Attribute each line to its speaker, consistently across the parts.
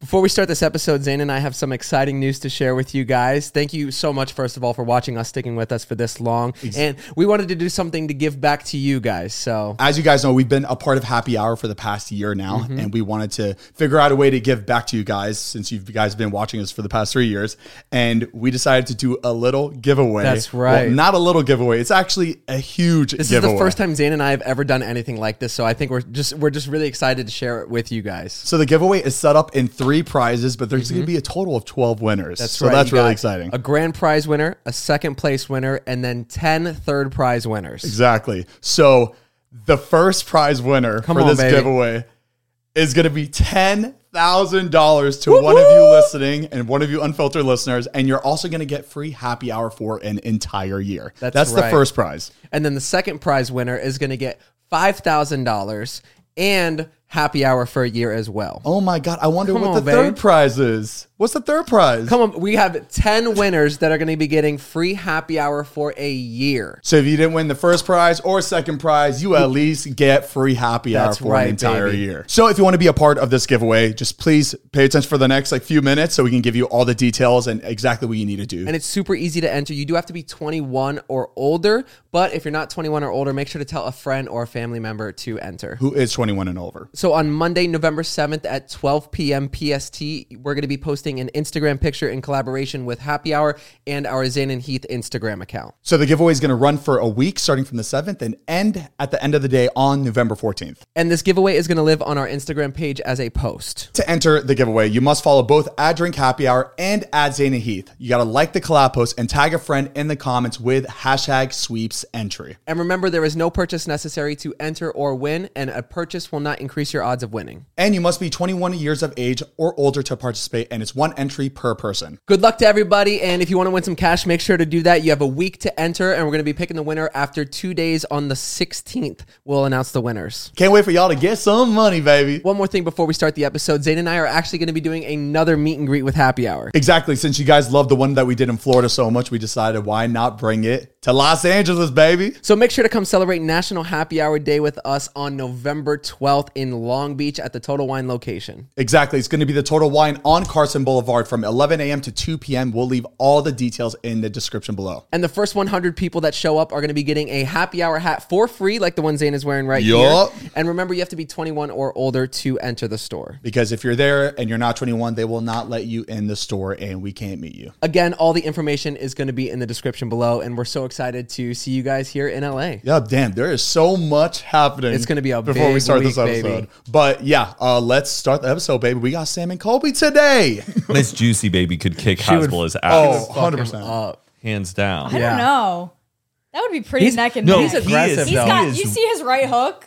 Speaker 1: Before we start this episode, Zane and I have some exciting news to share with you guys. Thank you so much, first of all, for watching us, sticking with us for this long. And we wanted to do something to give back to you guys. So
Speaker 2: As you guys know, we've been a part of Happy Hour for the past year now,
Speaker 1: Mm-hmm.
Speaker 2: and we wanted to figure out a way to give back to you guys since you guys have been watching us for the past three years. And we decided to do a little giveaway.
Speaker 1: That's right.
Speaker 2: Well, not a little giveaway. It's actually a huge
Speaker 1: this
Speaker 2: giveaway.
Speaker 1: is the first time Zane and I have ever done anything like this. So I think we're just we're just really excited to share it with you guys.
Speaker 2: So the giveaway is set up in three prizes, but there's going to be a total of 12 winners. so
Speaker 1: Mm-hmm.
Speaker 2: that's
Speaker 1: you
Speaker 2: really
Speaker 1: got
Speaker 2: exciting.
Speaker 1: A grand prize winner, a second place winner, and then 10 third prize winners.
Speaker 2: Exactly. So the first prize winner for
Speaker 1: on,
Speaker 2: this
Speaker 1: baby.
Speaker 2: giveaway is going to be ten thousand dollars to one of you listening and one of you unfiltered listeners, and you're also going to get free happy hour for an entire year.
Speaker 1: That's
Speaker 2: the
Speaker 1: right.
Speaker 2: first prize.
Speaker 1: And then the second prize winner is going to get $5,000 and happy hour for a year as well.
Speaker 2: Oh my god! I wonder
Speaker 1: Come
Speaker 2: what
Speaker 1: on,
Speaker 2: the
Speaker 1: babe.
Speaker 2: third prize is. What's the third prize?
Speaker 1: Come on, we have 10 winners that are going to be getting free happy hour for a year.
Speaker 2: So if you didn't win the first prize or second prize, you at least get free happy
Speaker 1: That's
Speaker 2: hour for
Speaker 1: right,
Speaker 2: an entire
Speaker 1: baby.
Speaker 2: year. So if you want to be a part of this giveaway, just please pay attention for the next like few minutes so we can give you all the details and exactly what you need to do.
Speaker 1: And it's super easy to enter. You do have to be 21 or older, but if you're not 21 or older, make sure to tell a friend or a family member to enter.
Speaker 2: who is 21 and over.
Speaker 1: So on Monday, November 7th at 12 p.m. PST, we're going to be posting an Instagram picture in collaboration with Happy Hour and our Zane and Heath Instagram account.
Speaker 2: So the giveaway is going to run for a week starting from the 7th and end at the end of the day on November 14th.
Speaker 1: And this giveaway is going to live on our Instagram page as a post.
Speaker 2: To enter the giveaway, you must follow both at Drink Happy Hour and at Zane and Heath. You got to like the collab post and tag a friend in the comments with hashtag sweeps entry.
Speaker 1: And remember, there is no purchase necessary to enter or win, and a purchase will not increase your odds of winning.
Speaker 2: And you must be 21 years of age or older to participate, and it's one entry per person.
Speaker 1: Good luck to everybody. And if you want to win some cash, make sure to do that. You have a week to enter, and we're going to be picking the winner after two days on the 16th. We'll announce the winners.
Speaker 2: Can't wait for y'all to get some money, baby.
Speaker 1: One more thing before we start the episode, Zane and I are actually going to be doing another meet and greet with Happy Hour.
Speaker 2: Exactly. Since you guys love the one that we did in Florida so much, we decided why not bring it to Los Angeles, baby.
Speaker 1: So make sure to come celebrate National Happy Hour Day with us on November 12th in Long Beach at the Total Wine location.
Speaker 2: Exactly. It's going to be the Total Wine on Carson Boulevard from 11 a.m. to 2 p.m. We'll leave all the details in the description below.
Speaker 1: And the first 100 people that show up are going to be getting a happy hour hat for free, like the one Zane is wearing right
Speaker 2: Yup.
Speaker 1: here. And remember, you have to be 21 or older to enter the store.
Speaker 2: Because if you're there and you're not 21, they will not let you in the store and we can't meet you.
Speaker 1: Again, all the information is going to be in the description below. And we're so excited to see you guys here in LA.
Speaker 2: Yeah, damn, there is so much happening.
Speaker 1: It's gonna be a
Speaker 2: before we
Speaker 1: big
Speaker 2: start this
Speaker 1: week,
Speaker 2: episode.
Speaker 1: baby.
Speaker 2: But yeah, uh, let's start the episode, baby. We got Sam and Colby today.
Speaker 3: Miss Juicy Baby could kick
Speaker 1: would-
Speaker 3: Hasbulla's
Speaker 2: Oh,
Speaker 3: ass
Speaker 2: 100%.
Speaker 1: Uh,
Speaker 3: hands
Speaker 4: I
Speaker 3: down.
Speaker 1: Yeah.
Speaker 4: don't know. That would be pretty
Speaker 1: He's-
Speaker 4: neck and
Speaker 3: No,
Speaker 4: neck.
Speaker 3: he
Speaker 1: aggressive,
Speaker 3: is-
Speaker 4: He's
Speaker 1: though.
Speaker 4: got.
Speaker 3: he is-
Speaker 4: You see his right hook.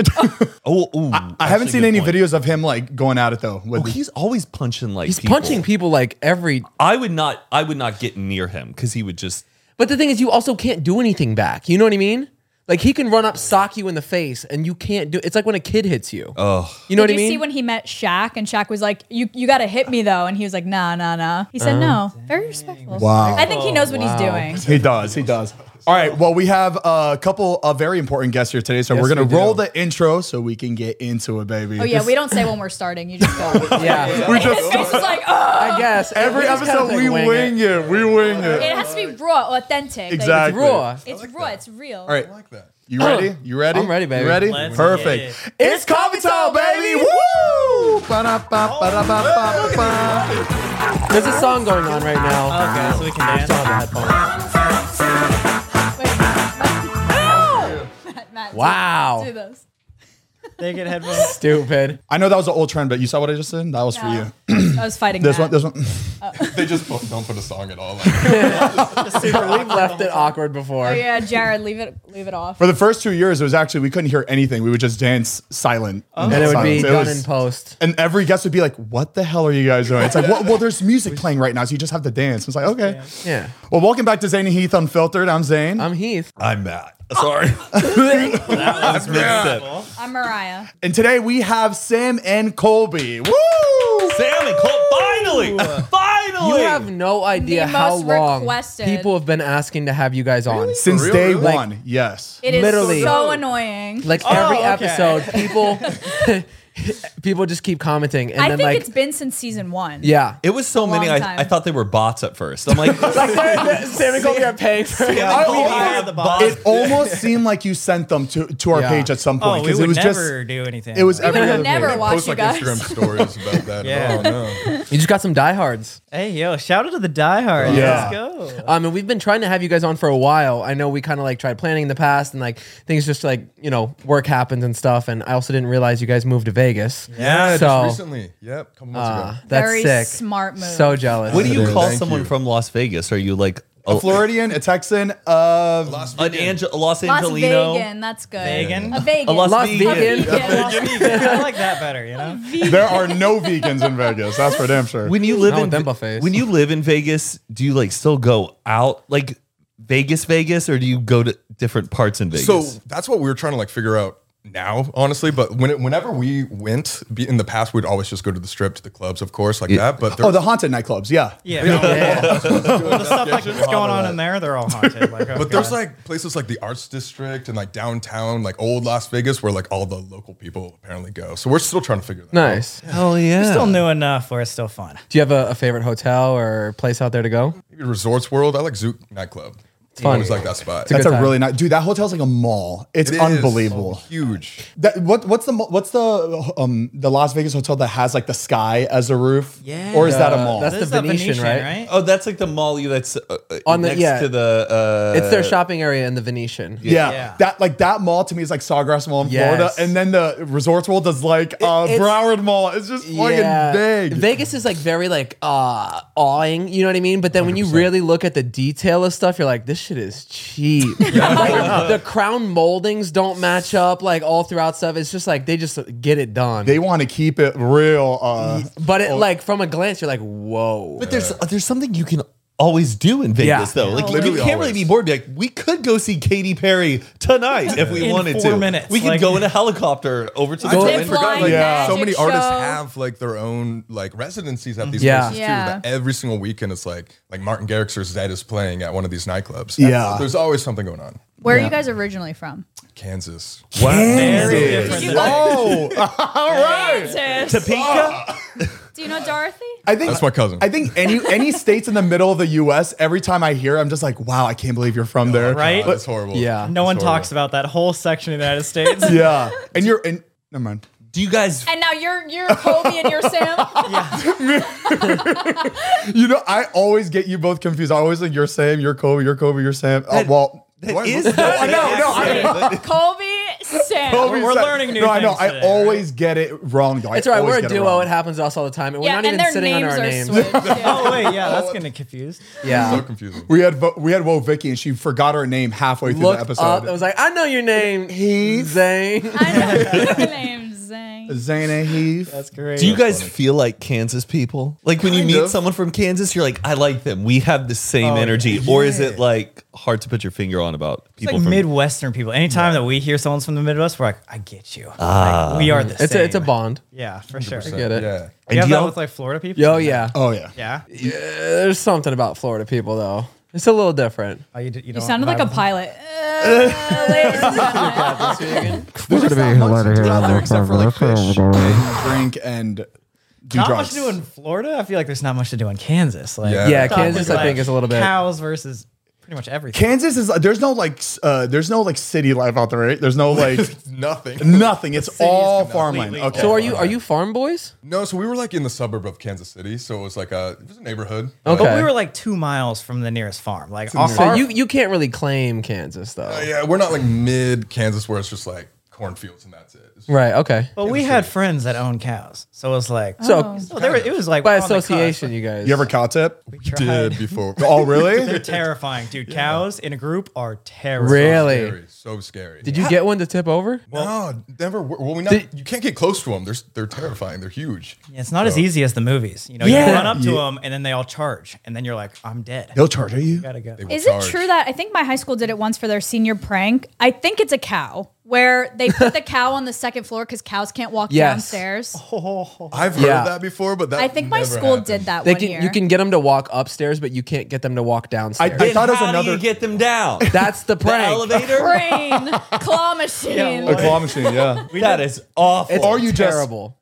Speaker 3: Oh, ooh,
Speaker 2: I
Speaker 3: that's
Speaker 2: haven't
Speaker 3: a
Speaker 2: seen
Speaker 3: good
Speaker 2: any
Speaker 3: point.
Speaker 2: videos of him like going at it though. With
Speaker 3: Oh, he's always punching like
Speaker 1: He's
Speaker 3: people.
Speaker 1: punching people like every.
Speaker 3: I would not. I would not get near him because he would just.
Speaker 1: But the thing is, you also can't do anything back. You know what I mean? Like he can run up, sock you in the face, and you can't do. It's like when a kid hits you.
Speaker 3: Oh,
Speaker 1: you know what I
Speaker 4: Did you
Speaker 1: mean?
Speaker 4: see when he met Shaq and Shaq was like, "You you got to hit me though," and he was like, "Nah, nah, nah." He said, "No, very respectful."
Speaker 2: Wow.
Speaker 4: I think he knows what he's doing.
Speaker 2: He does. He does. All right. Well, we have a couple of very important guests here today, so we're gonna
Speaker 1: we do.
Speaker 2: roll the intro so we can get into it, baby.
Speaker 4: Oh yeah, we don't say when we're starting. You just go.
Speaker 1: yeah,
Speaker 2: We
Speaker 4: His
Speaker 2: just
Speaker 4: face is like, oh, "Ugh."
Speaker 1: I guess
Speaker 2: every
Speaker 1: It's kinda
Speaker 2: episode
Speaker 1: like
Speaker 2: we
Speaker 1: wing
Speaker 2: wing,
Speaker 1: it.
Speaker 2: it. We wing
Speaker 4: It
Speaker 2: it.
Speaker 4: has to be raw, authentic. Like,
Speaker 2: Exactly.
Speaker 1: Raw.
Speaker 4: it's raw. It's real.
Speaker 2: All right. You ready? You ready?
Speaker 1: I'm ready, baby.
Speaker 2: You ready?
Speaker 5: Let's get
Speaker 2: Perfect.
Speaker 5: it.
Speaker 2: It's coffee time, baby. Woo! Ba-da-ba-ba-da-ba-ba-ba.
Speaker 1: There's a song going on right now.
Speaker 5: Okay, so we can dance.
Speaker 4: Wait. No! Matt, Matt, do-
Speaker 1: Wow.
Speaker 4: Do this.
Speaker 5: They get headphones.
Speaker 1: Stupid.
Speaker 2: I know that was an old trend, but you saw what I just did. That was for you.
Speaker 4: I was fighting.
Speaker 2: This
Speaker 4: Matt.
Speaker 2: one. This one.
Speaker 1: Uh,
Speaker 6: They just put, don't put a song at all.
Speaker 1: We've left it awkward before.
Speaker 4: Oh yeah, Jared, leave it, leave it off.
Speaker 2: For the first two years, it was actually we couldn't hear anything. We would just dance silent.
Speaker 1: Oh. And it would be
Speaker 2: Silence. It
Speaker 1: done
Speaker 2: was-
Speaker 1: in post.
Speaker 2: And every guest would be like, "What the hell are you guys doing?" It's like, "Well, well there's music playing right now, so you just have to dance." It's like, okay.
Speaker 1: Yeah.
Speaker 2: Well, welcome back to Zane and Heath Unfiltered. I'm Zane.
Speaker 1: I'm Heath.
Speaker 3: I'm Matt. Sorry, that was mid
Speaker 4: I'm Mariah.
Speaker 2: and today we have Sam and Colby. Woo!
Speaker 3: Sam and Cole. Finally, finally.
Speaker 1: You have no idea
Speaker 4: The
Speaker 1: how
Speaker 4: most
Speaker 1: long
Speaker 4: requested.
Speaker 1: people have been asking to have you guys on.
Speaker 2: Since
Speaker 6: real,
Speaker 2: day
Speaker 6: really?
Speaker 2: one, yes.
Speaker 4: It is
Speaker 1: Literally.
Speaker 6: Oh,
Speaker 4: so annoying.
Speaker 1: Like every
Speaker 5: okay.
Speaker 1: episode, people people just keep commenting, and
Speaker 4: I
Speaker 1: then
Speaker 4: think
Speaker 1: like
Speaker 4: it's been since season one.
Speaker 1: yeah,
Speaker 7: It was so
Speaker 4: Long
Speaker 7: many. I,
Speaker 4: time.
Speaker 7: I thought they were bots at first. I'm like,
Speaker 1: Sam and Colby are paying for it.
Speaker 7: I
Speaker 5: we are the bots.
Speaker 2: It almost seemed like you sent them to, to our
Speaker 1: Yeah.
Speaker 2: page at some
Speaker 5: Oh,
Speaker 2: point
Speaker 5: we
Speaker 2: because
Speaker 5: would
Speaker 2: it was
Speaker 5: never
Speaker 2: just
Speaker 5: do anything.
Speaker 2: it was
Speaker 4: We would
Speaker 2: every
Speaker 4: have
Speaker 2: other
Speaker 4: never
Speaker 2: page.
Speaker 4: watched
Speaker 6: Post
Speaker 4: you
Speaker 6: like
Speaker 4: guys.
Speaker 6: Instagram stories about that.
Speaker 5: Yeah.
Speaker 6: Oh no.
Speaker 1: You just got some diehards.
Speaker 5: Hey, yo! Shout out to the diehards.
Speaker 2: Yeah.
Speaker 5: Let's go.
Speaker 1: Um, and we've been trying to have you guys on for a while. I know we kind of like tried planning in the past, and like things just like you know work happens and stuff. And I also didn't realize you guys moved to Vegas.
Speaker 6: Yeah,
Speaker 1: So-
Speaker 6: just recently. Yep, a couple months
Speaker 1: Uh,
Speaker 6: ago.
Speaker 1: that's
Speaker 4: Very
Speaker 1: sick.
Speaker 4: smart move.
Speaker 1: So jealous.
Speaker 7: what do you
Speaker 6: Thank
Speaker 7: call
Speaker 6: you.
Speaker 7: someone from Las Vegas? Are you like a,
Speaker 2: A Floridian, a Texan, uh,
Speaker 6: Last
Speaker 7: an
Speaker 6: weekend.
Speaker 7: Ange- a Los
Speaker 4: Las
Speaker 7: Angelino?
Speaker 4: Vegan, that's good.
Speaker 5: Vegan?
Speaker 4: A vegan.
Speaker 7: A Las
Speaker 1: Las
Speaker 7: Vegas.
Speaker 1: Vegan.
Speaker 5: I like that better. You know.
Speaker 2: there are no vegans in Vegas. That's for damn sure.
Speaker 7: When you live
Speaker 1: Not
Speaker 7: in
Speaker 1: with them buffets.
Speaker 7: when you live in Vegas, do you like still go out like Vegas, Vegas, or do you go to different parts in Vegas?
Speaker 6: So that's what we were trying to like figure out now, honestly. But when it, whenever we went be, in the past, we'd always just go to the strip, to the clubs, of course, like that. But there
Speaker 2: oh, the haunted nightclubs. Yeah.
Speaker 5: Yeah. Well, the stuff like what's going on in there, they're all haunted. Like, oh,
Speaker 6: But there's
Speaker 5: God.
Speaker 6: like places like the Arts District and like downtown, like old Las Vegas, where like all the local people apparently go. So we're still trying to figure that out.
Speaker 1: nice.
Speaker 7: oh yeah,
Speaker 5: still new enough where it's still fun.
Speaker 1: Do you have a, a favorite hotel or place out there to go?
Speaker 6: Maybe Resorts World. I like Zook nightclub. It's
Speaker 1: fun.
Speaker 6: Always like that spot.
Speaker 2: That's
Speaker 1: good
Speaker 2: a
Speaker 1: time.
Speaker 2: really nice dude. That hotel's like a mall. It's
Speaker 6: It is
Speaker 2: unbelievable.
Speaker 6: Huge.
Speaker 2: That, what what's the mo- what's the um the Las Vegas hotel that has like the sky as a roof?
Speaker 5: Yeah.
Speaker 2: Or is that a mall?
Speaker 1: That's
Speaker 5: This
Speaker 1: the
Speaker 5: is
Speaker 1: Venetian, right?
Speaker 7: Oh, that's like the mall you- that's uh, uh,
Speaker 1: On the-
Speaker 7: next
Speaker 1: yeah.
Speaker 7: to the. Uh,
Speaker 1: It's their shopping area in the Venetian.
Speaker 2: yeah.
Speaker 5: Yeah.
Speaker 2: that like that mall to me is like Sawgrass Mall in
Speaker 1: Yes.
Speaker 2: Florida, and then the Resorts World is like uh,
Speaker 1: it's-
Speaker 2: Broward Mall. It's just fucking big.
Speaker 1: Vegas is like very like uh awing, you know what I mean? But then when you really look at the detail of stuff, you're like, this shit is cheap. Like, the crown moldings don't match up like all throughout stuff. It's just like they just get it done.
Speaker 2: they want to keep it real. Uh,
Speaker 1: but it like from a glance, you're like, whoa.
Speaker 7: But there's there's something you can always do in Vegas
Speaker 1: Yeah.
Speaker 7: though. Like you
Speaker 6: Literally
Speaker 7: can't really
Speaker 6: always.
Speaker 7: be bored. Be like, we could go see Katy Perry tonight if we
Speaker 5: In
Speaker 7: wanted
Speaker 5: four
Speaker 7: to.
Speaker 5: minutes,
Speaker 7: We could
Speaker 5: like-
Speaker 7: go in a helicopter over to the
Speaker 1: Go-
Speaker 7: island.
Speaker 4: Zip line
Speaker 6: like,
Speaker 2: Yeah.
Speaker 6: So many
Speaker 4: magic
Speaker 6: artists
Speaker 4: show.
Speaker 6: have like their own like residencies at these
Speaker 1: Yeah.
Speaker 6: places
Speaker 4: Yeah.
Speaker 6: too. That every single weekend it's like like Martin Garrix or Zed is playing at one of these nightclubs.
Speaker 2: Yeah.
Speaker 6: There's always something going on.
Speaker 4: Where are you guys originally from?
Speaker 6: Kansas.
Speaker 5: Very different. than-
Speaker 2: oh,
Speaker 7: Topeka?
Speaker 4: Do you know Dorothy?
Speaker 2: I think
Speaker 6: That's my cousin.
Speaker 2: I think any any states in the middle of the U.S. Every time I hear, it, I'm just like, wow, I can't believe you're from there.
Speaker 5: Right?
Speaker 6: God, that's horrible.
Speaker 1: Yeah.
Speaker 5: No one
Speaker 6: That's horrible.
Speaker 5: talks about that whole section of the United States.
Speaker 2: Yeah, and you're and never mind.
Speaker 7: Do you guys?
Speaker 4: And now you're you're Kobe and you're Sam.
Speaker 2: You know, I always get you both confused. I always think you're Sam, you're Kobe, you're Kobe, you're Sam. Oh, well,
Speaker 7: That
Speaker 6: What?
Speaker 7: is
Speaker 6: What?
Speaker 7: that-
Speaker 4: Kobe, Sam.
Speaker 2: Kobe,
Speaker 5: We're
Speaker 2: Sam.
Speaker 5: learning new
Speaker 2: No, I know.
Speaker 5: things
Speaker 2: I
Speaker 5: today,
Speaker 2: always get it wrong. Though. I
Speaker 1: It's all right.
Speaker 2: always
Speaker 1: We're a
Speaker 2: get it
Speaker 1: duo.
Speaker 2: wrong.
Speaker 1: It happens to us all the time. And
Speaker 4: Yeah,
Speaker 1: we're not
Speaker 4: and
Speaker 1: even
Speaker 4: their
Speaker 1: sitting on
Speaker 4: names
Speaker 1: our
Speaker 4: are
Speaker 1: names.
Speaker 4: switched. yeah.
Speaker 5: Oh wait, yeah, that's gonna confuse.
Speaker 6: So
Speaker 1: Yeah.
Speaker 6: confusing.
Speaker 2: We had Vo- we had Wo Vicky, and she forgot her name halfway through the
Speaker 1: Look
Speaker 2: episode.
Speaker 1: up. It was like, I know your name. He's Zane.
Speaker 4: I know your name, Zane.
Speaker 2: Zayna Heath.
Speaker 5: That's great.
Speaker 7: Do you guys feel like Kansas people? Like when you
Speaker 2: Kind
Speaker 7: meet
Speaker 2: of.
Speaker 7: someone from Kansas, you're like, I like them. We have the same energy. Or is it like hard to put your finger on about
Speaker 5: Oh, It's
Speaker 7: people
Speaker 5: like
Speaker 7: from
Speaker 5: Midwestern people. Anytime that we hear someone's from the Midwest, we're like, I get you. like, we are the
Speaker 1: It's
Speaker 5: same.
Speaker 1: a, it's a bond.
Speaker 5: Yeah, for sure.
Speaker 1: I get it.
Speaker 6: Yeah.
Speaker 5: You have
Speaker 7: do
Speaker 5: that
Speaker 7: y'all-
Speaker 5: with like Florida people?
Speaker 1: Yo, yeah.
Speaker 2: oh yeah.
Speaker 5: Yeah.
Speaker 1: There's something about Florida people, though. It's a little different.
Speaker 5: Oh, you, d- you,
Speaker 4: You
Speaker 5: don't
Speaker 4: sounded like a
Speaker 5: vibe with-
Speaker 4: pilot. Uh, ladies and gentlemen.
Speaker 2: There's not much to do out there except for like fish, and drink, and do
Speaker 5: Not
Speaker 2: drugs.
Speaker 5: much to do in Florida. I feel like there's not much to do in Kansas. Like
Speaker 6: Yeah.
Speaker 1: Yeah,
Speaker 6: It's
Speaker 1: Kansas, I
Speaker 5: like
Speaker 1: think, is a little bit.
Speaker 5: cows versus pretty much everything.
Speaker 2: Kansas is there's no like s- uh, there's no like city life out there, right? There's no like
Speaker 6: Nothing.
Speaker 2: nothing. It's all
Speaker 5: completely
Speaker 2: farmland. Okay.
Speaker 1: So are you are you farm boys?
Speaker 6: No, so we were like in the suburb of Kansas City, so it was like a it was a neighborhood.
Speaker 1: Okay.
Speaker 6: Like,
Speaker 5: But we were like two miles from the nearest farm. Like our,
Speaker 1: So
Speaker 5: our-
Speaker 1: you you can't really claim Kansas though.
Speaker 2: Oh,
Speaker 6: uh, yeah, we're not like mid Kansas where it's just like cornfields and that's it. It's just-
Speaker 1: Right. Okay.
Speaker 5: but we had friends that owned cows, so it was like
Speaker 4: Oh.
Speaker 1: So
Speaker 5: so there was, it was like
Speaker 1: by
Speaker 5: Oh, on the cusp.
Speaker 1: association, you guys.
Speaker 2: You ever cow tip?
Speaker 5: We tried.
Speaker 6: Did before.
Speaker 2: Oh really?
Speaker 5: They're terrifying, dude. Cows in a group are terrifying.
Speaker 1: really?
Speaker 6: Scary, so scary.
Speaker 1: Did you get one to tip over?
Speaker 6: no, never. Well, we not. you can't get close to them. They're they're terrifying. They're huge.
Speaker 5: Yeah, It's not as easy as the movies. You know,
Speaker 1: Yeah.
Speaker 5: you run up to them and then they all charge, and then you're like, I'm dead.
Speaker 2: They'll charge you.
Speaker 5: Gotta go.
Speaker 6: They will
Speaker 4: Is it
Speaker 6: charge.
Speaker 4: true that I think my high school did it once for their senior prank? I think it's a cow. where they put the cow on the second floor because cows can't walk
Speaker 1: Yes.
Speaker 4: downstairs.
Speaker 6: I've heard
Speaker 1: Yeah.
Speaker 6: that before, but that
Speaker 4: I think my
Speaker 6: never
Speaker 4: school
Speaker 6: happened.
Speaker 4: did that
Speaker 1: They
Speaker 4: one
Speaker 1: can
Speaker 4: year.
Speaker 1: you can get them to walk upstairs, but you can't get them to walk downstairs.
Speaker 2: I
Speaker 7: Then
Speaker 2: thought it was
Speaker 7: how do you
Speaker 2: another-
Speaker 7: get them down? The
Speaker 1: That's the prank.
Speaker 7: elevator?
Speaker 4: brain claw machine.
Speaker 6: A claw machine, yeah.
Speaker 7: that is awful.
Speaker 1: It's
Speaker 2: Or you just-
Speaker 1: terrible.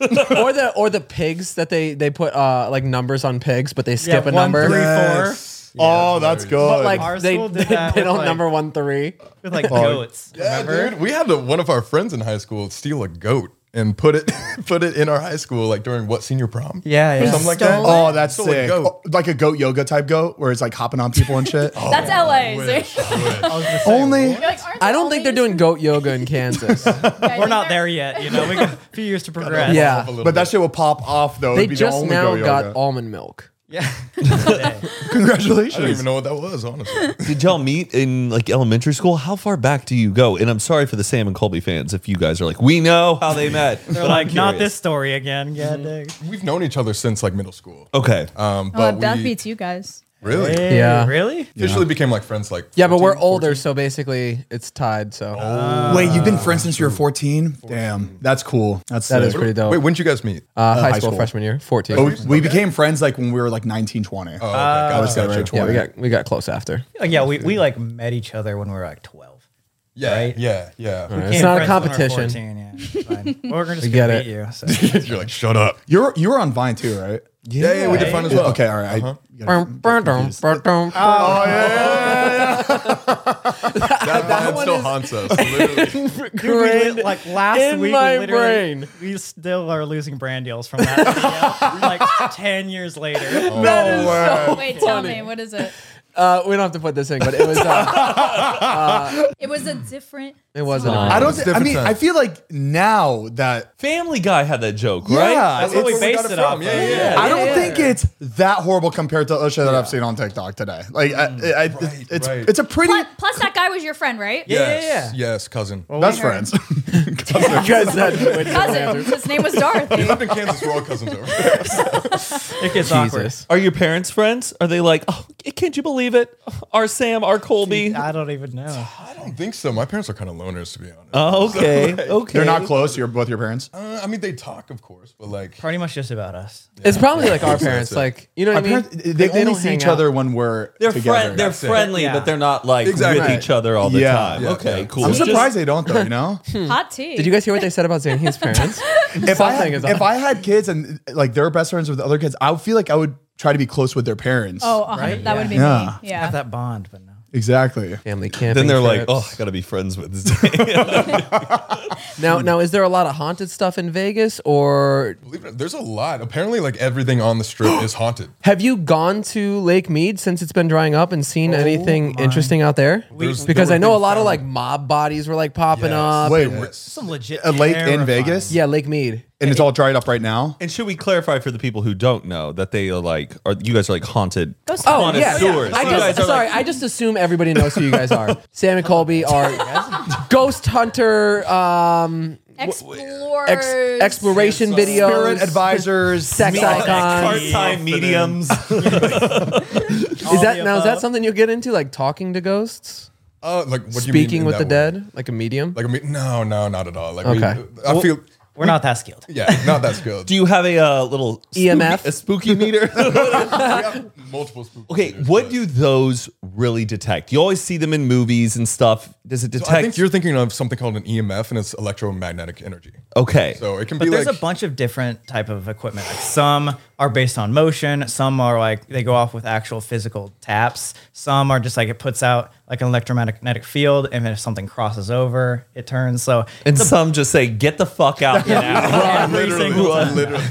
Speaker 1: or the or the pigs that they they put uh like numbers on pigs, but they skip a
Speaker 5: one,
Speaker 1: number.
Speaker 5: three, four.
Speaker 2: oh, that's good.
Speaker 1: But like
Speaker 5: Our
Speaker 1: they,
Speaker 5: school
Speaker 1: they,
Speaker 5: did that
Speaker 1: on
Speaker 5: with, like-
Speaker 1: number one three.
Speaker 5: with like goats.
Speaker 6: Yeah,
Speaker 5: remember?
Speaker 6: dude, we had the, one of our friends in high school steal a goat and put it put it in our high school like during what senior prom?
Speaker 5: Yeah,
Speaker 6: Or
Speaker 5: yeah.
Speaker 6: something like that.
Speaker 2: oh, that's
Speaker 6: Stole a
Speaker 2: sick.
Speaker 6: goat.
Speaker 2: Oh, like a goat yoga type goat where it's like hopping on people and shit.
Speaker 4: That's LA. so
Speaker 6: Wish, wish.
Speaker 2: Only
Speaker 4: you're like, aren't
Speaker 1: I
Speaker 4: there
Speaker 1: don't
Speaker 4: only
Speaker 1: think they're doing goat yoga in Kansas.
Speaker 4: guys
Speaker 5: We're
Speaker 4: in
Speaker 5: not there yet, you know. We got a few years to progress.
Speaker 1: yeah,
Speaker 6: A little
Speaker 2: but that
Speaker 6: bit.
Speaker 2: shit will pop off though.
Speaker 1: they
Speaker 2: It'd be the
Speaker 1: just
Speaker 2: only
Speaker 1: now
Speaker 2: goat
Speaker 1: got
Speaker 2: yoga.
Speaker 1: almond milk.
Speaker 5: Yeah.
Speaker 6: I don't
Speaker 2: Congratulations.
Speaker 6: even know what that was, honestly.
Speaker 7: Did y'all meet in like elementary school? How far back do you go? And I'm sorry for the Sam and Colby fans if you guys are like, we know how they met.
Speaker 5: They're
Speaker 7: but
Speaker 5: like,
Speaker 7: I'm
Speaker 5: not
Speaker 7: curious."
Speaker 5: this story again. God dang.
Speaker 6: We've known each other since like middle school.
Speaker 7: Okay.
Speaker 6: Um,
Speaker 4: Oh,
Speaker 6: but
Speaker 4: Beth
Speaker 6: we
Speaker 4: beats you guys.
Speaker 6: really
Speaker 5: Hey,
Speaker 1: Yeah.
Speaker 5: Really?
Speaker 6: officially became like friends. Like
Speaker 1: Yeah, but we're
Speaker 6: 14,
Speaker 1: older, so basically it's tied. So Uh,
Speaker 2: Wait, you've been friends since you were 14? Damn. That's cool. That's
Speaker 1: that
Speaker 2: sick.
Speaker 1: is pretty dope.
Speaker 6: Wait, when did you guys meet?
Speaker 1: uh, high,
Speaker 2: high
Speaker 1: school,
Speaker 2: school. Oh,
Speaker 1: freshman year, fourteen.
Speaker 2: But we, we became friends like when we were like 19, 20.
Speaker 6: oh, okay, gotcha,
Speaker 2: would say
Speaker 6: gotcha.
Speaker 2: right
Speaker 1: yeah, we got we got close after.
Speaker 5: Oh, yeah, we, we like met each other when we were like 12.
Speaker 6: Yeah,
Speaker 5: Right?
Speaker 6: yeah, yeah.
Speaker 1: It's
Speaker 5: Became
Speaker 1: not a
Speaker 5: friends when we
Speaker 1: competition.
Speaker 5: were 14, yeah, it's fine. We're just
Speaker 1: get
Speaker 5: going to
Speaker 1: it.
Speaker 5: beat you. So.
Speaker 6: You're like, shut up.
Speaker 2: You're you were on Vine too, right?
Speaker 6: Yeah, yeah, we did fun as well.
Speaker 2: Okay, all right. I-
Speaker 1: Brum, brum, brum, brum, brum.
Speaker 6: That, that still haunts us. Literally.
Speaker 5: Dude, we
Speaker 1: Grand
Speaker 5: lit- like last
Speaker 1: in
Speaker 5: week,
Speaker 1: my
Speaker 5: we literally-
Speaker 1: brain.
Speaker 5: we still are losing brand deals from that video, like ten years later.
Speaker 4: Wait, tell me, what is it?
Speaker 1: Uh, we don't have to put this in, but it was uh,
Speaker 4: It was a different.
Speaker 1: it wasn't.
Speaker 2: I don't. thi- I mean, I feel like now that
Speaker 7: Family Guy had that joke,
Speaker 2: yeah,
Speaker 7: right?
Speaker 5: That's what we
Speaker 2: it's-
Speaker 5: based it off.
Speaker 6: from.
Speaker 5: of.
Speaker 6: Yeah, yeah,
Speaker 2: I don't think it's that horrible compared to other shit that I've seen on TikTok today. Like, I, I, it's
Speaker 6: right.
Speaker 2: it's a pretty
Speaker 4: Plus, plus, that guy was your friend, right?
Speaker 6: yes, yes, cousin.
Speaker 2: best friends.
Speaker 1: You guys had no idea.
Speaker 4: Cousin. His name was
Speaker 6: We
Speaker 4: Dorothy.
Speaker 6: lived in Kansas. We're all cousins over there.
Speaker 5: It gets awkward.
Speaker 1: Jesus.
Speaker 7: Are your parents friends? Are they like, oh, can't you believe it? Our Sam, our Colby.
Speaker 5: I don't even know.
Speaker 6: I don't think so. My parents are kind of loners, to be honest.
Speaker 7: Oh, okay. Okay.
Speaker 2: They're not close. You're both your parents.
Speaker 6: Uh, I mean, they talk, of course, but like,
Speaker 5: Pretty much just about us.
Speaker 1: It's probably like our parents,
Speaker 6: it.
Speaker 1: like you know what
Speaker 2: Our
Speaker 1: I mean.
Speaker 2: parents, they,
Speaker 1: Like,
Speaker 2: only
Speaker 1: don't
Speaker 2: see
Speaker 1: hang
Speaker 2: each
Speaker 1: out.
Speaker 2: other when we're
Speaker 7: They're
Speaker 2: together.
Speaker 7: friend. They're friendly,
Speaker 5: Yeah.
Speaker 7: but they're not like
Speaker 6: Exactly.
Speaker 7: with each other all the
Speaker 2: Yeah.
Speaker 7: time.
Speaker 6: Yeah,
Speaker 7: okay,
Speaker 6: yeah.
Speaker 7: cool.
Speaker 2: I'm
Speaker 7: It's just-
Speaker 2: surprised they don't though. You know,
Speaker 4: Hot tea.
Speaker 1: Did you guys hear what they said about Zanhe's parents?
Speaker 2: if I had,
Speaker 1: is
Speaker 2: if
Speaker 1: off.
Speaker 2: I had kids and like they're best friends with other kids, I would feel like I would try to be close with their parents.
Speaker 4: Oh, uh-huh. that would be
Speaker 2: Yeah.
Speaker 4: me.
Speaker 5: Have
Speaker 4: Yeah.
Speaker 5: that bond, but no.
Speaker 2: exactly.
Speaker 1: Family camping.
Speaker 7: then they're like,
Speaker 1: trips.
Speaker 7: oh, I got to be friends with Sam.
Speaker 1: Now,
Speaker 6: Hmm.
Speaker 1: now, is there a lot of haunted stuff in Vegas, or
Speaker 6: believe it, or not, there's a lot. Apparently, like everything on the strip is haunted.
Speaker 1: have you gone to Lake Mead since it's been drying up and
Speaker 6: Oh
Speaker 1: seen anything interesting out there?
Speaker 6: There's-
Speaker 1: because
Speaker 6: there
Speaker 1: I
Speaker 6: were
Speaker 1: know a
Speaker 6: things
Speaker 1: lot of
Speaker 6: found.
Speaker 1: like mob bodies were like popping up.
Speaker 2: Wait,
Speaker 6: Yes.
Speaker 5: Some legit.
Speaker 2: a lake in
Speaker 5: terrifying-
Speaker 2: Vegas?
Speaker 1: Yeah, Lake Mead.
Speaker 2: and it's all dried up right now.
Speaker 7: And should we clarify for the people who don't know that they are like, are you guys are like haunted?
Speaker 1: Oh
Speaker 7: Haunted
Speaker 1: yeah,
Speaker 7: sewers.
Speaker 1: I
Speaker 7: You
Speaker 1: just,
Speaker 7: guys are
Speaker 1: sorry. I just assume everybody knows who you guys are. Sam and Colby are ghost hunter, um,
Speaker 4: Explorers.
Speaker 1: ex- exploration
Speaker 6: Spirit
Speaker 1: videos,
Speaker 2: advisors,
Speaker 1: sex icons.
Speaker 7: Part-time mediums.
Speaker 1: Is that
Speaker 5: the
Speaker 1: now? Is that
Speaker 5: above.
Speaker 1: something you get into, like talking to ghosts,
Speaker 6: Uh, like what do you mean
Speaker 1: speaking
Speaker 6: in
Speaker 1: with
Speaker 6: that
Speaker 1: the
Speaker 6: way?
Speaker 1: dead, like a medium?
Speaker 6: Like, I mean, no, no, not at all. Like,
Speaker 1: Okay.
Speaker 6: we, I feel,
Speaker 5: We're not that skilled.
Speaker 6: yeah, not that skilled.
Speaker 7: Do you have a uh, little
Speaker 4: E
Speaker 7: spooky-
Speaker 1: EMF?
Speaker 7: a spooky meter?
Speaker 6: we have multiple spooky
Speaker 7: okay,
Speaker 6: theaters,
Speaker 7: what
Speaker 6: but-
Speaker 7: do those really detect? You always see them in movies and stuff. Does it
Speaker 6: So I
Speaker 7: detect?
Speaker 6: think you're thinking of something called an EMF, and it's electromagnetic energy.
Speaker 7: okay,
Speaker 6: So it can
Speaker 5: But
Speaker 6: be
Speaker 5: there's
Speaker 6: like
Speaker 5: a bunch of different type of equipment. Like some are based on motion. Some are like they go off with actual physical taps. Some are just like it puts out like an electromagnetic field, and if something crosses over, it turns. So
Speaker 7: and some just say, "Get the fuck out!" and out.
Speaker 5: every single time.
Speaker 6: literally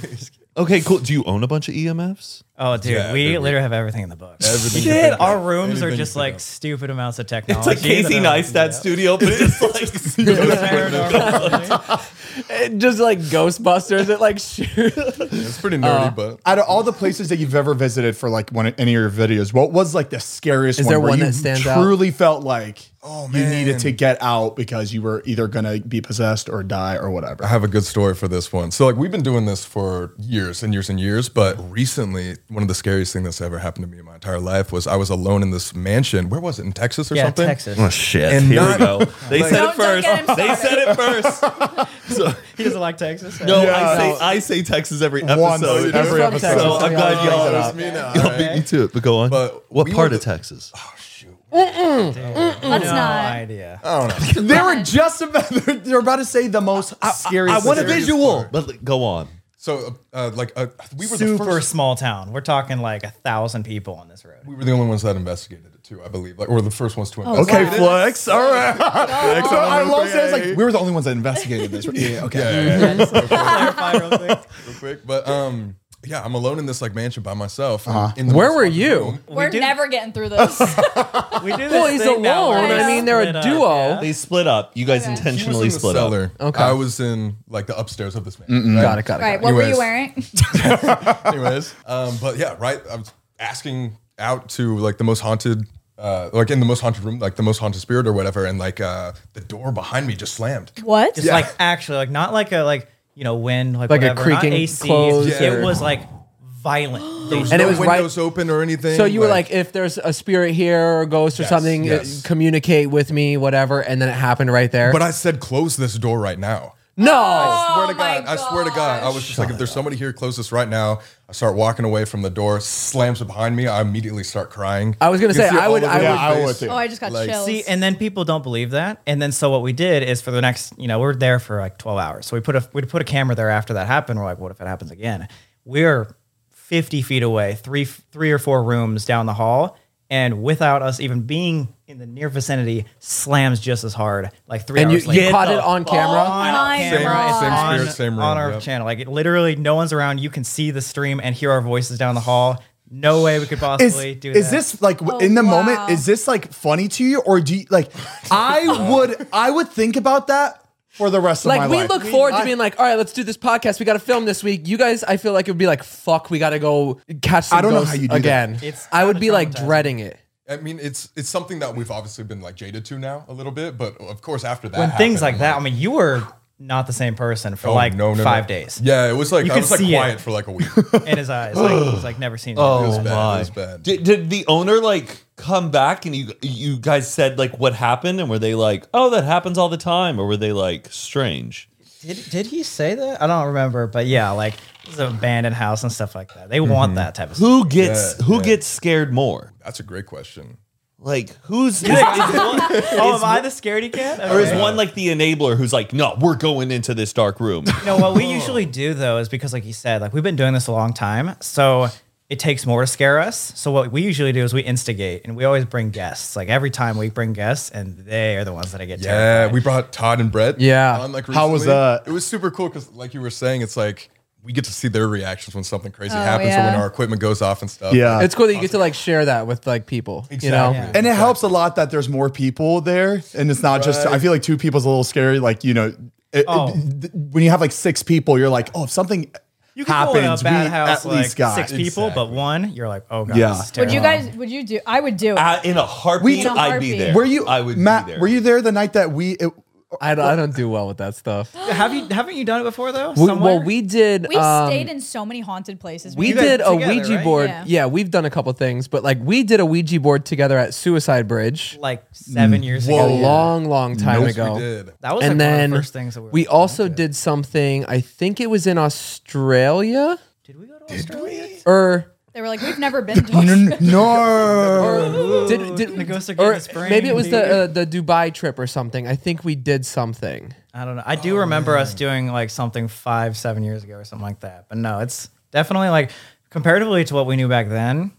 Speaker 7: Okay, cool. Do you own a bunch of E EMFs?
Speaker 5: Oh, dude,
Speaker 6: Yeah,
Speaker 5: we
Speaker 6: dude, we-
Speaker 5: literally have everything in the book.
Speaker 6: Everything you
Speaker 5: Shit,
Speaker 6: think
Speaker 5: our
Speaker 6: of.
Speaker 5: rooms
Speaker 6: Anything
Speaker 5: are
Speaker 6: you
Speaker 5: just
Speaker 6: think
Speaker 5: like
Speaker 6: of.
Speaker 5: stupid amounts of
Speaker 7: It's
Speaker 5: technology.
Speaker 7: like Casey
Speaker 5: that are-
Speaker 7: Neistat studio, but it's just like
Speaker 5: Paranormal.
Speaker 1: It Eh, just like Ghostbusters, it like shoots.
Speaker 6: it's pretty nerdy, but
Speaker 2: Out of all the places that you've ever visited for like one any of your videos, what was like the scariest
Speaker 1: Is
Speaker 2: one?
Speaker 1: there
Speaker 2: where
Speaker 1: one
Speaker 2: you
Speaker 1: that stands out?
Speaker 2: truly felt like
Speaker 6: Oh,
Speaker 2: you needed
Speaker 6: man.
Speaker 2: to get out because you were either gonna be possessed or die or whatever.
Speaker 6: I have a good story for this one. So like we've been doing this for years and years and years, but recently one of the scariest things that's ever happened to me in my entire life was I was alone in this mansion. Where was it? In Texas or
Speaker 5: Yeah,
Speaker 6: something?
Speaker 5: Texas.
Speaker 7: Oh shit!
Speaker 6: And
Speaker 7: Here
Speaker 6: not-
Speaker 7: we go. They said it
Speaker 4: Don't- don't
Speaker 7: first.
Speaker 4: get him
Speaker 7: They said it first. So,
Speaker 5: He doesn't like Texas.
Speaker 7: no, I
Speaker 2: Yeah.
Speaker 7: say I say Texas every episode.
Speaker 2: Once every
Speaker 1: from
Speaker 2: episode.
Speaker 1: Texas.
Speaker 7: So I'm glad
Speaker 6: Oh,
Speaker 7: y'all.
Speaker 6: it's me now.
Speaker 7: Y'all
Speaker 6: All
Speaker 7: beat
Speaker 6: right.
Speaker 7: me to it, but go on.
Speaker 6: But
Speaker 7: what
Speaker 6: we
Speaker 7: part
Speaker 6: were
Speaker 7: of
Speaker 6: the-
Speaker 7: Texas?
Speaker 4: Let's
Speaker 5: no
Speaker 4: not.
Speaker 5: idea.
Speaker 2: They were just about. They're about to say the most scary.
Speaker 7: I want a
Speaker 6: Serious
Speaker 7: visual.
Speaker 6: part.
Speaker 7: But like, go on.
Speaker 6: So, uh, like, uh, we were the
Speaker 5: Super
Speaker 6: first.
Speaker 5: small town. We're talking like a thousand people on this road.
Speaker 6: We were the only ones that investigated it too, I believe, like, or the first ones to investigate.
Speaker 2: Okay,
Speaker 4: Wow.
Speaker 2: flex. All right. so I love that. It's
Speaker 7: Okay.
Speaker 2: like we were the only ones that investigated this. Yeah. Okay.
Speaker 6: Yeah, yeah, yeah.
Speaker 5: Clarify real quick.
Speaker 6: real quick. But um, yeah, I'm alone in this like mansion by myself. and in the
Speaker 1: Where
Speaker 6: most
Speaker 1: were
Speaker 6: haunted
Speaker 1: you?
Speaker 6: room.
Speaker 4: We're
Speaker 5: do-
Speaker 4: never getting through this.
Speaker 5: We do this
Speaker 1: Well, he's
Speaker 5: thing now where
Speaker 1: alone.
Speaker 5: we
Speaker 4: I mean,
Speaker 1: they're a
Speaker 5: split up,
Speaker 1: duo.
Speaker 5: yeah.
Speaker 7: They split up. You guys
Speaker 4: Okay.
Speaker 6: She was
Speaker 7: intentionally
Speaker 6: in the
Speaker 7: split up.
Speaker 6: cellar.
Speaker 1: Okay.
Speaker 6: I was in like the upstairs of this mansion.
Speaker 1: Got it. Got it.
Speaker 4: right.
Speaker 1: Got it.
Speaker 4: What were
Speaker 6: Anyways.
Speaker 4: you wearing?
Speaker 6: Anyways, um, but yeah, right. I was asking out to like the most haunted, uh, like in the most haunted room, like the most haunted spirit or whatever, and like uh, the door behind me just slammed.
Speaker 4: What?
Speaker 5: Just like actually, like not like a like you know wind, like
Speaker 1: Like a
Speaker 5: whatever, not
Speaker 1: creaking
Speaker 5: AC.
Speaker 1: close
Speaker 6: or-
Speaker 5: It was like violent. They
Speaker 1: And it
Speaker 6: no
Speaker 1: was right-
Speaker 6: windows open or anything.
Speaker 1: So you were like, if there's a spirit here or a ghost or
Speaker 6: Yes,
Speaker 1: something,
Speaker 6: yes.
Speaker 1: uh, communicate with me, whatever. And then it happened right there.
Speaker 6: but I said, close this door right now.
Speaker 1: no.
Speaker 6: swear
Speaker 4: Oh my
Speaker 6: to God, I swear to God, I was just like, if there's somebody here, close this right now. I start walking away from the door, slams it behind me. I immediately start crying.
Speaker 1: I was gonna
Speaker 6: You can
Speaker 1: say,
Speaker 6: see it
Speaker 1: I
Speaker 6: all
Speaker 1: would-
Speaker 6: over
Speaker 1: I
Speaker 6: my
Speaker 1: would-
Speaker 2: Yeah, I
Speaker 6: face.
Speaker 2: would too.
Speaker 4: Oh, I just got
Speaker 6: Like,
Speaker 4: chills.
Speaker 5: See, and then people don't believe that. And then so what we did is for the next, you know, we're there for like 12 hours. So we put a we put a camera there after that happened. We're like, what if it happens again? We're 50 feet away, three three or four rooms down the hall, and without us even being in the near vicinity, slams just as hard. Like three
Speaker 1: And you,
Speaker 5: hours later.
Speaker 1: you caught it on camera.
Speaker 5: on
Speaker 4: my
Speaker 5: camera,
Speaker 4: God.
Speaker 5: it's
Speaker 6: Same
Speaker 5: on-
Speaker 6: spirit, same room,
Speaker 5: on our
Speaker 6: yep.
Speaker 5: channel. Like it, literally, no one's around. You can see the stream and hear our voices down the hall. No way we could
Speaker 2: Is,
Speaker 5: possibly do
Speaker 2: is
Speaker 5: that.
Speaker 2: this like
Speaker 1: Oh,
Speaker 2: w- in the
Speaker 4: wow.
Speaker 2: moment? Is this like funny to you, or do you like? I would I would think about that for the rest of my
Speaker 1: Like we
Speaker 2: life.
Speaker 1: look forward to
Speaker 2: I-
Speaker 1: being like, all right, let's do this podcast. We got to film this week. You guys, I feel like it would be like, fuck, we got to go catch. Some
Speaker 2: I don't know
Speaker 1: ghosts
Speaker 2: how you do that.
Speaker 1: again.
Speaker 5: It's
Speaker 1: I would
Speaker 5: kinda
Speaker 1: be like
Speaker 5: traumatizing.
Speaker 1: dreading it.
Speaker 6: I mean, it's it's something that we've obviously been like jaded to now a little bit, but of course after that,
Speaker 5: when things like
Speaker 6: happened,
Speaker 5: that.
Speaker 6: I'm
Speaker 5: I mean, you were not the same person for
Speaker 6: oh,
Speaker 5: like
Speaker 6: no, no, no.
Speaker 5: five days.
Speaker 6: Yeah, it was like
Speaker 5: You
Speaker 6: I
Speaker 5: could
Speaker 6: was like
Speaker 5: see it.
Speaker 6: quiet for like a week. It
Speaker 5: in his eyes, like he was like never seen. Oh,
Speaker 6: was
Speaker 7: Oh
Speaker 6: bad.
Speaker 7: my.
Speaker 6: It was bad.
Speaker 7: Did, did the owner like come back and you you guys said like what happened and were they like oh that happens all the time or were they like strange?
Speaker 5: did, did he say that? I don't remember, but yeah, like it's an abandoned house and stuff like that. They
Speaker 6: Mm-hmm.
Speaker 5: want that type of stuff.
Speaker 7: Who gets
Speaker 6: Yeah,
Speaker 7: who
Speaker 6: yeah.
Speaker 7: gets scared more?
Speaker 6: That's a great question.
Speaker 7: Like who's is, is one,
Speaker 5: Oh,
Speaker 7: is
Speaker 5: am I the scaredy cat?
Speaker 7: or is
Speaker 5: Okay.
Speaker 7: one like the enabler who's like no we're going into this dark room?
Speaker 5: No, what we usually do though is because, like you said, like we've been doing this a long time, so it takes more to scare us. So what we usually do is we instigate, and we always bring guests. Like every time we bring guests, and they are the ones that I get.
Speaker 6: Yeah,
Speaker 5: terrified.
Speaker 6: we brought Todd and Brett.
Speaker 1: Yeah.
Speaker 6: on, like,
Speaker 2: How was
Speaker 6: recently.
Speaker 2: that?
Speaker 6: It was super cool because, like you were saying, it's like we get to see their reactions when something crazy
Speaker 4: Oh,
Speaker 6: happens or when
Speaker 4: yeah.
Speaker 6: our equipment goes off and stuff.
Speaker 2: Yeah.
Speaker 1: It's cool that you get to like share that with like people. You know,
Speaker 6: Exactly. Yeah.
Speaker 2: And it helps a lot that there's more people there, and it's not just. I feel like two people's a little scary. Like you know, it-
Speaker 5: Oh.
Speaker 2: it- when you have like six people, you're like, oh, if something
Speaker 5: You can
Speaker 2: happens,
Speaker 5: go in a bad
Speaker 2: we
Speaker 5: house
Speaker 2: at
Speaker 5: like
Speaker 2: least got
Speaker 5: six people, but
Speaker 6: Exactly.
Speaker 5: one you're like, oh god,
Speaker 2: Yeah.
Speaker 5: this is
Speaker 4: would you
Speaker 5: terrifying.
Speaker 4: guys? Would you do? I would do it.
Speaker 7: I, in a heartbeat,
Speaker 4: In a
Speaker 7: I'd be
Speaker 4: heartbeat.
Speaker 7: there.
Speaker 2: Were you
Speaker 7: I would
Speaker 2: Matt?
Speaker 7: be there.
Speaker 2: Were you there the night that we? It,
Speaker 1: I don't, I don't do well with that stuff.
Speaker 5: Have you haven't you done it before though?
Speaker 1: We,
Speaker 5: Somewhere?
Speaker 1: well, we did.
Speaker 4: We've
Speaker 1: um,
Speaker 4: stayed in so many haunted places.
Speaker 1: we
Speaker 5: guys
Speaker 1: did a
Speaker 5: together,
Speaker 1: Ouija
Speaker 5: right?
Speaker 1: board.
Speaker 4: Yeah.
Speaker 1: Yeah. we've done a couple things, but like we did a Ouija board together at Suicide Bridge
Speaker 5: like seven years
Speaker 1: a
Speaker 5: ago.
Speaker 1: long, long time
Speaker 6: Oh, Yes,
Speaker 1: ago.
Speaker 6: we did.
Speaker 5: That was
Speaker 1: and
Speaker 5: like one
Speaker 1: then
Speaker 5: of the first things that we, were
Speaker 1: we
Speaker 5: like,
Speaker 1: also did something. I think it was in Australia
Speaker 5: Did we go to Australia?
Speaker 1: or
Speaker 4: they were like, we've never been to.
Speaker 2: N- no.
Speaker 5: Oh,
Speaker 1: did, did
Speaker 5: the ghosts are good
Speaker 1: or
Speaker 5: in spring,
Speaker 1: maybe it was
Speaker 5: dude.
Speaker 1: the uh, the Dubai trip or something. I think we did something.
Speaker 5: I don't know. I
Speaker 1: Oh,
Speaker 5: do remember us doing like something five, seven years ago or something like that. But no, it's definitely like comparatively to what we knew back then.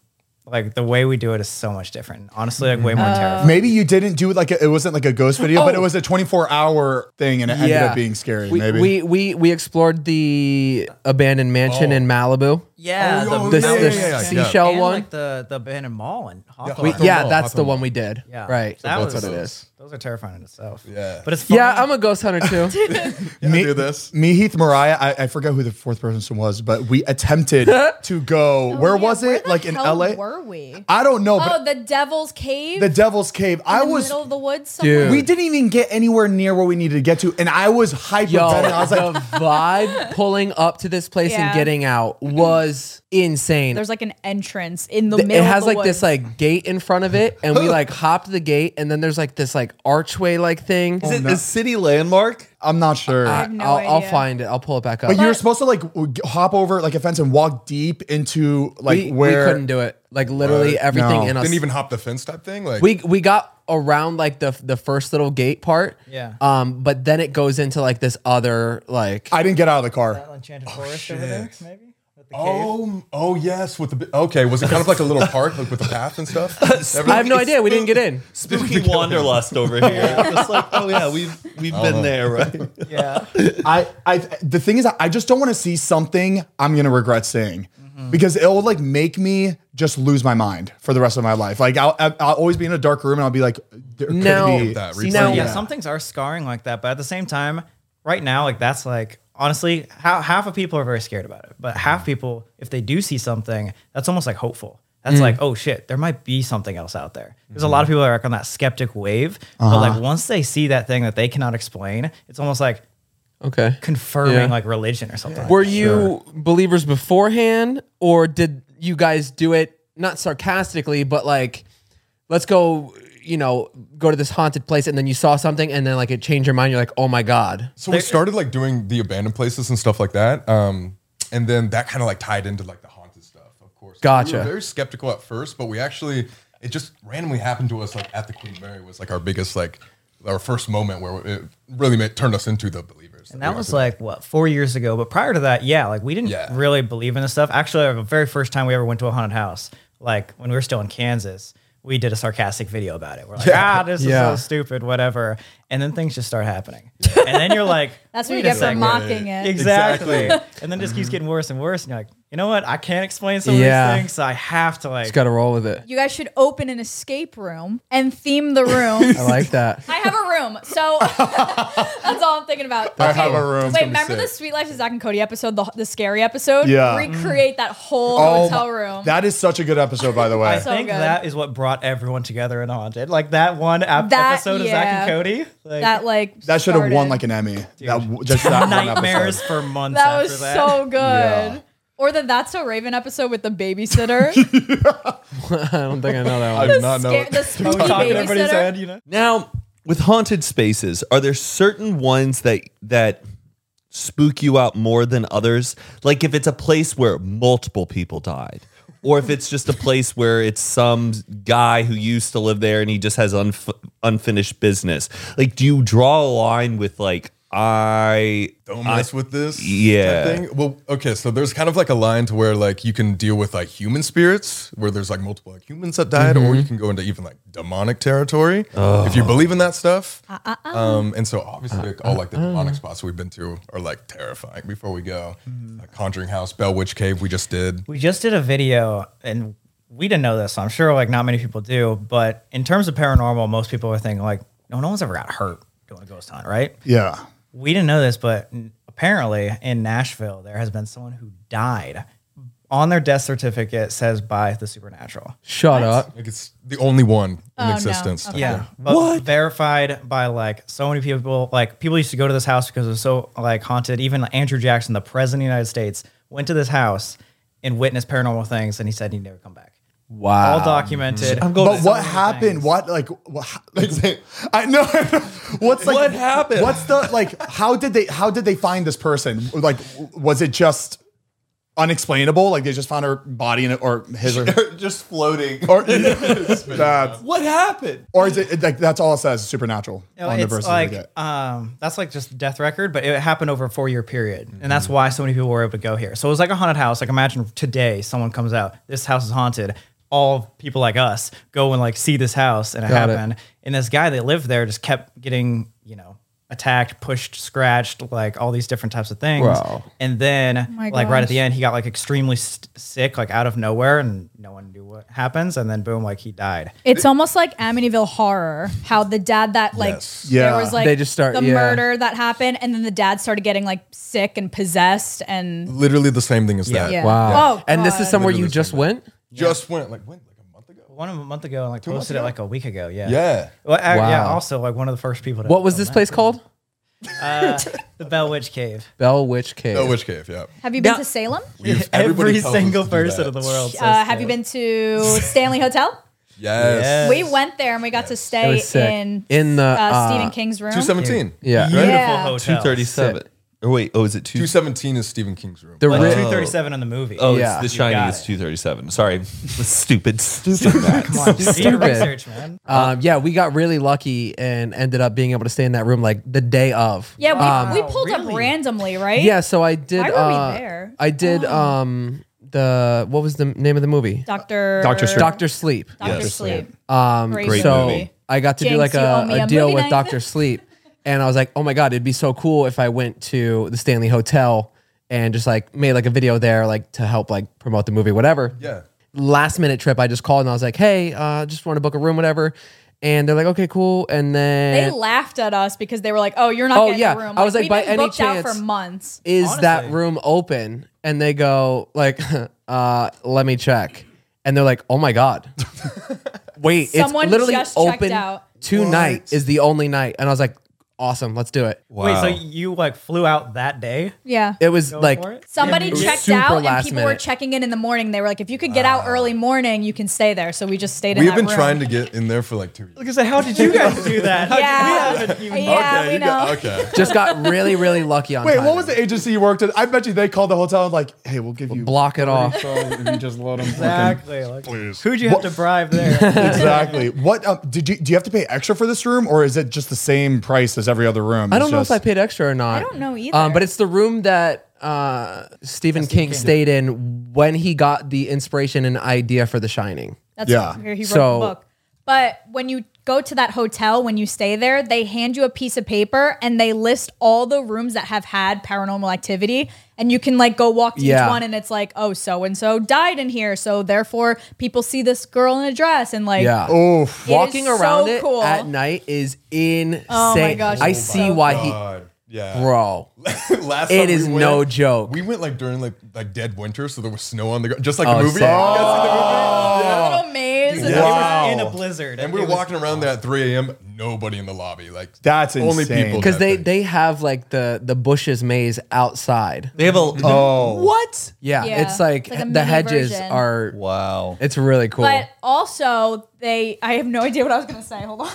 Speaker 5: Like the way we do it is so much different. Honestly, like way more
Speaker 1: Uh,
Speaker 5: terrifying.
Speaker 2: Maybe you didn't do it like a, it wasn't like a ghost video,
Speaker 4: Oh.
Speaker 2: but it was a 24 hour thing, and it ended up being scary.
Speaker 1: We,
Speaker 2: maybe
Speaker 1: we we we explored the abandoned mansion in Malibu.
Speaker 5: Yeah,
Speaker 6: Oh,
Speaker 1: The,
Speaker 6: yeah,
Speaker 1: the
Speaker 6: yeah, yeah, yeah.
Speaker 1: seashell
Speaker 5: and,
Speaker 1: one.
Speaker 5: like the the abandoned mall and Hawthorne.
Speaker 1: We-
Speaker 6: Hawthorne
Speaker 1: yeah,
Speaker 6: Mall,
Speaker 1: that's the
Speaker 6: Hawthorne
Speaker 1: one
Speaker 6: Mall.
Speaker 1: we did.
Speaker 5: Yeah.
Speaker 1: Right.
Speaker 5: That
Speaker 1: that's
Speaker 5: was-
Speaker 1: what it is.
Speaker 5: Those are terrifying in itself.
Speaker 6: Yeah.
Speaker 5: but it's fun.
Speaker 1: Yeah, I'm a ghost hunter too.
Speaker 6: Me,
Speaker 2: Me-
Speaker 6: do this.
Speaker 2: me, Heath, Mariah. I, I forgot who the fourth person was, but we attempted to go.
Speaker 4: Oh,
Speaker 2: where
Speaker 4: yeah,
Speaker 2: was it?
Speaker 4: the
Speaker 2: like in
Speaker 4: hell
Speaker 2: LA?
Speaker 4: Were we?
Speaker 2: I don't know, but
Speaker 4: Oh, the Devil's Cave.
Speaker 2: the Devil's Cave. I
Speaker 4: in the
Speaker 2: was.
Speaker 4: middle of the woods. Somewhere.
Speaker 2: We didn't even get anywhere near where we needed to get to, and I was hyperventilating.
Speaker 1: Yo,
Speaker 2: I was like,
Speaker 1: the vibe pulling up to this place and
Speaker 4: Yeah.
Speaker 1: getting out was was insane.
Speaker 4: There's like an entrance in the
Speaker 1: Th-
Speaker 4: middle.
Speaker 1: it has
Speaker 4: of the
Speaker 1: like this
Speaker 4: woods.
Speaker 1: like gate in front of it, and we like hopped the gate, and then there's like this like archway like thing.
Speaker 7: Is it a city landmark?
Speaker 2: I'm not sure.
Speaker 4: have no
Speaker 1: I'll, I'll
Speaker 4: idea.
Speaker 1: find it. I'll pull it back up.
Speaker 2: but you were supposed to like w- g- hop over like a fence and walk deep into like
Speaker 1: we, we
Speaker 2: where
Speaker 1: couldn't do it. Like literally
Speaker 6: What?
Speaker 1: everything
Speaker 2: No.
Speaker 1: in us.
Speaker 6: Didn't even hop the fence type thing. Like
Speaker 1: we we got around like the the first little gate part.
Speaker 5: Yeah.
Speaker 1: Um, but then it goes into like this other like
Speaker 2: I didn't get out of the car.
Speaker 5: Enchanted Forest over there, maybe? With the cave?
Speaker 6: Oh, m- oh yes, with the bi- okay. Was it kind of like a little park, like with a path and stuff?
Speaker 1: I have no idea. We didn't get in.
Speaker 7: Spooky wanderlust over here. Just like, oh yeah, we've we've been there, right?
Speaker 5: Yeah.
Speaker 2: I, I the thing is, I just don't want to see something I'm gonna regret seeing because it will like make me just lose my mind for the rest of my life. Like I'll, I'll I'll always be in a dark room and I'll be like, there could
Speaker 1: Now-
Speaker 2: be.
Speaker 6: That
Speaker 1: See,
Speaker 6: replay.
Speaker 1: now-
Speaker 5: yeah,
Speaker 1: Yeah.
Speaker 5: some things are scarring like that, but at the same time, right now, like that's like honestly, how, half of people are very scared about it. But half people, if they do see something, that's almost like hopeful.
Speaker 1: Mm.
Speaker 5: That's like, oh shit, there might be something else out there. There's a lot of people that are like on that skeptic wave,
Speaker 1: Uh-huh.
Speaker 5: but like once they see that thing that they cannot explain, it's almost like
Speaker 1: Okay.
Speaker 5: confirming
Speaker 1: Yeah.
Speaker 5: like religion or something.
Speaker 1: Were you believers beforehand, or did you guys do it not sarcastically, but like, let's go, you know, go to this haunted place, and then you saw something, and then like it changed your mind. You're like, oh my god.
Speaker 6: So we started like doing the abandoned places and stuff like that, um, and then that kind of like tied into like the haunted stuff, of course. We
Speaker 1: Gotcha.
Speaker 6: were very skeptical at first, but we actually it just randomly happened to us like at the Queen Mary was like our biggest like our first moment where it really made, turned us into the believers.
Speaker 5: And
Speaker 6: we
Speaker 5: that
Speaker 6: are
Speaker 5: was
Speaker 6: today.
Speaker 5: like what four years ago. But prior to that, yeah, like we didn't
Speaker 6: Yeah.
Speaker 5: really believe in this stuff. Actually, the very first time we ever went to a haunted house, like when we were still in Kansas, we did a sarcastic video about it. We're like, ah, this
Speaker 1: Yeah.
Speaker 5: is so stupid, whatever. And then things just start happening. and then you're like,
Speaker 4: That's what
Speaker 5: "Wait
Speaker 4: you
Speaker 5: a
Speaker 4: get for
Speaker 5: second."
Speaker 4: mocking it.
Speaker 5: Exactly. and then just keeps getting worse and worse. And you're like, you know what? I can't explain some
Speaker 1: Yeah.
Speaker 5: of these things, so I have to like.
Speaker 1: Just got to roll with it.
Speaker 4: You guys should open an escape room and theme the room.
Speaker 1: I like that.
Speaker 4: I have a room, so that's all I'm thinking about. I
Speaker 2: have a room. It's
Speaker 4: Wait,
Speaker 2: gonna be
Speaker 4: remember the
Speaker 2: sick.
Speaker 4: Sweet Life of Zach and Cody episode, the, the scary episode?
Speaker 2: Yeah.
Speaker 4: Recreate that whole
Speaker 2: Oh,
Speaker 4: hotel
Speaker 2: my-
Speaker 4: room.
Speaker 2: That is such a good episode, by the way.
Speaker 5: I
Speaker 4: So
Speaker 5: think
Speaker 4: good.
Speaker 5: that is what brought everyone together in haunted. Like that one ap-
Speaker 4: That-
Speaker 5: episode of Zach and
Speaker 4: yeah.
Speaker 5: Cody. Like,
Speaker 4: that like
Speaker 2: that should have won
Speaker 4: started.
Speaker 2: like an Emmy. That w- just that one episode.
Speaker 5: nightmares for months.
Speaker 4: That
Speaker 5: after
Speaker 4: was
Speaker 5: that.
Speaker 4: so good.
Speaker 2: Yeah.
Speaker 4: Or the That's So Raven episode with the babysitter.
Speaker 1: I don't think I know that
Speaker 6: I
Speaker 1: one.
Speaker 6: did not know.
Speaker 4: Scare-
Speaker 6: it.
Speaker 4: the spooky babysitter.
Speaker 5: you know.
Speaker 7: Now, with haunted spaces, are there certain ones that that spook you out more than others? Like if it's a place where multiple people died, or if it's just a place where it's some guy who used to live there and he just has unf- unfinished business. Like, do you draw a line with like I?
Speaker 6: don't mess with this type
Speaker 7: yeah.
Speaker 6: thing. well okay so there's kind of like a line to where like you can deal with like human spirits where there's like multiple like humans that died
Speaker 5: Mm-hmm.
Speaker 6: or you can go into even like demonic territory if
Speaker 5: Oh.
Speaker 6: you believe in that stuff um and so obviously like, all like the demonic spots we've been to are like terrifying before we go like conjuring house bell witch cave we just did
Speaker 5: Mm-hmm. We just did a video and we didn't know this. So I'm sure like not many people do, but in terms of paranormal, most people are thinking like, no, no one's ever got hurt doing a ghost hunt, right?
Speaker 2: Yeah.
Speaker 5: We didn't know this, but n- apparently in Nashville, there has been someone who died on their death certificate says by the supernatural.
Speaker 1: Shut up.
Speaker 6: Uh, like it's the only one in
Speaker 4: Oh, no.
Speaker 6: existence type
Speaker 5: Yeah.
Speaker 6: thing.
Speaker 5: But Verified by like so many people. Like people used to go to this house because it was so like haunted. Even Andrew Jackson, the president of the United States, went to this house and witnessed paranormal things, and he said he'd never come back.
Speaker 1: Wow.
Speaker 5: All documented.
Speaker 7: Um, I'm going.
Speaker 2: But
Speaker 7: to-
Speaker 2: what happened? What like what? ha- Like, I know. I know. What's like
Speaker 7: What happened?
Speaker 2: What's the like? How did they? How did they find this person? Like, was it just unexplainable? Like they just found her body in it, or his, or,
Speaker 7: just floating.
Speaker 2: or that,
Speaker 7: What happened?
Speaker 2: or is it like that's all it says? Supernatural
Speaker 5: No,
Speaker 2: on the birth
Speaker 5: it's
Speaker 2: certificate.
Speaker 5: like um, that's like just death record, but it happened over a four year period, and that's why so many people were able to go here. So it was like a haunted house. Like imagine today someone comes out, this house is haunted. All people like us go and like see this house, and it
Speaker 1: Got it.
Speaker 5: happened. And this guy that lived there just kept getting you know attacked, pushed, scratched, like all these different types of things.
Speaker 1: Wow.
Speaker 5: And then
Speaker 4: Oh my
Speaker 5: like right at
Speaker 4: gosh.
Speaker 5: the end, he got like extremely st- sick, like out of nowhere, and no one knew what happens. And then boom, like he died.
Speaker 4: It's almost like Amityville horror, how the dad that like
Speaker 6: Yes.
Speaker 2: Yeah.
Speaker 4: there was like
Speaker 1: They just start-
Speaker 4: the
Speaker 1: yeah.
Speaker 4: murder that happened and then the dad started getting like sick and possessed
Speaker 2: Mm.
Speaker 4: and
Speaker 6: literally the same thing as that
Speaker 4: yeah.
Speaker 1: Wow.
Speaker 4: Oh,
Speaker 1: and this is
Speaker 4: God.
Speaker 1: somewhere you
Speaker 6: Literally
Speaker 1: just
Speaker 6: same.
Speaker 1: went.
Speaker 6: just went like when like a month ago
Speaker 5: One a month ago, and like
Speaker 6: months
Speaker 5: posted it
Speaker 6: ago?
Speaker 5: like a week ago.
Speaker 6: yeah
Speaker 5: Well, I- yeah.
Speaker 1: Wow.
Speaker 5: Also, like one of the first people. To
Speaker 1: What was
Speaker 5: film
Speaker 1: this
Speaker 5: that. Uh,
Speaker 1: place called?
Speaker 5: The Bell Witch Cave.
Speaker 1: Bell Witch Cave.
Speaker 6: Oh, Witch Cave, yeah.
Speaker 4: Have you been
Speaker 5: Now-
Speaker 4: to Salem?
Speaker 6: We've,
Speaker 5: Every
Speaker 6: everybody tells us
Speaker 5: single
Speaker 6: to do
Speaker 5: person
Speaker 6: that.
Speaker 5: in the world. Says
Speaker 4: Uh, have you been to Stanley Hotel?
Speaker 6: Yes.
Speaker 5: Yes.
Speaker 4: We went there and we got to
Speaker 1: It
Speaker 4: stay
Speaker 1: was sick.
Speaker 4: in
Speaker 1: In the,
Speaker 4: uh,
Speaker 1: uh,
Speaker 4: Stephen King's room.
Speaker 6: 217.
Speaker 1: Yeah.
Speaker 5: Beautiful
Speaker 4: Yeah.
Speaker 5: hotel.
Speaker 7: Two thirty-seven. Or wait, oh, is it two?
Speaker 6: 217 is Stephen King's room.
Speaker 1: The
Speaker 5: Like
Speaker 1: ri-
Speaker 5: 237 in the movie.
Speaker 7: Oh,
Speaker 1: Yeah.
Speaker 7: it's The
Speaker 5: You got
Speaker 7: Shining. It's
Speaker 5: it.
Speaker 7: two thirty-seven. Sorry, stupid, stupid.
Speaker 5: Come on, do your
Speaker 1: stupid.
Speaker 5: research, man.
Speaker 1: um, yeah, we got really lucky and ended up being able to stay in that room like the day of.
Speaker 4: Yeah, we,
Speaker 1: Um,
Speaker 4: we pulled
Speaker 5: really?
Speaker 4: up randomly, right?
Speaker 1: yeah. So I did.
Speaker 4: Why were we
Speaker 1: uh,
Speaker 4: there?
Speaker 1: I did. Um, the what was the name of the movie?
Speaker 4: Doctor.
Speaker 2: Dr. Seuss.
Speaker 1: Doctor Sleep.
Speaker 4: Doctor
Speaker 7: Yes.
Speaker 4: Sleep.
Speaker 1: Um,
Speaker 4: Great
Speaker 1: so
Speaker 4: movie.
Speaker 1: I got to do
Speaker 4: Jinx,
Speaker 1: like
Speaker 4: you
Speaker 1: a,
Speaker 4: owe me
Speaker 1: a
Speaker 4: a
Speaker 1: deal
Speaker 4: movie
Speaker 1: with
Speaker 4: night.
Speaker 1: Doctor Sleep, and I was like, oh my god, it'd be so cool if I went to the Stanley Hotel and just like made like a video there, like to help like promote the movie, whatever.
Speaker 6: Yeah.
Speaker 1: Last minute trip, I just called and I was like, hey, uh, just want to book a room, whatever. And they're like, okay, cool. And
Speaker 4: They
Speaker 1: then
Speaker 4: laughed at us because they were like, "Oh, you're not
Speaker 1: Oh,
Speaker 4: getting
Speaker 1: yeah.
Speaker 4: a room."
Speaker 1: I was like,
Speaker 4: we've
Speaker 1: by
Speaker 4: been
Speaker 1: any
Speaker 4: booked out
Speaker 1: chance-
Speaker 4: for months.
Speaker 1: is that
Speaker 5: Honestly.
Speaker 1: room open? And they go like, uh, let me check. And they're like, oh my god, wait,
Speaker 4: Someone
Speaker 1: it's literally
Speaker 4: just checked
Speaker 1: open
Speaker 4: out.
Speaker 1: tonight is the only night. And I was like, awesome, let's do it.
Speaker 5: Wait, so you like flew out that day?
Speaker 4: Yeah.
Speaker 1: It was like
Speaker 5: for it?
Speaker 4: Somebody
Speaker 1: was
Speaker 4: checked
Speaker 1: super
Speaker 4: out, and
Speaker 1: last
Speaker 4: people were
Speaker 1: minute.
Speaker 4: checking in in the morning. They were like, "If you could get out early morning, you can stay there." So we just stayed. in
Speaker 6: We've
Speaker 4: that
Speaker 6: been
Speaker 4: room.
Speaker 6: trying to get in there for like two years.
Speaker 5: Because how did you guys do that?
Speaker 4: Yeah. yeah, we
Speaker 6: you
Speaker 4: know.
Speaker 6: got- okay.
Speaker 1: just got really, really lucky on.
Speaker 2: Wait, what
Speaker 1: timing.
Speaker 2: was the agency you worked at? I bet you they called the hotel and like, hey, we'll give you
Speaker 1: Block it off.
Speaker 2: if you just let them
Speaker 5: Exactly. Like, Who'd you have to bribe there?
Speaker 2: Exactly. What um, did you do? You have to pay extra for this room, or is it just the same price as every other room?
Speaker 1: I
Speaker 2: It's
Speaker 1: don't know if I
Speaker 2: just-
Speaker 1: paid extra or not.
Speaker 4: I don't know either.
Speaker 1: Um, but it's the room that uh, Stephen King stayed in when he got the inspiration and idea for The Shining.
Speaker 4: That's
Speaker 2: Yeah.
Speaker 4: where he wrote
Speaker 1: So-
Speaker 4: the book. But when you go to that hotel, when you stay there, they hand you a piece of paper and they list all the rooms that have had paranormal activity. And you can like go walk to
Speaker 1: Yeah.
Speaker 4: each one and it's like, oh, so and so died in here. So therefore, people see this girl in a dress and like,
Speaker 1: Yeah.
Speaker 2: Oh,
Speaker 4: it is
Speaker 1: Walking
Speaker 4: so
Speaker 1: around it
Speaker 4: cool. Oh
Speaker 1: at night is insane.
Speaker 4: gosh,
Speaker 1: I
Speaker 4: it's
Speaker 1: see
Speaker 4: so
Speaker 1: why
Speaker 6: God.
Speaker 1: he,
Speaker 6: Yeah.
Speaker 1: bro.
Speaker 6: Last
Speaker 1: It
Speaker 6: time we
Speaker 1: is
Speaker 6: went,
Speaker 1: no joke.
Speaker 6: We went like during like like dead winter, so there was snow on the ground, just like
Speaker 1: Oh,
Speaker 6: the movie.
Speaker 1: sick.
Speaker 6: You guys see the
Speaker 5: Oh.
Speaker 6: movie?
Speaker 4: A little maze. and-
Speaker 5: It was in a blizzard.
Speaker 6: And we
Speaker 5: It
Speaker 6: were
Speaker 5: was-
Speaker 6: walking around there at 3 a.m. Nobody in the lobby. Like
Speaker 2: That's
Speaker 6: only
Speaker 2: insane.
Speaker 6: people
Speaker 1: Because
Speaker 6: that
Speaker 1: they
Speaker 6: day.
Speaker 1: they have like the the bushes maze outside.
Speaker 7: They have a
Speaker 2: oh,
Speaker 7: what?
Speaker 1: Yeah,
Speaker 4: Yeah.
Speaker 1: it's like,
Speaker 4: It's like a
Speaker 1: the
Speaker 4: mini
Speaker 1: hedges
Speaker 4: version.
Speaker 1: are.
Speaker 7: Wow.
Speaker 1: It's really cool.
Speaker 4: But also, they, I have no idea what I was going to say. Hold on.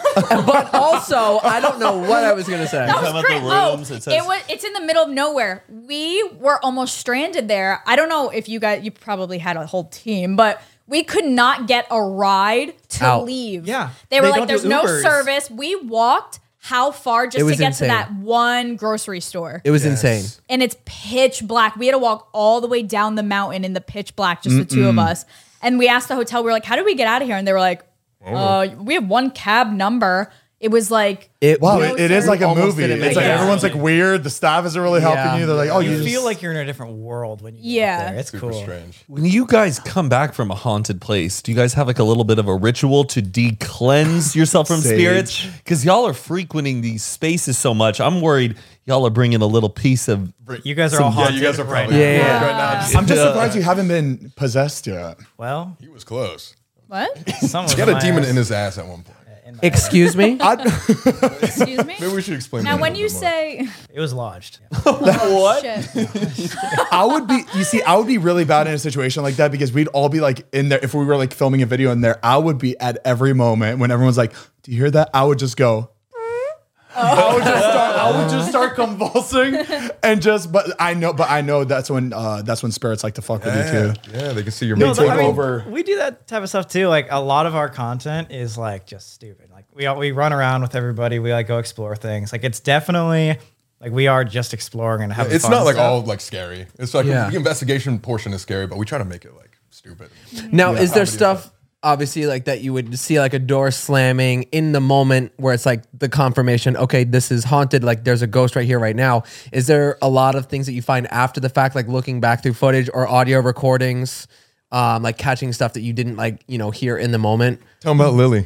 Speaker 1: But also, Oh, I don't know what I was gonna say.
Speaker 4: That
Speaker 7: Talking
Speaker 4: was
Speaker 7: about the
Speaker 4: great. Oh,
Speaker 7: rooms, it says-
Speaker 4: it was. It's in the middle of nowhere. We were almost stranded there. I don't know if you guys, you probably had a whole team, but we could not get a ride to
Speaker 1: Out.
Speaker 4: leave.
Speaker 5: Yeah.
Speaker 4: they were
Speaker 5: They
Speaker 4: like,
Speaker 5: don't do
Speaker 4: "There's no
Speaker 5: Ubers."
Speaker 4: service." We walked how far just
Speaker 1: was
Speaker 4: to get
Speaker 1: insane.
Speaker 4: to that one grocery store,
Speaker 1: It was insane.
Speaker 4: and it's pitch black. We had to walk all the way down the mountain in the pitch black, just the two of us. And we asked the hotel. We were like, "How do we get out of here?" And they were like, "Uh, we have one cab number." It was like
Speaker 1: It
Speaker 2: wow!
Speaker 1: was-
Speaker 2: it- it is like a
Speaker 1: Almost
Speaker 2: movie.
Speaker 1: didn't
Speaker 2: It's
Speaker 1: make
Speaker 2: like
Speaker 4: it.
Speaker 2: everyone's like weird. The staff isn't really
Speaker 1: Yeah.
Speaker 2: helping you. They're like, oh, you,
Speaker 5: You feel
Speaker 2: just-
Speaker 5: like you're in a different world when you
Speaker 4: Yeah.
Speaker 5: yeah. there. It's
Speaker 6: super
Speaker 5: cool.
Speaker 6: strange.
Speaker 7: When you guys come back from a haunted place, do you guys have like a little bit of a ritual to de-cleanse yourself from
Speaker 2: Sage.
Speaker 7: spirits? Because y'all are frequenting these spaces so much. I'm worried y'all are bringing a little piece of.
Speaker 5: You guys are all
Speaker 6: Yeah,
Speaker 5: haunted
Speaker 6: you guys are
Speaker 5: right
Speaker 6: probably
Speaker 5: now.
Speaker 1: Yeah.
Speaker 6: right now. Just,
Speaker 2: I'm just surprised you haven't been possessed yet.
Speaker 5: Well,
Speaker 6: he was close.
Speaker 4: what?
Speaker 5: someone's
Speaker 6: He got a demon in his ass at one point.
Speaker 1: Excuse me.
Speaker 4: Excuse me.
Speaker 6: Maybe we should explain.
Speaker 4: Now,
Speaker 6: that a
Speaker 4: when you
Speaker 6: little bit
Speaker 4: say
Speaker 6: more.
Speaker 5: It was lodged.
Speaker 4: what? Shit.
Speaker 2: I would be, you see, I would be really bad in a situation like that because we'd all be like in there. If we were like filming a video in there, I would be at every moment when everyone's like, do you hear that? I would just go, "Oh." I would just start, I would just start convulsing and just, but I know, but I know that's when, uh, that's when spirits like to fuck
Speaker 6: yeah,
Speaker 2: with you too.
Speaker 6: yeah, they can see your
Speaker 2: No,
Speaker 6: no,
Speaker 2: Take
Speaker 5: I mean,
Speaker 2: over.
Speaker 5: We do that type of stuff too. Like a lot of our content is like just stupid. Like we all- we run around with everybody. We like go explore things. Like it's definitely like we are just exploring and having.
Speaker 6: It's
Speaker 5: fun
Speaker 6: not like
Speaker 5: stuff.
Speaker 6: all like scary. It's like
Speaker 1: Yeah.
Speaker 6: the investigation portion is scary, but we try to make it like stupid.
Speaker 1: Now, is there
Speaker 6: Comedy is
Speaker 1: stuff obviously like that you would see like a door slamming in the moment where it's like the confirmation, okay, this is haunted, like there's a ghost right here right now. Is there a lot of things that you find after the fact, like looking back through footage or audio recordings, um, like catching stuff that you didn't like, you know, hear in the moment?
Speaker 6: Tell them about Lily.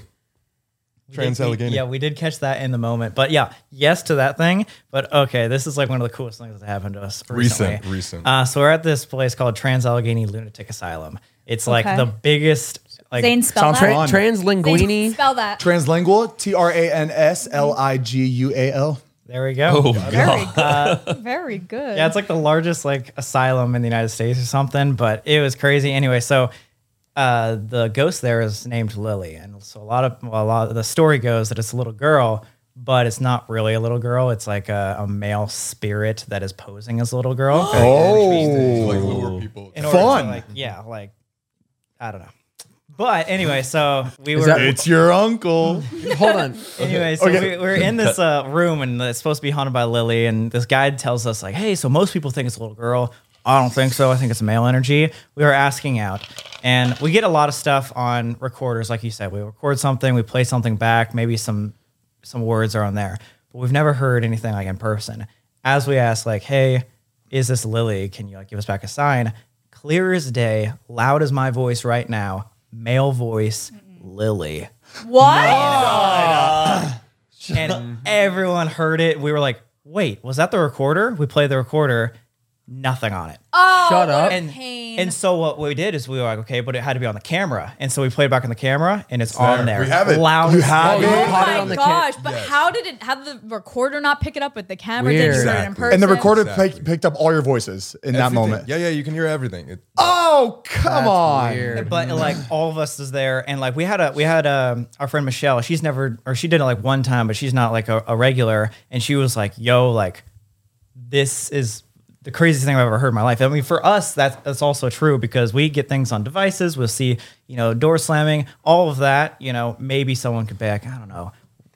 Speaker 6: Trans
Speaker 5: We-
Speaker 6: Allegheny.
Speaker 5: Yeah, we did catch that in the moment. But yeah, yes to that thing. But okay, this is like one of the coolest things that happened to us recently.
Speaker 6: Recent, recent.
Speaker 5: Uh, so we're at this place called Trans Allegheny Lunatic Asylum. It's like
Speaker 4: Okay.
Speaker 5: the biggest. Like
Speaker 4: Zane spell
Speaker 2: Sounds
Speaker 4: that.
Speaker 2: fun.
Speaker 1: Tra-
Speaker 2: Fun.
Speaker 4: Zane,
Speaker 1: translinguini.
Speaker 4: Spell that.
Speaker 2: Translingual, T R A N S L I G U A L.
Speaker 5: There we go.
Speaker 6: Oh,
Speaker 4: Very good. Very good.
Speaker 5: Yeah, it's like the largest like asylum in the United States or something, but it was crazy. Anyway, so uh, the ghost there is named Lily, and so a lot of well, a lot of the story goes that it's a little girl, but it's not really a little girl. It's like a, a male spirit that is posing as a little girl.
Speaker 2: Oh,
Speaker 6: like lure people.
Speaker 5: in order to,
Speaker 2: Fun.
Speaker 5: like, yeah, like I don't know. But anyway, so we were
Speaker 1: that-
Speaker 2: it's your uncle.
Speaker 1: Hold on.
Speaker 5: Anyway, so we, we're in this uh, room and it's supposed to be haunted by Lily. And this guy tells us, like, hey, so most people think it's a little girl. I don't think so. I think it's male energy. We were asking out. And we get a lot of stuff on recorders, like you said. We record something, we play something back, maybe some some words are on there. But we've never heard anything like in person. As we ask, like, hey, is this Lily? Can you like give us back a sign? Clear as day, loud as my voice right now, male voice, Lily
Speaker 4: what?
Speaker 5: and everyone heard it. We were like, "Wait, was that the recorder?" We played the recorder, nothing on it.
Speaker 1: Shut
Speaker 2: Oh,
Speaker 1: up.
Speaker 5: and
Speaker 4: pain.
Speaker 5: and so what we did is we were like, "Okay, but it had to be on the camera." And so we played back on the camera, and it's, on
Speaker 6: there.
Speaker 5: there.
Speaker 6: We have it.
Speaker 5: Loud.
Speaker 2: You
Speaker 5: as-
Speaker 2: have
Speaker 1: you
Speaker 2: it.
Speaker 1: have caught it
Speaker 4: Oh
Speaker 1: on
Speaker 4: my
Speaker 1: the cam-
Speaker 4: gosh! But how did it? How did the recorder not pick it up with the camera? Did you
Speaker 1: Weird.
Speaker 4: hear it in
Speaker 6: Exactly.
Speaker 4: person?
Speaker 2: And the recorder
Speaker 6: Exactly.
Speaker 2: pick- picked up all your voices in that
Speaker 6: Everything.
Speaker 2: moment.
Speaker 6: Yeah, yeah, you can hear everything. It,
Speaker 2: Oh, come on.
Speaker 5: But like all of us was there, and like we had a we had um our friend Michelle. She's never or she did it like one time, but she's not like a, a regular. And she was like, "Yo, like this is the craziest thing I've ever heard in my life. I mean, for us, that's that's also true because we get things on devices. We'll see, you know, door slamming, all of that. You know, maybe someone could be like, I don't know,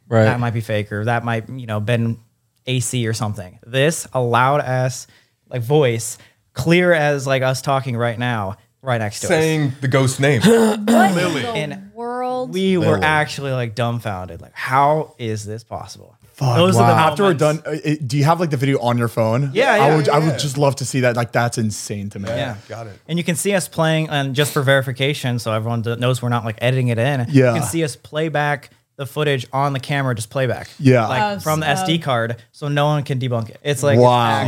Speaker 1: Right.
Speaker 5: That might be fake, or that might, you know, been AC or something. This a loud ass like voice, clear as like us talking right now, right next to us.
Speaker 6: saying the ghost name.
Speaker 4: What in the
Speaker 5: And
Speaker 4: world?
Speaker 5: We were actually like dumbfounded. Like, how is this possible?
Speaker 2: After we're
Speaker 5: moments.
Speaker 2: done, uh, it- do you have like the video on your phone?
Speaker 5: Yeah,
Speaker 2: I
Speaker 5: yeah,
Speaker 2: would.
Speaker 6: yeah,
Speaker 2: I
Speaker 6: yeah.
Speaker 2: would just love to see that. Like, that's insane to me.
Speaker 5: Yeah.
Speaker 6: Got it.
Speaker 5: And you can see us playing, and just for verification, so everyone d- knows we're not like editing it in.
Speaker 2: Yeah.
Speaker 5: You can see us play back the footage on the camera, just playback.
Speaker 2: Yeah.
Speaker 5: Like
Speaker 4: Oh,
Speaker 5: from the
Speaker 4: so-
Speaker 5: SD card, so no one can debunk it. It's like,
Speaker 2: Wow.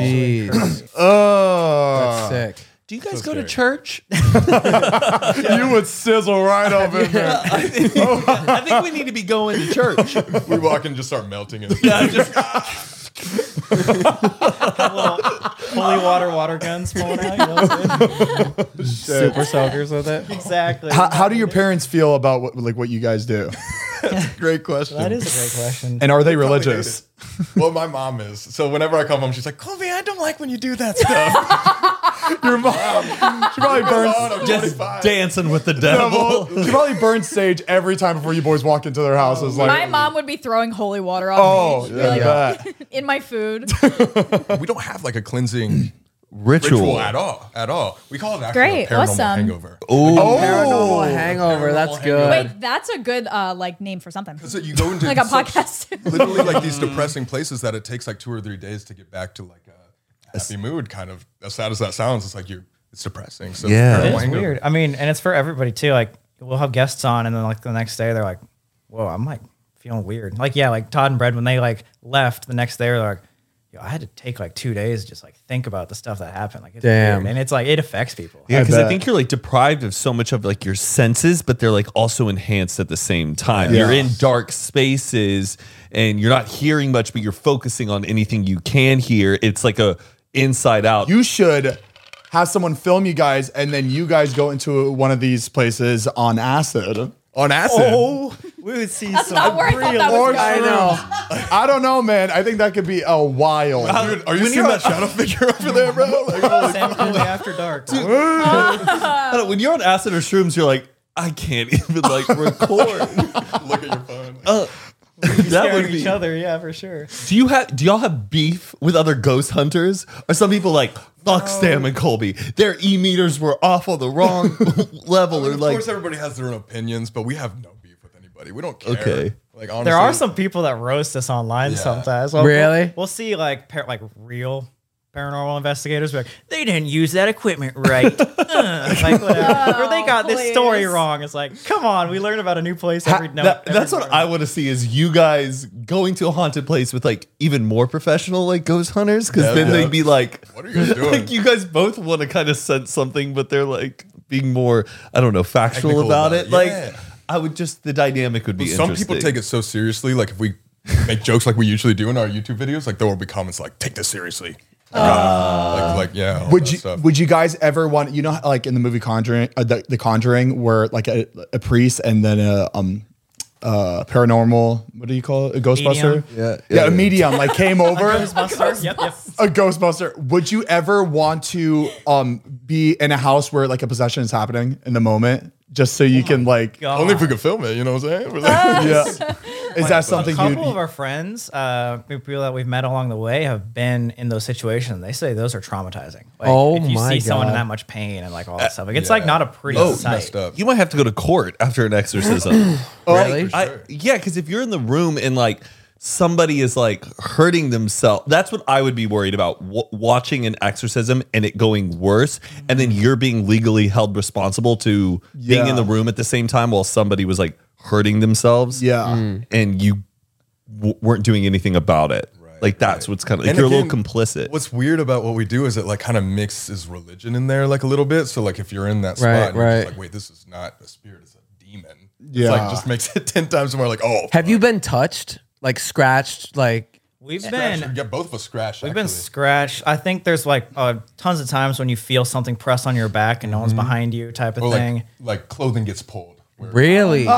Speaker 2: Oh,
Speaker 7: Uh,
Speaker 1: Sick.
Speaker 7: Do you guys go to church?
Speaker 2: you would sizzle right up in there.
Speaker 7: I think we need to be going to church.
Speaker 6: We walk in and just start melting it.
Speaker 5: holy water, water guns falling out. You know what I'm saying?
Speaker 1: Super soakers with it.
Speaker 5: exactly.
Speaker 2: How, how do your parents feel about what, like what you guys do? Great question.
Speaker 5: that is a great question.
Speaker 2: and are they
Speaker 6: Probably hate
Speaker 2: religious?
Speaker 6: it. Well, my mom is. So whenever I come home, she's like, Colby, I don't like when you do that stuff.
Speaker 2: Your mom, she probably burns.
Speaker 6: I'm
Speaker 7: Just
Speaker 6: 25.
Speaker 7: dancing with the devil.
Speaker 2: She probably burns sage every time before you boys walk into their houses. Like,
Speaker 4: my mom would be throwing holy water on
Speaker 2: oh,
Speaker 4: me She'd be
Speaker 2: yeah,
Speaker 4: like,
Speaker 2: that.
Speaker 4: in my food.
Speaker 6: We don't have like a cleansing
Speaker 7: Ritual.
Speaker 6: ritual, at all. At all. We call it actually
Speaker 4: Great,
Speaker 6: a paranormal
Speaker 4: awesome.
Speaker 6: hangover.
Speaker 7: Oh,
Speaker 1: Paranormal hangover. That's good.
Speaker 4: Wait, that's a good uh, like name for something.
Speaker 6: So you go into
Speaker 4: Like a
Speaker 6: such-
Speaker 4: podcast.
Speaker 6: literally like these depressing places that it takes like two or three days to get back to like a happy mood. Kind of as sad as that sounds, it's like you're it's depressing. So
Speaker 7: Yeah.
Speaker 6: paranormal
Speaker 7: It
Speaker 5: It's
Speaker 6: hangover.
Speaker 5: weird. I mean, and it's for everybody too. Like we'll have guests on, and then like the next day they're like, "Whoa, I'm like feeling weird." Like yeah, like Todd and Brad when they like left the next day, they're like, "Yo, I had to take like two days to just like think about the stuff that happened." Like it's
Speaker 1: Damn.
Speaker 5: weird. and it's like it affects people.
Speaker 7: Yeah, because I,
Speaker 2: bet.
Speaker 7: think you're like deprived of so much of like your senses, but they're like also enhanced at the same time. You're in dark spaces and you're not hearing much, but you're focusing on anything you can hear. It's like a inside out.
Speaker 2: you should have someone film you guys, and then you guys go into one of these places on acid. On acid.
Speaker 5: Oh, we would see
Speaker 4: That's not where I thought that was
Speaker 2: Or
Speaker 4: going.
Speaker 1: I know.
Speaker 2: I don't know, man. I think that could be a wild.
Speaker 6: Dude, are you seeing that shadow figure over there, bro? Like, holy
Speaker 5: after dark.
Speaker 7: I don't- when you're on acid or shrooms, you're like, I can't even like record.
Speaker 6: look at your phone.
Speaker 7: Oh, that would
Speaker 5: each
Speaker 7: be.
Speaker 5: other, yeah, for sure.
Speaker 7: Do you have? Do y'all have beef with other ghost hunters? Are some people like? Fuck Sam and Colby. Their e meters were off on the wrong level, or
Speaker 6: of
Speaker 7: like
Speaker 6: course, everybody has their own opinions, but we have no beef with anybody. We don't care.
Speaker 7: Okay.
Speaker 6: Like honestly,
Speaker 5: There are some people that roast us online sometimes. Well,
Speaker 1: Really?
Speaker 5: We'll, we'll see like par- like real paranormal investigators be like they didn't use that equipment right, Uh, like whatever. or they got this story
Speaker 4: please.
Speaker 5: wrong. It's like, come on, we learn about a new place every no.
Speaker 7: That-
Speaker 5: every
Speaker 7: that's what
Speaker 5: morning.
Speaker 7: I want to see is you guys going to a haunted place with like even more professional like ghost hunters because then they'd be like,
Speaker 6: What are you guys doing?
Speaker 7: like you guys both want to kind of sense something, but they're like being more I don't know factual
Speaker 6: Technical
Speaker 7: about,
Speaker 6: about
Speaker 7: it.
Speaker 6: it, yeah.
Speaker 7: Like I would just the dynamic would be
Speaker 6: some people
Speaker 7: interesting.
Speaker 6: take it so seriously. Like if we make jokes like we usually do in our YouTube videos, like there will be comments like, "Take this seriously."
Speaker 4: Uh.
Speaker 6: like, like, yeah. all
Speaker 2: Would
Speaker 6: that
Speaker 2: you
Speaker 6: stuff.
Speaker 2: would you guys ever want you know how, like in the movie Conjuring uh, the, the Conjuring where like a, a priest and then a um uh paranormal what do you call it a ghostbuster
Speaker 5: Medium.
Speaker 2: yeah yeah a medium like came over
Speaker 5: Ghostbusters. yep, yep.
Speaker 2: a ghostbuster would you ever want to um be in a house where like a possession is happening in the moment just so
Speaker 5: Oh
Speaker 2: you can like
Speaker 5: God.
Speaker 6: Only if we
Speaker 7: Ah.
Speaker 6: could film it, you know what I'm saying? We're like-
Speaker 2: yeah is that something
Speaker 5: a couple
Speaker 2: you
Speaker 5: of our friends, uh, people that we've met along the way, have been in those situations. They say those are traumatizing. Like,
Speaker 1: Oh
Speaker 5: if you
Speaker 1: my
Speaker 5: see someone in
Speaker 1: God.
Speaker 5: that much pain and like all that stuff, like it's like not a pretty
Speaker 6: Oh,
Speaker 5: sight.
Speaker 6: messed up.
Speaker 7: You might have to go to court after an exorcism.
Speaker 1: Really?
Speaker 7: I, yeah, because if you're in the room and like somebody is like hurting themselves, that's what I would be worried about w- watching an exorcism and it going worse, and then you're being legally held responsible to being
Speaker 2: Yeah.
Speaker 7: in the room at the same time while somebody was like hurting themselves.
Speaker 2: yeah
Speaker 7: and you w- weren't doing anything about it. like that's what's kind of like
Speaker 6: And
Speaker 7: you're a
Speaker 6: again,
Speaker 7: little complicit.
Speaker 6: What's weird about what we do is it like kind of mixes religion in there like a little bit. So like if you're in that spot,
Speaker 1: Right,
Speaker 6: and you're
Speaker 1: right.
Speaker 6: just like, wait, this is not a spirit, it's a demon. It's
Speaker 2: Yeah.
Speaker 6: like just makes it ten times more like, oh
Speaker 1: Have you been touched? Like scratched? Like
Speaker 5: We've
Speaker 6: scratch.
Speaker 5: been.
Speaker 6: You get both of us scratched.
Speaker 5: We've
Speaker 6: Actually.
Speaker 5: been scratched. I think there's like uh, tons of times when you feel something press on your back and no
Speaker 7: Mm-hmm.
Speaker 5: one's behind you, type of
Speaker 6: or
Speaker 5: thing.
Speaker 6: like, like clothing gets pulled. Where
Speaker 1: really?
Speaker 6: like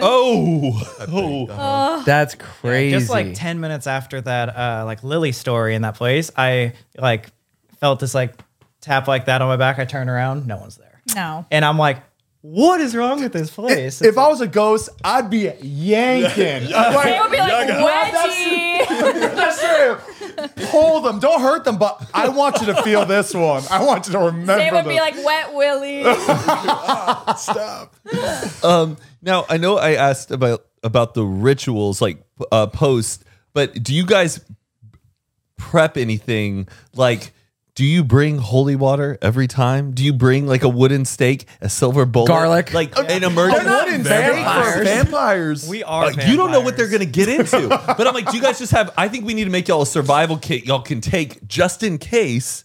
Speaker 6: that.
Speaker 7: oh, oh.
Speaker 1: That's crazy.
Speaker 5: Just like 10 minutes after that, uh, like Lily story in that place, I like felt this like tap like that on my back. I turn around, no one's there.
Speaker 4: No.
Speaker 5: And I'm like, what is wrong with this place?
Speaker 2: if I was a ghost I'd be yanking
Speaker 4: They would be like, wedgie.
Speaker 2: That's true. Pull them. Don't hurt them, but I want you to feel this one. I want you to remember
Speaker 4: They would
Speaker 2: this.
Speaker 4: be like, wet willy.
Speaker 7: Now I know I asked about about the rituals like uh, post, but do you guys prep anything like? Do you bring holy water every time? Do you bring like a wooden stake, a silver bowl,
Speaker 1: Garlic.
Speaker 7: like an emergency?
Speaker 2: They're not in vampires. vampires.
Speaker 5: we are.
Speaker 7: Like, Uh, you don't know what they're
Speaker 5: vampires.
Speaker 7: gonna get into. but I'm like, do you guys just have? I think we need to make y'all a survival kit y'all can take just in case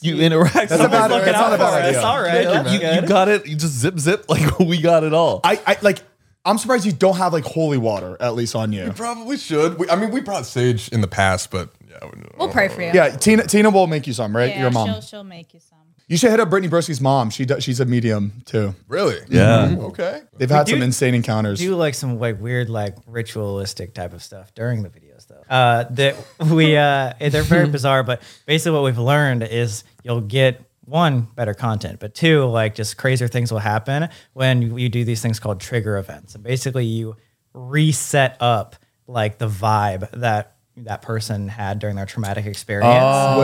Speaker 7: you interact.
Speaker 2: That's a bad-
Speaker 7: Someone's looking
Speaker 2: that's not
Speaker 7: out
Speaker 2: a bad
Speaker 7: for us.
Speaker 2: idea.
Speaker 5: All right. that's
Speaker 7: You, you
Speaker 5: good.
Speaker 7: got it. You just zip zip like we got it all.
Speaker 2: I, I like. I'm surprised you don't have like holy water at least on you.
Speaker 6: Probably should. We, I mean, we brought sage in the past, but yeah, we-
Speaker 4: We'll pray for you.
Speaker 2: Yeah, Tina. Tina will make you some, right? Your mom.
Speaker 4: She'll, she'll make you some.
Speaker 2: you should hit up Brittany Broski's mom. She does, she's a medium too.
Speaker 6: really, Mm-hmm.
Speaker 7: Yeah.
Speaker 6: okay.
Speaker 2: They've had some
Speaker 5: do-
Speaker 2: insane encounters.
Speaker 5: do like some like weird like ritualistic type of stuff during the videos though. Uh, that we uh, they're very bizarre, but basically what we've learned is you'll get one better content, but two like just crazier things will happen when you do these things called trigger events, and basically you reset up like the vibe that that person had during their traumatic experience
Speaker 2: Oh.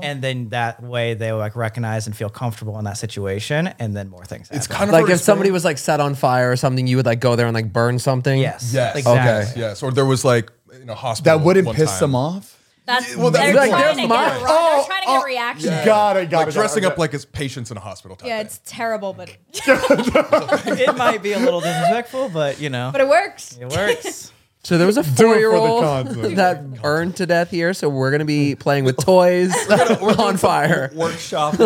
Speaker 2: Wait,
Speaker 5: and then that way they like recognize and feel comfortable in that situation and then more things happen.
Speaker 6: It's kind of
Speaker 1: like
Speaker 6: a
Speaker 1: if somebody
Speaker 6: experiment-
Speaker 1: was like set on fire or something, you would like go there and like burn something.
Speaker 5: yes
Speaker 6: yes,
Speaker 5: exactly.
Speaker 6: okay, yes, or there was like in a hospital
Speaker 2: that wouldn't
Speaker 6: one
Speaker 2: piss
Speaker 6: time.
Speaker 2: them off.
Speaker 4: That's,
Speaker 6: Well, that's
Speaker 4: they're,
Speaker 6: like,
Speaker 4: trying
Speaker 6: they're
Speaker 4: to get
Speaker 1: mine.
Speaker 4: a, oh, they're trying to get a reaction.
Speaker 2: Yeah. Got it. Got
Speaker 6: Like
Speaker 2: it.
Speaker 6: dressing
Speaker 2: got it.
Speaker 6: up like his patients in a hospital. Type
Speaker 4: Yeah,
Speaker 6: thing.
Speaker 4: it's terrible, but
Speaker 5: it might be a little disrespectful, but you know,
Speaker 4: but it works.
Speaker 5: it works.
Speaker 1: So there was a
Speaker 2: for the
Speaker 1: four-year-old
Speaker 2: content.
Speaker 1: that burned to death here. So we're gonna be playing with toys on fire.
Speaker 7: Workshop.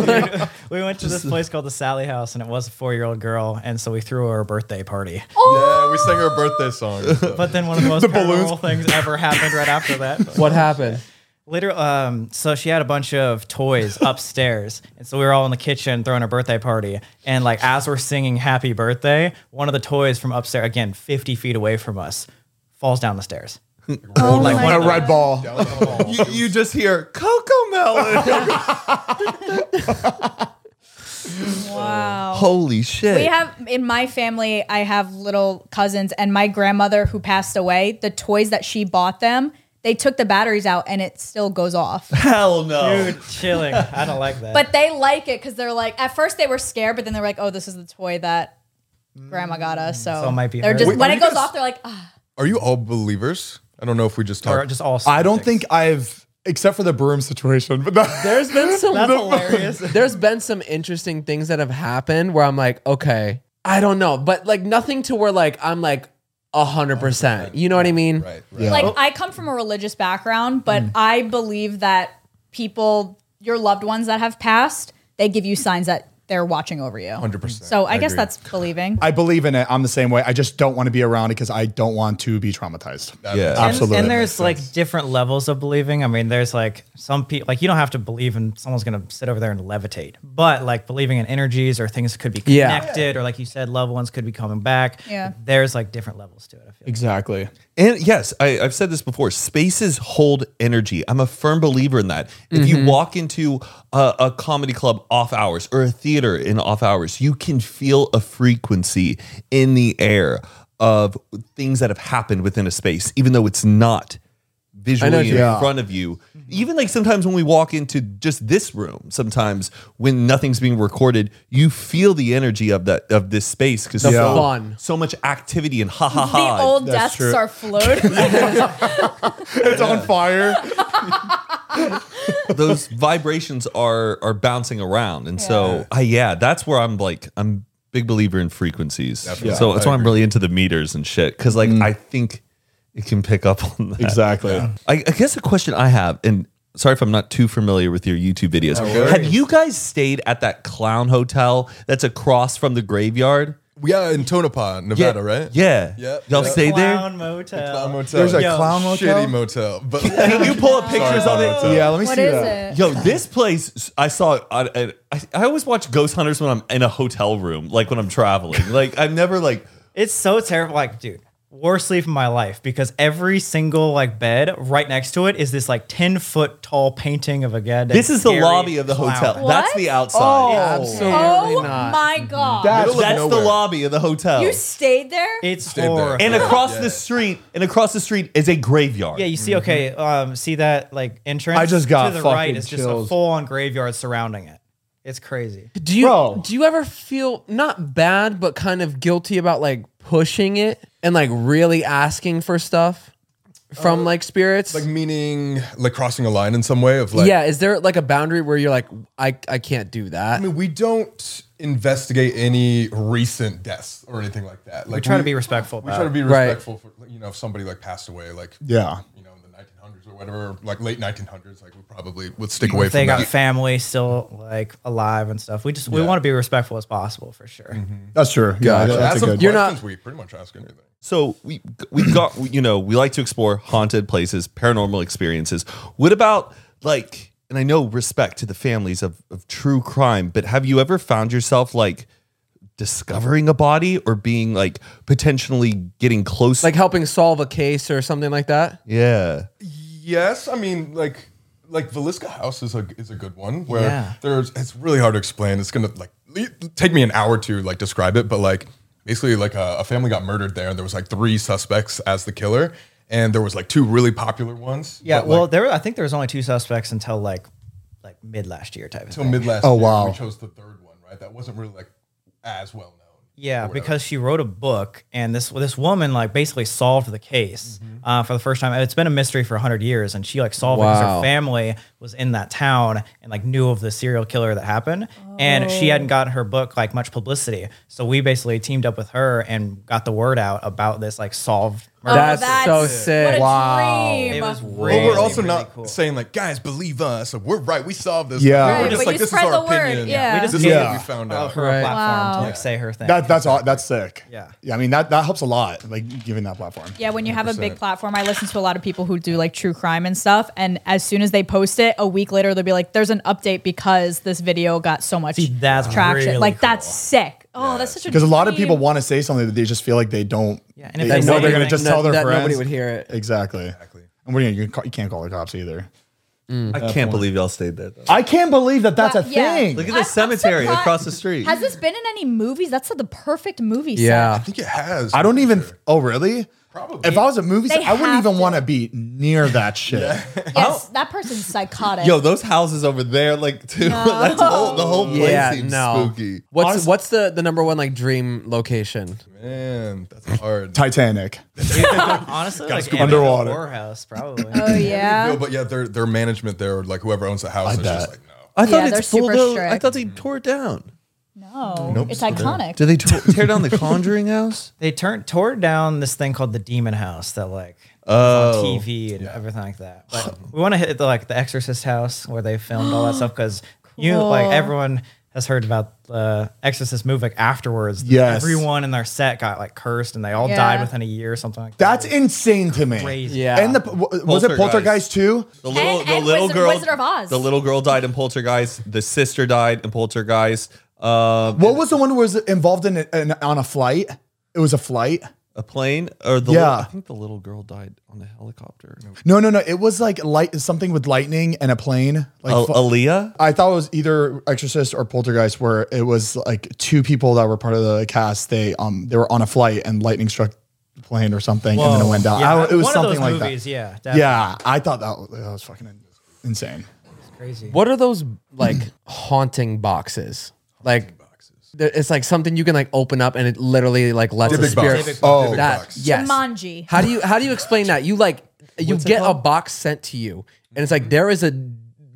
Speaker 5: We went to this place called the Sally House, and it was a four-year-old girl, and so we threw her a birthday party.
Speaker 4: Oh,
Speaker 6: Yeah, we sang her birthday song. so.
Speaker 5: But then one of the most paranormal things ever happened right after that.
Speaker 1: What happened?
Speaker 5: Literally, um, so she had a bunch of toys upstairs, and so we were all in the kitchen throwing a birthday party. And like as we're singing "Happy Birthday," one of the toys from upstairs, again fifty feet away from us, falls down the stairs.
Speaker 2: like
Speaker 5: my
Speaker 2: a red ball.
Speaker 7: you, you just hear cocoa melon.
Speaker 4: Wow.
Speaker 7: Holy shit!
Speaker 4: We have in my family, I have little cousins, and my grandmother who passed away, the toys that she bought them, they took the batteries out and it still goes off.
Speaker 7: Hell no.
Speaker 5: Dude, Oh, chilling. I don't like that.
Speaker 4: but they like it because they're like, at first they were scared, but then they're like, oh, this is the toy that grandma got us. So,
Speaker 5: Mm. So it might be
Speaker 4: they're
Speaker 5: hers.
Speaker 4: just,
Speaker 5: Wait,
Speaker 4: when
Speaker 6: are
Speaker 4: it
Speaker 6: you
Speaker 4: goes
Speaker 6: guys-
Speaker 4: off, they're like, ah,
Speaker 6: Are you all believers? I don't know if we just
Speaker 5: or
Speaker 6: talked.
Speaker 5: just all.
Speaker 2: I don't
Speaker 5: skeptics.
Speaker 2: think I've, except for the broom situation, but that,
Speaker 1: There's been some.
Speaker 5: that's hilarious.
Speaker 1: there's been some interesting things that have happened where I'm like, okay, I don't know, but like nothing to where like I'm like hundred percent. You know what I mean?
Speaker 6: right, right.
Speaker 2: Yeah.
Speaker 4: like, I come from a religious background, but I believe that people, your loved ones that have passed, they give you signs that they're watching over you.
Speaker 6: 100%.
Speaker 4: So I,
Speaker 6: I
Speaker 4: guess
Speaker 6: agree.
Speaker 4: that's believing.
Speaker 2: I believe in it. I'm the same way. I just don't want to be around it because I don't want to be traumatized.
Speaker 7: Yeah.
Speaker 5: And-
Speaker 2: Absolutely.
Speaker 5: And,
Speaker 2: That makes
Speaker 5: there's like different levels of believing. I mean, there's like some people like you don't have to believe in someone's gonna sit over there and levitate, but like believing in energies or things could be
Speaker 1: Yeah.
Speaker 5: connected, or like you said, loved ones could be coming back.
Speaker 4: Yeah.
Speaker 5: There's like different levels to it. I feel.
Speaker 1: Exactly.
Speaker 7: And yes, I, I've said this before. Spaces hold energy. I'm a firm believer in that. If
Speaker 1: Mm-hmm.
Speaker 7: you walk into a, a comedy club off hours or a theater in off hours, you can feel a frequency in the air of things that have happened within a space, even though it's
Speaker 1: what
Speaker 7: not visually
Speaker 1: you Mm-hmm.
Speaker 7: in
Speaker 2: mean.
Speaker 7: front of you. Even like sometimes when we walk into just this room, sometimes when nothing's being recorded, you feel the energy of that of this space because
Speaker 1: The
Speaker 7: so,
Speaker 1: fun.
Speaker 7: so much activity and ha ha ha.
Speaker 4: the old
Speaker 2: that's
Speaker 4: desks
Speaker 2: true.
Speaker 4: are floating.
Speaker 2: It's on fire.
Speaker 7: those vibrations are are bouncing around and so i yeah that's where i'm like i'm big believer in frequencies so that's why i'm really into the meters and shit because like i think it can pick up on that
Speaker 2: Exactly.
Speaker 7: I, I guess a question i have and sorry if i'm not too familiar with your youtube videos have you guys stayed at that clown hotel that's across from the graveyard
Speaker 6: Yeah, in Tonopah, Nevada, right?
Speaker 7: yeah
Speaker 6: Yep.
Speaker 7: y'all
Speaker 6: Yep.
Speaker 7: stayed there
Speaker 5: Clown motel.
Speaker 6: Clown motel.
Speaker 2: There's a
Speaker 5: Yo,
Speaker 2: clown motel.
Speaker 6: Shitty motel. But
Speaker 7: can you pull up pictures of it
Speaker 2: Yeah, let me
Speaker 4: what
Speaker 2: see
Speaker 4: is
Speaker 2: that.
Speaker 4: it?
Speaker 7: Yo, this place I saw. I, I, I always watch Ghost Hunters when I'm in a hotel room, like when I'm traveling. Like I've never like
Speaker 5: It's so terrible. Like, dude, worst sleep of my life because every single like bed right next to it is this like ten foot tall painting of a guy.
Speaker 7: this is the lobby of the hotel. That's
Speaker 4: What?
Speaker 7: the outside.
Speaker 1: Absolutely
Speaker 4: Oh
Speaker 1: not.
Speaker 4: my god!
Speaker 2: That's-
Speaker 6: Middle of
Speaker 7: That's the
Speaker 6: nowhere.
Speaker 7: lobby of the hotel.
Speaker 4: you stayed there?
Speaker 5: It's
Speaker 6: there.
Speaker 5: horrible.
Speaker 7: and across the street, and across the street is a graveyard.
Speaker 5: Yeah, you see, okay, um, see that like entrance.
Speaker 2: Mm-hmm. I just got
Speaker 5: to the
Speaker 2: fucking
Speaker 5: right is just a
Speaker 2: chills.
Speaker 5: full on graveyard surrounding it. It's crazy.
Speaker 1: Do you
Speaker 2: Bro.
Speaker 1: do you ever feel not bad but kind of guilty about like pushing it and like really asking for stuff from like spirits?
Speaker 6: like meaning like crossing a line in some way of like
Speaker 1: yeah, is there like a boundary where you're like I I can't do that?
Speaker 6: I mean, we don't investigate any recent deaths or anything like that. Like
Speaker 5: We try to be respectful.
Speaker 6: We
Speaker 5: About
Speaker 6: try to
Speaker 5: it.
Speaker 6: be
Speaker 1: Right.
Speaker 6: respectful for you know if somebody like passed away like
Speaker 2: Yeah.
Speaker 6: you know in the 1900s or whatever like late 1900s like we probably would stick away
Speaker 5: If they
Speaker 6: from
Speaker 5: got
Speaker 6: that.
Speaker 5: family still like alive and stuff. We just we want to be respectful as possible for sure.
Speaker 2: That's true. Yeah,
Speaker 6: So
Speaker 2: that's,
Speaker 6: ask
Speaker 2: a
Speaker 6: them
Speaker 2: good.
Speaker 1: You're not-
Speaker 6: questions, We pretty much ask anything.
Speaker 7: So we we got you know we like to explore haunted places, paranormal experiences. What about like? And I know respect to the families of of true crime, but have you ever found yourself like discovering a body or being like potentially getting close?
Speaker 1: Like helping solve a case or something like that?
Speaker 7: yeah,
Speaker 6: Yes, I mean like like Velisca House is a is a good one where
Speaker 5: Yeah.
Speaker 6: there's it's really hard to explain. It's gonna like le- take me an hour to like describe it, but like basically like a, a family got murdered there, and there was like three suspects as the killer, and there was like two really popular ones.
Speaker 5: Yeah.
Speaker 6: but,
Speaker 5: well,
Speaker 6: like,
Speaker 5: there I think there was only two suspects until like like mid last year type of
Speaker 6: till
Speaker 5: thing.
Speaker 6: mid last.
Speaker 2: Oh,
Speaker 6: year,
Speaker 2: wow.
Speaker 6: we chose the third one, right? That wasn't really like as well known.
Speaker 5: Yeah,
Speaker 6: or whatever.
Speaker 5: because she wrote a book, and this this woman like basically solved the case uh, for the first time. It's been a mystery for hundred years, and she like solved it because her
Speaker 1: Wow.
Speaker 5: family was in that town and like knew of the serial killer that happened, and she hadn't gotten her book like much publicity. So we basically teamed up with her and got the word out about this like solved.
Speaker 4: Oh,
Speaker 5: Murder.
Speaker 1: That's so
Speaker 4: What
Speaker 1: sick.
Speaker 4: a
Speaker 2: Wow.
Speaker 4: dream.
Speaker 5: it was really,
Speaker 6: Well, we're also
Speaker 5: really
Speaker 6: not
Speaker 5: cool.
Speaker 6: saying like, guys, believe us. We're right. We solved this.
Speaker 2: Yeah.
Speaker 6: Like,
Speaker 2: Right,
Speaker 6: We're just
Speaker 4: but
Speaker 6: like,
Speaker 4: you
Speaker 6: this is
Speaker 4: spread
Speaker 6: our
Speaker 4: the word,
Speaker 6: opinion.
Speaker 4: yeah. We
Speaker 5: just
Speaker 6: this is
Speaker 2: Yeah.
Speaker 6: what we found
Speaker 5: Uh,
Speaker 6: out.
Speaker 5: her
Speaker 1: Right.
Speaker 5: a platform
Speaker 4: Wow.
Speaker 5: to like say her thing.
Speaker 2: That, that's aw- that's sick.
Speaker 5: Yeah.
Speaker 2: Yeah. I mean that that helps a lot. Like giving that platform.
Speaker 4: Yeah, when you have a big platform, I listen to a lot of people who do like true crime and stuff. And as soon as they post it, a week later, they'll be like, there's an update because this video got so much
Speaker 5: See, that's
Speaker 4: traction.
Speaker 5: really
Speaker 4: like, that's
Speaker 5: cool.
Speaker 4: sick. Oh, that's such a
Speaker 2: Because a lot of people
Speaker 4: dream.
Speaker 2: want to say something, but they just feel like they don't.
Speaker 5: Yeah, and if
Speaker 2: they,
Speaker 5: they
Speaker 2: know
Speaker 5: say
Speaker 2: they're going
Speaker 5: anything-
Speaker 2: to just
Speaker 1: that-
Speaker 2: tell their
Speaker 1: that
Speaker 2: friends.
Speaker 1: nobody would hear it.
Speaker 2: Exactly. Exactly. And what are you, you, ca- you can't call the cops either.
Speaker 7: I can't believe y'all stayed there. Though.
Speaker 2: I can't believe that that's
Speaker 4: Wow,
Speaker 2: a
Speaker 4: yeah.
Speaker 2: thing.
Speaker 7: Look at
Speaker 4: I'm- I'm
Speaker 7: this cemetery
Speaker 4: surprised-
Speaker 7: across the street.
Speaker 4: Has this been in any movies? That's the perfect movie set.
Speaker 1: Yeah.
Speaker 6: I think it has.
Speaker 2: I don't even. Oh, really?
Speaker 6: Probably.
Speaker 2: If I was a movie,
Speaker 4: They
Speaker 2: star, I wouldn't
Speaker 4: have
Speaker 2: even
Speaker 4: to.
Speaker 2: want to be near that shit.
Speaker 4: Yes, that person's psychotic.
Speaker 7: Yo, those houses over there, like too. that's whole, the whole place seems spooky.
Speaker 1: What's
Speaker 2: Honest-
Speaker 1: what's the the number one like dream location?
Speaker 6: Man, that's hard.
Speaker 2: Titanic.
Speaker 5: honestly like
Speaker 2: underwater.
Speaker 5: underwater house probably.
Speaker 4: oh, yeah.
Speaker 6: No, but yeah, their their management there, or like whoever owns the house, is
Speaker 2: bet.
Speaker 6: just like no.
Speaker 7: I thought
Speaker 4: Yeah, they're
Speaker 7: it's
Speaker 4: super
Speaker 7: bulldozed. I
Speaker 4: strict.
Speaker 7: thought they tore it down.
Speaker 4: No, Oh, it's iconic.
Speaker 7: Did they t- tear down the Conjuring house?
Speaker 5: they turned tore down this thing called the Demon House that like was
Speaker 2: Oh.
Speaker 5: on TV and everything like that. But we want to hit the like the Exorcist house where they filmed all that stuff because you like everyone has heard about the Exorcist movie like, afterwards.
Speaker 2: Yes.
Speaker 5: Everyone in their set got like cursed and they all
Speaker 4: Yeah.
Speaker 5: died within a year or something like
Speaker 2: That's
Speaker 5: that.
Speaker 2: insane to me.
Speaker 5: Crazy.
Speaker 1: Yeah.
Speaker 2: And the w- was it
Speaker 7: Poltergeist.
Speaker 2: Poltergeist too?
Speaker 7: The little,
Speaker 4: And-
Speaker 7: the
Speaker 4: and
Speaker 7: little
Speaker 4: Wizard-
Speaker 7: girl,
Speaker 4: Wizard of Oz.
Speaker 7: the little girl died in Poltergeist. The sister died in Poltergeist. Um,
Speaker 2: What was the one who was involved in, in on a flight? It was a flight.
Speaker 7: a plane or the
Speaker 2: Yeah.
Speaker 7: little, I think the little girl died on a helicopter.
Speaker 2: No, no, no. It was like light something with lightning and a plane. Like
Speaker 7: Al-
Speaker 2: fu-
Speaker 7: Aaliyah.
Speaker 2: I thought it was either Exorcist or Poltergeist, where it was like two people that were part of the cast. They um they were on a flight and lightning struck the plane or something, and then it went down.
Speaker 5: Yeah,
Speaker 2: I- it was
Speaker 5: one
Speaker 2: something
Speaker 5: of those
Speaker 2: like
Speaker 5: movies,
Speaker 2: that.
Speaker 5: Yeah.
Speaker 2: Yeah.
Speaker 5: Definitely.
Speaker 2: I thought that was, that was fucking in- insane.
Speaker 5: Crazy.
Speaker 1: What are those like haunting boxes? Like there- it's like something you can like open up and it literally like lets a
Speaker 6: Dybbuk box.
Speaker 1: spirit.
Speaker 6: Dybbuk box.
Speaker 2: Oh.
Speaker 6: Dybbuk
Speaker 1: that
Speaker 6: box.
Speaker 1: yes.
Speaker 4: Jumanji.
Speaker 1: How do you how do you explain that? You like you get a box sent to you and it's like there is a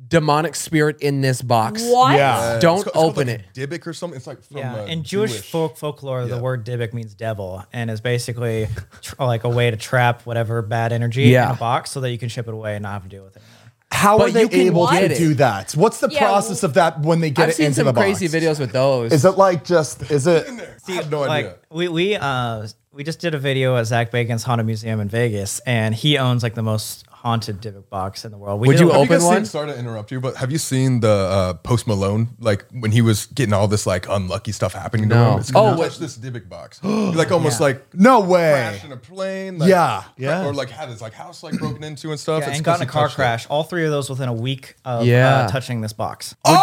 Speaker 1: demonic spirit in this box.
Speaker 4: What?
Speaker 2: Yeah.
Speaker 6: Uh,
Speaker 1: Don't
Speaker 6: it's ca- it's called,
Speaker 1: open
Speaker 6: like,
Speaker 1: it.
Speaker 6: Dybbuk or something. It's like from
Speaker 5: Yeah,
Speaker 6: uh,
Speaker 5: in Jewish, folk folklore, the
Speaker 6: Yeah.
Speaker 5: word "dibbuk" means devil, and is basically tr- like a way to trap whatever bad energy
Speaker 1: Yeah.
Speaker 5: in a box so that you can ship it away and not have to deal with it.
Speaker 2: How
Speaker 1: But
Speaker 2: are they
Speaker 1: you can
Speaker 2: able to
Speaker 1: get it.
Speaker 2: do that? What's the
Speaker 4: Yeah,
Speaker 2: process of that when they get
Speaker 1: I've
Speaker 2: it
Speaker 1: seen
Speaker 2: into
Speaker 1: some
Speaker 2: the box?
Speaker 1: crazy videos with those.
Speaker 2: Is it like just? Is it?
Speaker 6: I had no
Speaker 5: like
Speaker 6: idea.
Speaker 5: we we uh we just did a video at Zach Bacon's haunted museum in Vegas, and he owns like the most haunted dibbuk box in the world. We
Speaker 1: Would
Speaker 5: did
Speaker 1: you
Speaker 5: a-
Speaker 1: open
Speaker 6: Have you guys
Speaker 1: one?
Speaker 6: Seen, sorry to interrupt you, but have you seen the uh, Post Malone like when he was getting all this like unlucky stuff happening to
Speaker 1: No.
Speaker 6: him? It's
Speaker 1: Oh,
Speaker 6: oh,
Speaker 1: what-
Speaker 6: touch this Dybbuk box. He, like almost like
Speaker 2: No way.
Speaker 6: crashed in a plane. Like,
Speaker 2: Yeah. Yeah.
Speaker 6: Or like had his like house like broken into and stuff.
Speaker 5: yeah,
Speaker 6: It's
Speaker 5: and got
Speaker 6: 'cause
Speaker 5: in a
Speaker 6: he
Speaker 5: car
Speaker 6: touched it.
Speaker 5: crash. All three of those within a week of
Speaker 1: Yeah.
Speaker 5: uh, touching this box.
Speaker 2: Oh,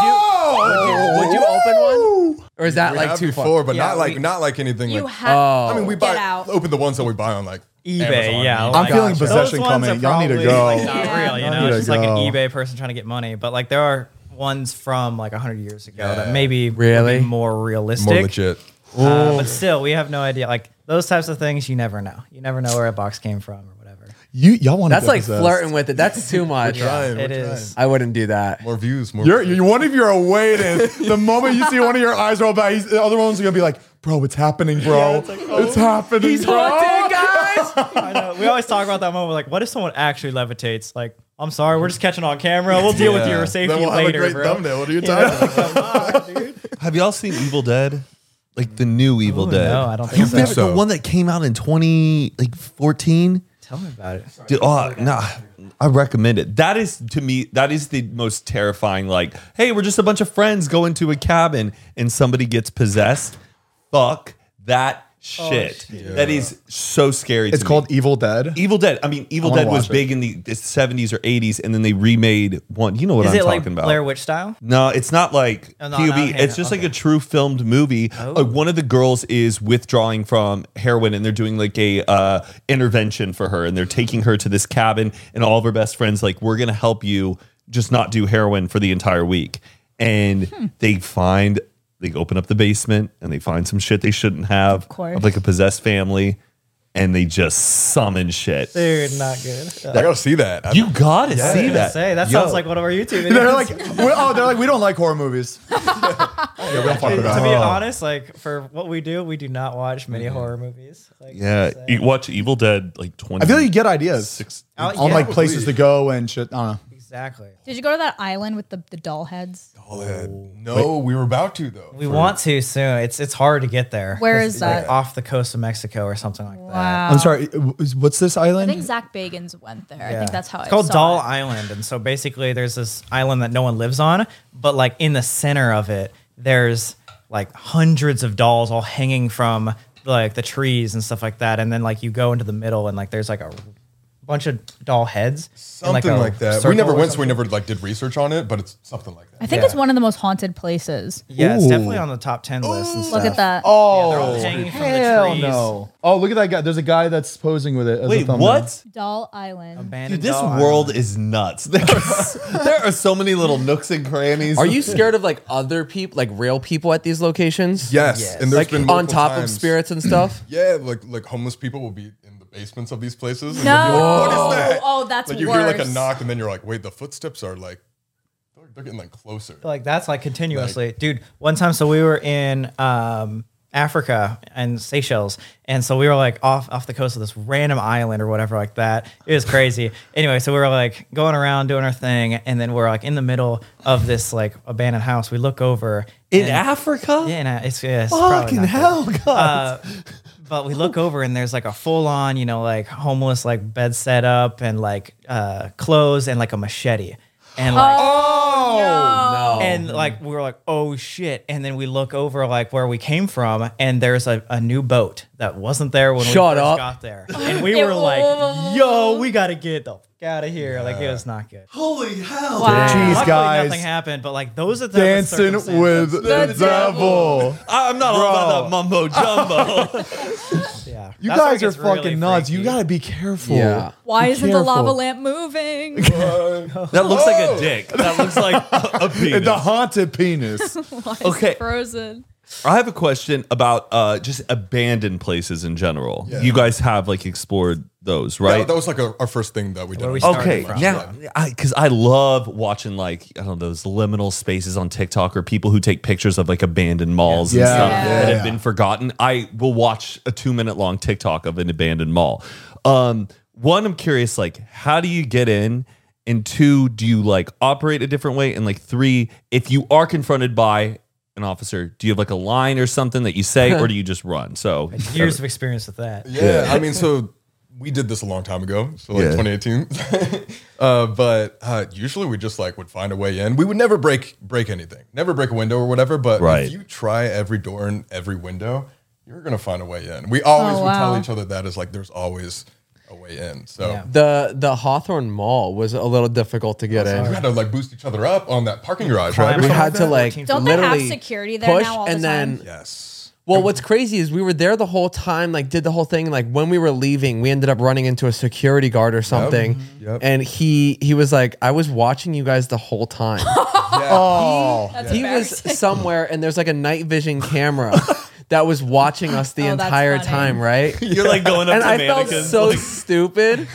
Speaker 1: Would you open one? Or is that
Speaker 6: We
Speaker 1: like
Speaker 6: have
Speaker 1: too
Speaker 6: before,
Speaker 1: far?
Speaker 6: but
Speaker 5: Yeah,
Speaker 6: not like
Speaker 5: we-
Speaker 6: not like anything.
Speaker 4: You
Speaker 6: like,
Speaker 4: have.
Speaker 6: I mean, we
Speaker 4: Get
Speaker 6: buy
Speaker 4: out.
Speaker 6: open the ones that we buy on like
Speaker 5: eBay,
Speaker 6: Amazon,
Speaker 5: yeah.
Speaker 6: eBay.
Speaker 5: like-
Speaker 2: I'm feeling
Speaker 5: Those
Speaker 2: possession
Speaker 5: ones
Speaker 2: coming.
Speaker 5: are
Speaker 2: Y'all need to
Speaker 5: probably,
Speaker 2: go.
Speaker 5: Like, not
Speaker 4: Yeah.
Speaker 5: real, you
Speaker 2: Y'all
Speaker 5: know.
Speaker 2: need
Speaker 5: It's
Speaker 2: to
Speaker 5: just like an
Speaker 2: go.
Speaker 5: eBay person trying to get money, but like there are ones from like 100 years ago that
Speaker 6: Yeah.
Speaker 5: maybe would be
Speaker 1: Really?
Speaker 5: more realistic,
Speaker 6: more legit.
Speaker 5: Uh, but still, we have no idea. Like those types of things, you never know. You never know where a box came from or whatever.
Speaker 2: You y'all want
Speaker 1: That's like flirting with it. That's too much.
Speaker 6: Trying,
Speaker 5: it
Speaker 6: we're
Speaker 5: is.
Speaker 1: I wouldn't do that.
Speaker 6: More views, more.
Speaker 2: You're, you one of your away is the moment you see one of your eyes roll back, he's, the other one's gonna be like, "Bro, it's happening, bro. it's, happening,
Speaker 1: He's
Speaker 2: bro."
Speaker 1: haunted, guys.
Speaker 5: I know. We always talk about that moment. Like, what if someone actually levitates? Like, I'm sorry, we're just catching on camera. We'll deal with
Speaker 6: Yeah.
Speaker 5: your
Speaker 6: Then
Speaker 5: safety
Speaker 6: we'll have a
Speaker 5: later,
Speaker 6: great
Speaker 5: bro.
Speaker 6: thumbnail. What are you talking about?
Speaker 7: Have y'all seen Evil Dead? Like the new Evil
Speaker 5: Ooh,
Speaker 7: Dead?
Speaker 5: no, I don't think
Speaker 7: You've
Speaker 5: so.
Speaker 7: never-
Speaker 6: So-
Speaker 7: the one that came out in twenty like fourteen.
Speaker 5: Tell me about it.
Speaker 7: Dude, oh no, I recommend it. That is to me, that is the most terrifying. Like, hey, we're just a bunch of friends going to a cabin and somebody gets possessed. Fuck that
Speaker 5: Oh,
Speaker 7: shit. That is so scary.
Speaker 2: It's
Speaker 7: to me.
Speaker 2: called Evil Dead.
Speaker 7: Evil Dead. I mean,
Speaker 2: I
Speaker 7: Evil
Speaker 2: wanna
Speaker 7: Dead was
Speaker 2: watch it.
Speaker 7: big in the seventies or eighties, and then they remade one. You know what
Speaker 5: Is
Speaker 7: I'm
Speaker 5: it like
Speaker 7: talking about?
Speaker 5: Blair Witch style?
Speaker 7: No, it's not like
Speaker 5: Oh, no,
Speaker 7: POV.
Speaker 5: no, okay,
Speaker 7: it's just
Speaker 5: okay.
Speaker 7: like a true filmed movie. Uh, one of the girls is withdrawing from heroin, and they're doing like a uh, intervention for her, and they're taking her to this cabin, and all of her best friends like, "We're gonna help you, just not do heroin for the entire week." And they find they open up the basement and they find some shit they shouldn't have, of
Speaker 4: course.
Speaker 7: like a possessed family, and they just summon shit.
Speaker 5: Dude, not good.
Speaker 6: I gotta see that. I-
Speaker 7: You gotta see
Speaker 5: I
Speaker 7: that.
Speaker 5: say that
Speaker 7: Yo.
Speaker 5: sounds like one of our YouTube.
Speaker 2: They're
Speaker 5: videos.
Speaker 2: like, we- oh, they're like, we don't like horror movies. yeah, we don't fuck with
Speaker 5: to be
Speaker 2: that.
Speaker 5: honest, like for what we do, we do not watch many horror movies. Like,
Speaker 7: Yeah,
Speaker 5: so-
Speaker 7: you watch Evil Dead like twenty.
Speaker 2: I feel like you get ideas
Speaker 5: Oh,
Speaker 2: on
Speaker 5: yeah,
Speaker 2: like places to go and shit. I don't know.
Speaker 5: exactly.
Speaker 4: Did you go to that island with the, the doll heads?
Speaker 6: no, we were about to though.
Speaker 5: We want to soon. It's it's hard to get there.
Speaker 4: Where
Speaker 5: It's
Speaker 4: is
Speaker 5: like
Speaker 4: that?
Speaker 5: off the coast of Mexico or something like that.
Speaker 4: Wow.
Speaker 2: I'm sorry. What's this
Speaker 4: I
Speaker 2: island?
Speaker 4: think Zach Bagans went there. I
Speaker 5: Yeah.
Speaker 4: think that's how
Speaker 5: it's
Speaker 4: I
Speaker 5: called
Speaker 4: saw
Speaker 5: Doll
Speaker 4: it.
Speaker 5: Island. And so basically, there's this island that no one lives on, but like in the center of it, there's like hundreds of dolls all hanging from like the trees and stuff like that. And then like you go into the middle and like there's like a bunch of doll heads, in,
Speaker 6: something
Speaker 5: a
Speaker 6: like, that.
Speaker 5: circle
Speaker 6: We never
Speaker 5: or
Speaker 6: went, so we
Speaker 5: something.
Speaker 6: never like did research on it, but it's something like
Speaker 4: I
Speaker 6: that.
Speaker 4: think
Speaker 5: Yeah.
Speaker 4: it's one of the most haunted places.
Speaker 5: Yeah, it's
Speaker 2: Ooh.
Speaker 5: definitely on the top ten list. And
Speaker 4: Look
Speaker 5: stuff.
Speaker 4: at that.
Speaker 5: Yeah, they're all
Speaker 2: Oh,
Speaker 5: hanging from the
Speaker 2: hell
Speaker 5: trees.
Speaker 2: no! Oh, look at that guy. There's a guy that's posing with it. As a
Speaker 7: Wait,
Speaker 2: thumbnail.
Speaker 7: what?
Speaker 4: Doll Island.
Speaker 7: Dude,
Speaker 5: Abandoned
Speaker 7: this
Speaker 5: doll island.
Speaker 7: world is nuts. There are, s- there are so many little nooks and crannies.
Speaker 1: Are you scared of like other people, like real people at these locations?
Speaker 6: Yes,
Speaker 5: Yes.
Speaker 6: and there's
Speaker 1: Like
Speaker 6: been
Speaker 1: on
Speaker 6: multiple
Speaker 1: top of
Speaker 6: times-
Speaker 1: spirits and stuff.
Speaker 6: Yeah, like like homeless people will be in the basements of these places. and
Speaker 4: No.
Speaker 6: they'll be like, what is that?
Speaker 4: Oh, that's
Speaker 6: Like you
Speaker 4: worse.
Speaker 6: hear like a knock, and then you're like, wait, the footsteps are like they're, they're getting like closer.
Speaker 5: like that's like continuously dude one time so we were in um Africa and Seychelles. And so we were like off off the coast of this random island or whatever like that. It was crazy. anyway, so we were like going around doing our thing, and then we're like in the middle of this like abandoned house. We look over
Speaker 7: in
Speaker 5: and-
Speaker 7: Africa.
Speaker 5: Yeah, no, it's, yeah, it's probably
Speaker 7: Fucking
Speaker 5: not good.
Speaker 7: hell, God.
Speaker 5: Uh, but we look over and there's like a full on, you know, like homeless like bed set up and like uh clothes and like a machete. And like
Speaker 1: No.
Speaker 5: and
Speaker 2: mm-hmm.
Speaker 5: like we were like, oh shit. And then we look over like where we came from and there's a, a new boat that wasn't there when
Speaker 1: Shut
Speaker 5: we first
Speaker 1: up.
Speaker 5: got there. And we were like, yo, we gotta get the out of here. Like it was not good.
Speaker 7: Holy
Speaker 5: Oh.
Speaker 7: hell.
Speaker 4: Wow.
Speaker 2: Jeez,
Speaker 5: Luckily, nothing
Speaker 2: guys.
Speaker 5: happened, but like those are the
Speaker 2: Dancing with the, devil.
Speaker 7: I- I'm not all about that mumbo jumbo.
Speaker 5: yeah.
Speaker 2: You
Speaker 5: That's where it
Speaker 2: guys are
Speaker 5: gets really
Speaker 2: fucking nuts. You
Speaker 5: freaky.
Speaker 2: gotta be careful.
Speaker 1: Yeah.
Speaker 4: Why
Speaker 2: Be
Speaker 4: isn't the lava
Speaker 2: careful.
Speaker 4: lamp moving?
Speaker 7: that looks like a dick. That looks like a, a penis.
Speaker 2: The haunted penis.
Speaker 4: Why is
Speaker 7: Okay.
Speaker 4: it frozen?
Speaker 7: I have a question about uh, just abandoned places in general.
Speaker 6: Yeah.
Speaker 7: You guys have like explored those,
Speaker 6: That-
Speaker 7: right?
Speaker 6: That, was like our our first thing that we did. Oh,
Speaker 5: Where we
Speaker 6: on the
Speaker 5: started
Speaker 7: okay,
Speaker 5: from.
Speaker 7: now because I, love watching like I don't know those liminal spaces on TikTok or people who take pictures of like abandoned malls
Speaker 2: Yeah.
Speaker 7: and stuff
Speaker 4: Yeah.
Speaker 7: that
Speaker 2: Yeah.
Speaker 7: have been forgotten. I will watch a two minute long TikTok of an abandoned mall. Um, one, I'm curious, like how do you get in? And two, do you like operate a different way? And like three, if you are confronted by an officer, do you have like a line or something that you say, or do you just run? So
Speaker 5: years of experience with that.
Speaker 6: Yeah, I mean, so we did this a long time ago, so like 2018. uh, but uh, usually we just like would find a way in. We would never break break anything, never break a window or whatever. But
Speaker 7: Right.
Speaker 6: if you try every door and every window, you're gonna find a way in. We always
Speaker 4: Oh,
Speaker 6: would
Speaker 4: wow.
Speaker 6: tell each other that is like there's always a way in. So.
Speaker 5: Yeah.
Speaker 1: The the Hawthorne Mall was a little difficult to get
Speaker 6: We
Speaker 1: in.
Speaker 6: had to like boost each other up on that parking garage, right?
Speaker 5: Climb
Speaker 6: Or
Speaker 1: We
Speaker 5: up.
Speaker 6: something
Speaker 1: had to like
Speaker 4: Don't they have
Speaker 1: literally
Speaker 4: security there
Speaker 1: push
Speaker 4: now all the
Speaker 1: and then
Speaker 6: like- Yes.
Speaker 1: Well, what's crazy is we were there the whole time, like did the whole thing. Like when we were leaving, we ended up running into a security guard or something,
Speaker 6: Yep.
Speaker 1: and he he was like, "I was watching you guys the whole time."
Speaker 2: Oh.
Speaker 4: That's
Speaker 1: he was
Speaker 4: embarrassing.
Speaker 1: somewhere, and there's like a night vision camera that was watching us the
Speaker 4: Oh, that's
Speaker 1: entire
Speaker 4: funny.
Speaker 1: time, right?
Speaker 7: you're like going up
Speaker 1: and
Speaker 7: to
Speaker 1: I felt
Speaker 7: mannequins.
Speaker 1: so stupid.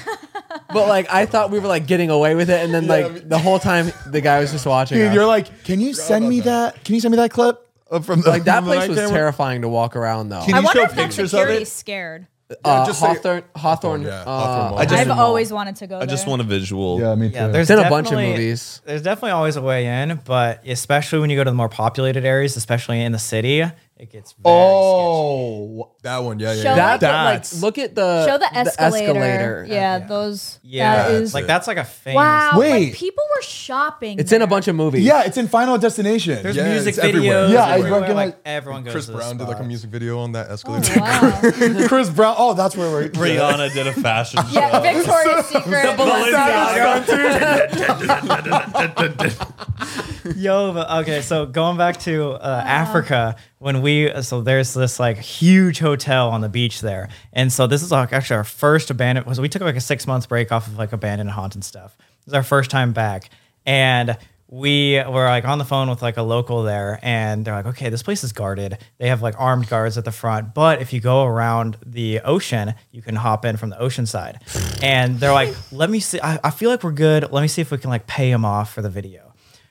Speaker 1: But like I thought we were like getting away with it, and then like the whole time the guy was just watching.
Speaker 2: Dude,
Speaker 1: us.
Speaker 2: you're like, can you send
Speaker 6: about
Speaker 2: me
Speaker 6: that.
Speaker 2: that. Can you send me that clip uh, from the,
Speaker 1: Like that
Speaker 2: from the
Speaker 1: place
Speaker 2: night
Speaker 1: was
Speaker 2: camera?
Speaker 1: terrifying to walk around though.
Speaker 7: Can
Speaker 4: I
Speaker 7: you
Speaker 4: wonder
Speaker 7: show
Speaker 4: if that
Speaker 7: pictures of
Speaker 4: security's
Speaker 7: it?
Speaker 4: scared.
Speaker 1: Uh,
Speaker 6: just say-
Speaker 1: Hawthorne, Hawthorne,
Speaker 6: Yeah,
Speaker 1: uh,
Speaker 6: Hawthorne Mall.
Speaker 7: I just
Speaker 4: I've always wanted to go
Speaker 7: I just
Speaker 4: there.
Speaker 7: want a visual.
Speaker 2: Yeah, me too.
Speaker 5: Yeah, there's
Speaker 1: It's in a bunch of
Speaker 5: definitely-
Speaker 1: movies.
Speaker 5: There's definitely always a way in, but especially when you go to the more populated areas, especially in the city, it gets very sketchy.
Speaker 2: oh.
Speaker 6: That one, yeah, yeah.
Speaker 4: Show
Speaker 6: yeah.
Speaker 1: That, but,
Speaker 2: That's-
Speaker 1: like, look at the
Speaker 4: Show the escalator.
Speaker 1: escalator.
Speaker 4: Yeah, those.
Speaker 5: Yeah,
Speaker 4: that is
Speaker 5: like that's like a famous.
Speaker 4: wow.
Speaker 2: Wait.
Speaker 4: Like people were shopping.
Speaker 1: It's in a
Speaker 4: there.
Speaker 1: bunch of movies.
Speaker 2: Yeah, it's in Final Destination.
Speaker 5: There's
Speaker 6: Yeah,
Speaker 5: music
Speaker 6: it's everywhere.
Speaker 5: videos.
Speaker 2: Yeah, I
Speaker 5: Yeah, everywhere.
Speaker 2: fucking
Speaker 5: like,
Speaker 2: like-
Speaker 5: everyone goes.
Speaker 6: Chris
Speaker 5: to this
Speaker 6: Brown did like a
Speaker 5: spot.
Speaker 6: music video on that
Speaker 4: Oh,
Speaker 6: escalator.
Speaker 4: wow.
Speaker 2: Chris Brown. Oh, that's where we're.
Speaker 7: Rihanna did a fashion show.
Speaker 4: yeah, Victoria's Secret.
Speaker 5: Yo, but okay, so going back to uh, Africa, when we, uh, so there's this like huge hotel on the beach there. And so this is like actually our first abandoned, so we took like a six month break off of like abandoned and haunted stuff. This is our first time back. And we were like on the phone with like a local there and they're like, okay, this place is guarded. They have like armed guards at the front, but if you go around the ocean, you can hop in from the ocean side. And they're like, let me see, I, I feel like we're good. Let me see if we can like pay them off for the video.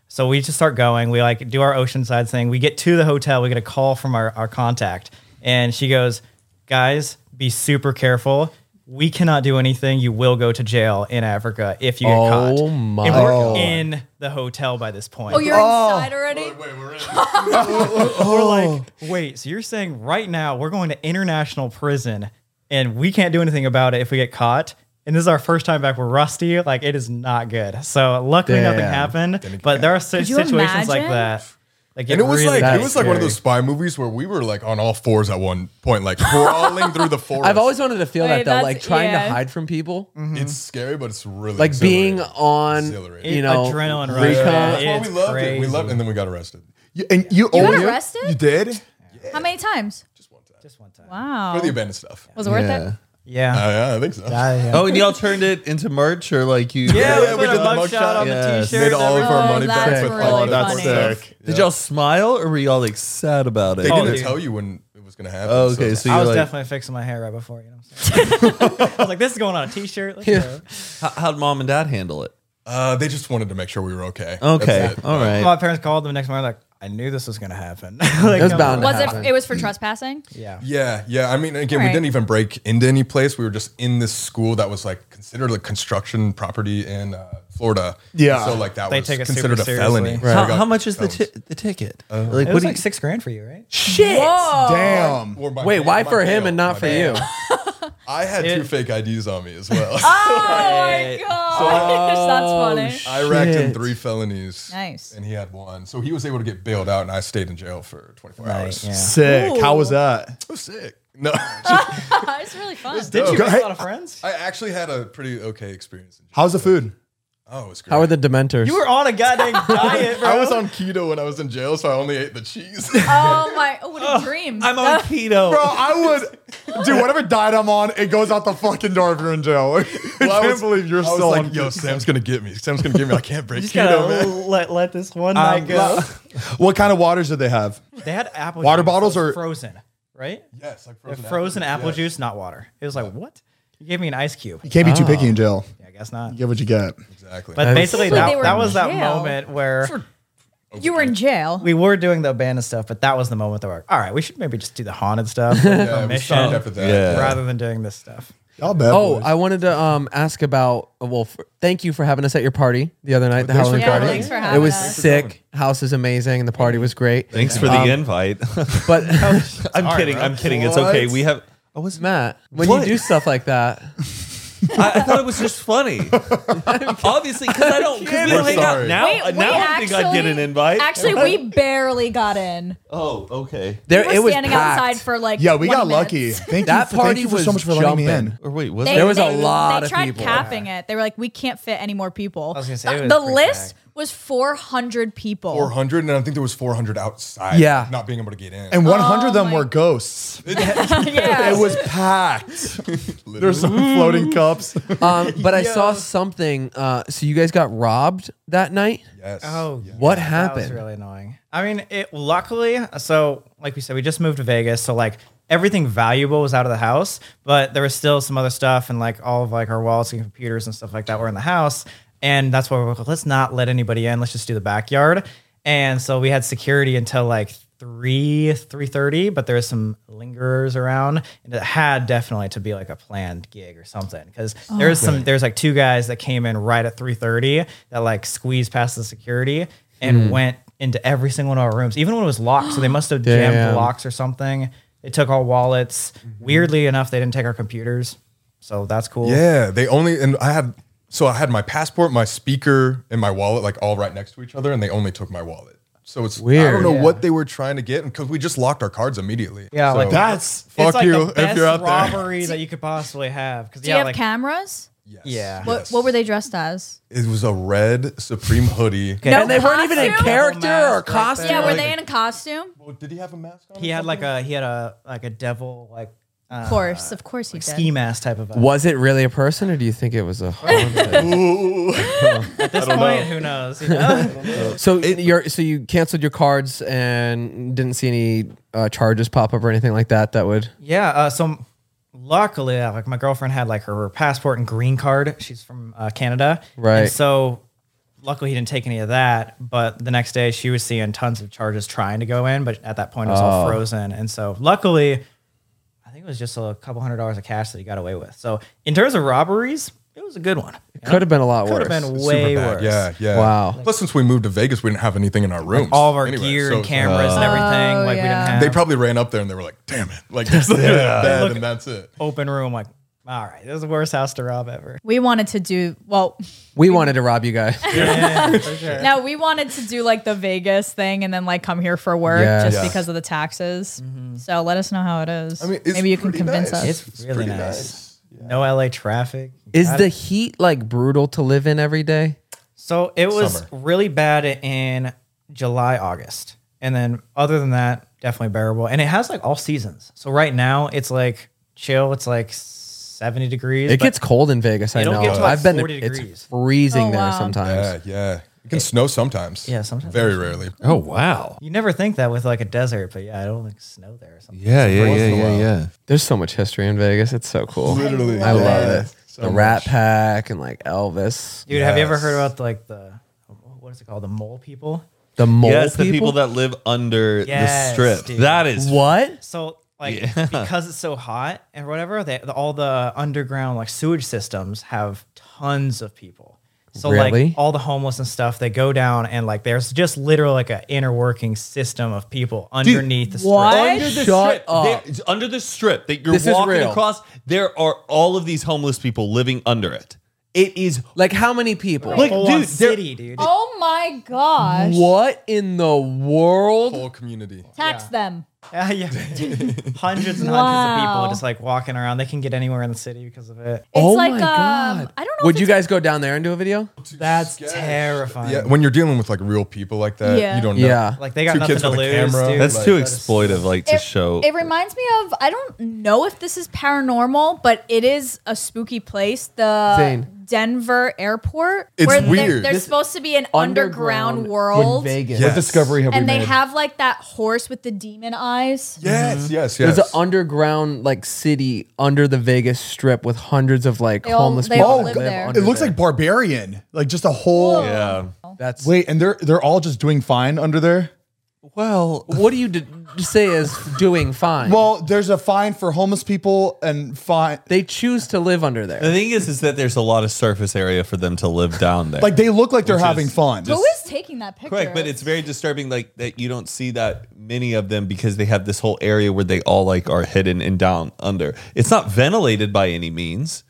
Speaker 5: So we just start going. We like do our Oceanside thing. We get to the hotel. We get a call from our, our contact, and she goes, "Guys, be super careful. We cannot do anything. You will go to jail in Africa if you get
Speaker 1: Oh
Speaker 5: caught."
Speaker 1: my
Speaker 5: And we're
Speaker 1: God.
Speaker 5: in the hotel by this point.
Speaker 4: Oh, you're inside already.
Speaker 5: we're like, "Wait, so you're saying right now we're going to international prison, and we can't do anything about it if we get caught?" And this is our first time back. We're rusty. Like it is not good. So luckily nothing
Speaker 1: Damn.
Speaker 5: happened. But there are si-
Speaker 4: Could you
Speaker 5: situations like
Speaker 4: imagine?
Speaker 5: that. Like
Speaker 6: And it was
Speaker 5: really
Speaker 6: like it
Speaker 5: gets
Speaker 6: was like one of
Speaker 5: scary.
Speaker 6: those spy movies where we were like on all fours at one point, like crawling through the forest.
Speaker 1: I've always wanted to feel
Speaker 4: Wait,
Speaker 1: that though,
Speaker 4: that's-
Speaker 1: like trying
Speaker 4: yeah.
Speaker 1: to hide from people,
Speaker 6: it's scary, but it's really
Speaker 1: like being
Speaker 6: Mm. exhilarating.
Speaker 1: on,
Speaker 6: Exhilarating.
Speaker 1: you know,
Speaker 5: Adrenaline rush.
Speaker 1: recon.
Speaker 5: Yeah.
Speaker 6: That's why
Speaker 5: It's
Speaker 6: we loved it. We
Speaker 5: crazy.
Speaker 6: loved, it, and then we got arrested.
Speaker 2: You, and you,
Speaker 4: got
Speaker 2: oh,
Speaker 4: arrested?
Speaker 2: You did?
Speaker 4: How many times?
Speaker 6: Just one time
Speaker 5: Just one time.
Speaker 4: Wow.
Speaker 6: for the abandoned stuff.
Speaker 4: Was it worth it?
Speaker 5: Yeah.
Speaker 6: Uh, yeah, I think so.
Speaker 5: yeah.
Speaker 7: Oh, and y'all turned it into merch or like you?
Speaker 5: yeah,
Speaker 6: yeah,
Speaker 5: we, did the mug shot on the
Speaker 7: Yes.
Speaker 5: t-shirt.
Speaker 6: Made all of our
Speaker 4: Oh,
Speaker 6: money back,
Speaker 4: that's
Speaker 6: but
Speaker 4: really
Speaker 6: all that
Speaker 4: funny.
Speaker 6: stuff.
Speaker 2: Sick.
Speaker 7: Did y'all smile or were y'all like sad about it?
Speaker 6: They
Speaker 5: Oh,
Speaker 6: didn't
Speaker 5: dude.
Speaker 6: tell you when it was gonna happen.
Speaker 7: Oh, okay, so
Speaker 5: I
Speaker 7: you're
Speaker 5: was
Speaker 7: like,
Speaker 5: definitely fixing my hair right before, you know what I'm saying? I was like, this is going on a t-shirt. Let's go.
Speaker 7: "How- how'd mom and dad handle it?
Speaker 6: uh, they just wanted to make sure we were okay.
Speaker 7: Okay,
Speaker 6: That's it.
Speaker 7: all right.
Speaker 5: My parents called the next morning like, I knew this was gonna happen. like,
Speaker 1: It was
Speaker 5: no-
Speaker 1: bound to
Speaker 4: Was
Speaker 1: happen.
Speaker 4: it? It was for trespassing.
Speaker 5: Yeah.
Speaker 6: Yeah, yeah. I mean, again, we
Speaker 4: Alright.
Speaker 6: didn't even break into any place. We were just in this school that was like considered a construction property in uh, Florida.
Speaker 2: Yeah.
Speaker 6: so like that
Speaker 5: They
Speaker 6: was
Speaker 5: take it
Speaker 6: considered a
Speaker 5: super
Speaker 6: felony.
Speaker 5: seriously.
Speaker 6: So
Speaker 7: How,
Speaker 6: we got
Speaker 7: how much is the
Speaker 6: felons.
Speaker 7: ti the ticket? like
Speaker 5: It
Speaker 7: what
Speaker 5: was
Speaker 7: do
Speaker 5: like six grand for you, right?
Speaker 1: Shit.
Speaker 2: Damn.
Speaker 6: Or my
Speaker 1: Wait,
Speaker 6: bail-
Speaker 1: why
Speaker 6: my
Speaker 1: for him
Speaker 6: bail,
Speaker 1: and not
Speaker 6: my
Speaker 1: for
Speaker 6: bail.
Speaker 1: you?
Speaker 6: I had two fake IDs on me as well.
Speaker 4: Oh my god, that's funny.
Speaker 6: I racked in
Speaker 1: shit.
Speaker 6: three felonies.
Speaker 4: Nice.
Speaker 6: And he had one, so he was able to get bailed out, and I stayed in jail for 24 hours.
Speaker 5: Yeah.
Speaker 2: Sick. How was that?
Speaker 6: So sick. No, just-
Speaker 4: it's really fun.
Speaker 5: Did you
Speaker 2: Go
Speaker 5: make a
Speaker 2: ahead.
Speaker 5: lot of friends?
Speaker 6: I actually had a pretty okay experience. In jail.
Speaker 2: How's the food?
Speaker 6: Oh, it was great.
Speaker 1: How are the Dementors?
Speaker 5: You were on a goddamn diet, bro.
Speaker 6: I was on keto when I was in jail, so I only ate the cheese.
Speaker 4: Oh my! Oh, what a dream.
Speaker 5: I'm on keto.
Speaker 2: Bro, I would, dude. Whatever diet I'm on, it goes out the fucking door if you're in jail. I
Speaker 6: Well,
Speaker 2: can't believe you're
Speaker 6: I was
Speaker 2: still
Speaker 6: like,
Speaker 2: on
Speaker 6: yo, Sam's gonna get me. Sam's gonna get me. I can't break
Speaker 5: You just
Speaker 6: keto,
Speaker 5: gotta
Speaker 6: man.
Speaker 5: let, let this one night go.
Speaker 2: What kind of waters did they have?
Speaker 5: They had apple
Speaker 2: Water
Speaker 5: juice that
Speaker 2: bottles
Speaker 5: was
Speaker 2: or-
Speaker 5: frozen, right?
Speaker 6: Yes, like
Speaker 5: Frozen,
Speaker 6: frozen,
Speaker 5: apple,
Speaker 6: yeah.
Speaker 5: juice, not water. It was like what? You gave me an ice cube.
Speaker 2: You can't be too picky in jail.
Speaker 5: I guess not.
Speaker 2: Get what you get.
Speaker 6: Exactly.
Speaker 5: But basically,
Speaker 4: So they
Speaker 5: that,
Speaker 4: were
Speaker 5: that
Speaker 4: in
Speaker 5: was that
Speaker 4: jail.
Speaker 5: moment where
Speaker 4: you were in jail.
Speaker 5: we were doing the abandoned stuff, but that was the moment that we're like, all right, we should maybe just do the haunted stuff with
Speaker 6: yeah, we
Speaker 5: permission
Speaker 6: stopped after that.
Speaker 5: rather than doing this stuff.
Speaker 2: Y'all bad
Speaker 1: Oh,
Speaker 2: boys.
Speaker 1: I wanted to um, ask about. Well, f thank you for having us at your party the other night, the
Speaker 6: Thanks for
Speaker 1: Halloween
Speaker 4: coming.
Speaker 1: party.
Speaker 4: Yeah, thanks for
Speaker 1: it
Speaker 4: having
Speaker 1: was
Speaker 4: us.
Speaker 1: sick. House is amazing, and the party was great.
Speaker 7: Thanks for the invite.
Speaker 1: But
Speaker 7: I'm kidding. I'm kidding. It's okay.
Speaker 2: What?
Speaker 7: We have.
Speaker 1: I was Matt. When
Speaker 7: What?
Speaker 1: you do stuff like that,
Speaker 7: I, I thought it was just funny. Obviously, because I don't. Cause we don't hang out
Speaker 6: sorry.
Speaker 7: now.
Speaker 4: Wait, we
Speaker 7: now I think I'd get
Speaker 4: actually-
Speaker 7: an invite.
Speaker 4: Actually, we barely got in.
Speaker 7: oh, okay.
Speaker 1: there
Speaker 4: We were
Speaker 1: it was
Speaker 4: standing
Speaker 1: packed.
Speaker 4: outside for like
Speaker 2: yeah, we
Speaker 4: 20
Speaker 2: got
Speaker 4: minutes.
Speaker 2: lucky. Thank
Speaker 1: That
Speaker 2: you. For, thank
Speaker 1: party
Speaker 2: you for
Speaker 1: was
Speaker 2: so much for letting me
Speaker 1: jumping.
Speaker 2: in.
Speaker 7: Or wait, was
Speaker 4: They-
Speaker 7: it?
Speaker 1: There was a
Speaker 4: they-
Speaker 1: lot
Speaker 4: they
Speaker 1: of
Speaker 4: tried
Speaker 1: people.
Speaker 4: capping it. They were like, we can't fit any more people.
Speaker 5: I was gonna say, it
Speaker 4: the,
Speaker 5: was
Speaker 4: the
Speaker 5: pretty
Speaker 4: list was 400 people.
Speaker 6: 400, and I think there was 400 outside.
Speaker 1: Yeah.
Speaker 6: Not being able to get in.
Speaker 2: And 100 of them
Speaker 4: Oh my-
Speaker 2: were ghosts.
Speaker 4: yeah.
Speaker 2: It was packed. There's some floating cups.
Speaker 1: Um, but I saw something. Uh, so you guys got robbed that night.
Speaker 6: yes.
Speaker 5: Oh,
Speaker 1: What
Speaker 5: That
Speaker 1: happened?
Speaker 5: was really annoying. I mean, it luckily, so like we said, we just moved to Vegas, so like everything valuable was out of the house, but there was still some other stuff and like all of like our wallets and computers and stuff like that were in the house. And that's why we're like, let's not let anybody in. Let's just do the backyard. And so we had security until like three, three thirty, but there was some lingerers around, and it had definitely to be like a planned gig or something because there's some there's like two guys that came in right at three thirty that like squeezed past the security and went into every single one of our rooms, even when it was locked. So they must have jammed
Speaker 1: Damn.
Speaker 5: the locks or something. They took our wallets.
Speaker 6: Mm-hmm.
Speaker 5: Weirdly enough, they didn't take our computers, so that's cool.
Speaker 6: Yeah, they only and I had so I had my passport, my speaker, and my wallet like all right next to each other, and they only took my wallet. So it's I
Speaker 1: Weird.
Speaker 6: don't know what they were trying to get because we just locked our cards immediately.
Speaker 5: Yeah,
Speaker 6: So-
Speaker 5: like
Speaker 2: That's
Speaker 6: fuck
Speaker 5: it's like
Speaker 6: you
Speaker 5: the
Speaker 6: if
Speaker 5: best
Speaker 6: you're out there.
Speaker 5: robbery that you could possibly have. Because
Speaker 4: Do you
Speaker 5: yeah,
Speaker 4: have
Speaker 5: like
Speaker 4: cameras?
Speaker 6: Yes,
Speaker 5: Yeah.
Speaker 4: What,
Speaker 6: yes.
Speaker 4: what were they dressed as?
Speaker 6: It was a red Supreme hoodie.
Speaker 5: No
Speaker 1: and they weren't even in
Speaker 4: costume?
Speaker 1: character or
Speaker 5: Mask right
Speaker 1: costume.
Speaker 4: Yeah, were
Speaker 6: like- Uh,
Speaker 4: they in a costume?
Speaker 6: Well, did he have a mask on?
Speaker 5: he had like a he had a like a devil like uh,
Speaker 4: Of course, of course you did.
Speaker 5: ski mask type of.
Speaker 1: Was it really a person, or do you think it was a?
Speaker 5: At this point, who knows? You know?
Speaker 1: so you're so you canceled your cards and didn't see any uh, charges pop up or anything like that. That would
Speaker 5: yeah. Uh, so luckily, uh, like my girlfriend had like her passport and green card. She's from uh, Canada,
Speaker 1: Right.
Speaker 5: And so luckily, he didn't take any of that. But the next day, she was seeing tons of charges trying to go in, but at that point, it was all frozen. And so luckily, I think it was just a couple hundred dollars of cash that he got away with. So in terms of robberies, it was a good one.
Speaker 1: could have been a lot
Speaker 5: Could
Speaker 1: worse.
Speaker 5: have been
Speaker 6: Super
Speaker 5: way
Speaker 6: bad.
Speaker 5: worse.
Speaker 6: Yeah, yeah.
Speaker 1: Wow.
Speaker 6: Plus, since we moved to Vegas, we didn't have anything in our rooms.
Speaker 5: all of our
Speaker 6: anyway,
Speaker 5: gear
Speaker 6: so
Speaker 5: and
Speaker 6: it's like-
Speaker 5: cameras and everything. like we
Speaker 4: yeah.
Speaker 5: didn't have
Speaker 6: They probably ran up there and they were like, "Damn it!" Like just like that, and that's it.
Speaker 5: open room. Like, all right, this is the worst house to rob ever.
Speaker 4: We wanted to do well.
Speaker 1: We wanted to rob you guys.
Speaker 4: No, we wanted to do like the Vegas thing and then like come here for work
Speaker 1: Yes.
Speaker 4: just
Speaker 1: Yes.
Speaker 4: because of the taxes. So let us know how it is.
Speaker 6: I mean, it's
Speaker 4: Maybe you can
Speaker 6: pretty
Speaker 4: convince
Speaker 6: nice.
Speaker 4: us.
Speaker 5: It's really nice. No LA traffic.
Speaker 1: Is the heat like brutal to live in every day?
Speaker 5: So it was
Speaker 6: Summer.
Speaker 5: really bad in July, August. And then other than that, definitely bearable. And it has like all seasons. So right now it's like chill. It's like 70 degrees.
Speaker 1: It
Speaker 5: but
Speaker 1: gets cold in Vegas. I
Speaker 5: It'll
Speaker 1: know.
Speaker 5: get to, like,
Speaker 1: I've been.
Speaker 5: 40
Speaker 1: It's
Speaker 5: degrees.
Speaker 1: freezing
Speaker 4: Oh,
Speaker 1: there
Speaker 4: wow.
Speaker 1: sometimes.
Speaker 6: Yeah, yeah. It can snow sometimes.
Speaker 5: Yeah, sometimes.
Speaker 6: Very rarely.
Speaker 7: Oh wow.
Speaker 5: you never think that with like a desert, but yeah, I don't like snow there or something.
Speaker 7: Yeah, yeah,
Speaker 6: Once
Speaker 7: yeah,
Speaker 6: in a
Speaker 7: yeah,
Speaker 6: while.
Speaker 7: yeah.
Speaker 1: There's so much history in Vegas. It's so cool.
Speaker 6: Literally,
Speaker 1: I love
Speaker 6: yeah.
Speaker 1: it. the Rat Pack and like Elvis.
Speaker 5: Dude, have you ever heard
Speaker 6: Yes.
Speaker 5: about like the what is it called? The mole people?
Speaker 1: The mole
Speaker 7: yes,
Speaker 1: people?
Speaker 7: the people that live under
Speaker 5: Yes,
Speaker 7: the strip.
Speaker 5: dude.
Speaker 7: That is
Speaker 1: what?
Speaker 5: So like because it's so hot and whatever, they, the, all the underground like sewage systems have tons of people. So
Speaker 1: Really?
Speaker 5: like all the homeless and stuff, they go down and like there's just literally like an inner working system of people underneath the
Speaker 4: what?
Speaker 5: strip.
Speaker 7: Under the
Speaker 1: Shut
Speaker 7: strip,
Speaker 1: up.
Speaker 7: There- under the strip that you're
Speaker 1: This is
Speaker 7: walking
Speaker 1: real.
Speaker 7: across, there are all of these homeless people living under it. It is
Speaker 1: Like how many people?
Speaker 7: like,
Speaker 5: Full on
Speaker 7: dude, there-
Speaker 5: city, dude.
Speaker 4: Oh my gosh.
Speaker 1: what in the world?
Speaker 6: Whole community.
Speaker 4: Tax them.
Speaker 5: Yeah, yeah. hundreds and hundreds of
Speaker 4: Wow.
Speaker 5: people just like walking around. They can get anywhere in the city because of it.
Speaker 4: It's
Speaker 1: oh
Speaker 4: like
Speaker 1: my
Speaker 4: um
Speaker 1: god!
Speaker 4: I don't know.
Speaker 1: Would
Speaker 4: if
Speaker 1: you
Speaker 4: it's-
Speaker 1: guys go down there and do a video?
Speaker 5: That's terrifying.
Speaker 6: Yeah, when you're dealing with like real people like that,
Speaker 4: Yeah.
Speaker 6: you don't know.
Speaker 1: Yeah.
Speaker 5: Like they got
Speaker 6: Two
Speaker 5: nothing
Speaker 6: kids
Speaker 5: to
Speaker 6: with a
Speaker 5: lose.
Speaker 6: camera.
Speaker 5: Dude.
Speaker 7: that's
Speaker 5: Like,
Speaker 7: too
Speaker 5: that is-
Speaker 7: exploitive, like to
Speaker 4: it,
Speaker 7: show.
Speaker 4: It reminds me of I don't know if this is paranormal, but it is a spooky place. The
Speaker 1: Zane.
Speaker 4: Denver airport.
Speaker 6: It's
Speaker 4: where they're-
Speaker 6: weird.
Speaker 4: There's
Speaker 6: This-
Speaker 4: supposed to be an underground, world.
Speaker 1: in Vegas.
Speaker 6: Yes.
Speaker 2: What discovery have we
Speaker 4: And they
Speaker 2: made?
Speaker 4: have like that horse with the demon eyes.
Speaker 5: Mm-hmm.
Speaker 6: Yes, yes, yes.
Speaker 1: There's an underground like city under the Vegas Strip with hundreds of like
Speaker 4: all-
Speaker 1: homeless
Speaker 4: they
Speaker 1: people.
Speaker 4: all
Speaker 1: that
Speaker 4: live there.
Speaker 1: under
Speaker 2: Oh, it looks
Speaker 1: there.
Speaker 2: like barbarian, like just a whole.
Speaker 7: yeah.
Speaker 1: that's.
Speaker 2: Wait, and they're they're all just doing fine under there.
Speaker 1: Well, what do you d- say is doing fine?
Speaker 2: Well, there's a fine for homeless people and fine.
Speaker 1: they choose to live under there.
Speaker 7: The thing is, is that there's a lot of surface area for them to live down there.
Speaker 2: Like they look like they're
Speaker 7: Which is
Speaker 2: having fun.
Speaker 4: Who is taking that picture?
Speaker 7: Correct, but it's very disturbing, like that you don't see that many of them because they have this whole area where they all like are hidden and down under. It's not ventilated by any means.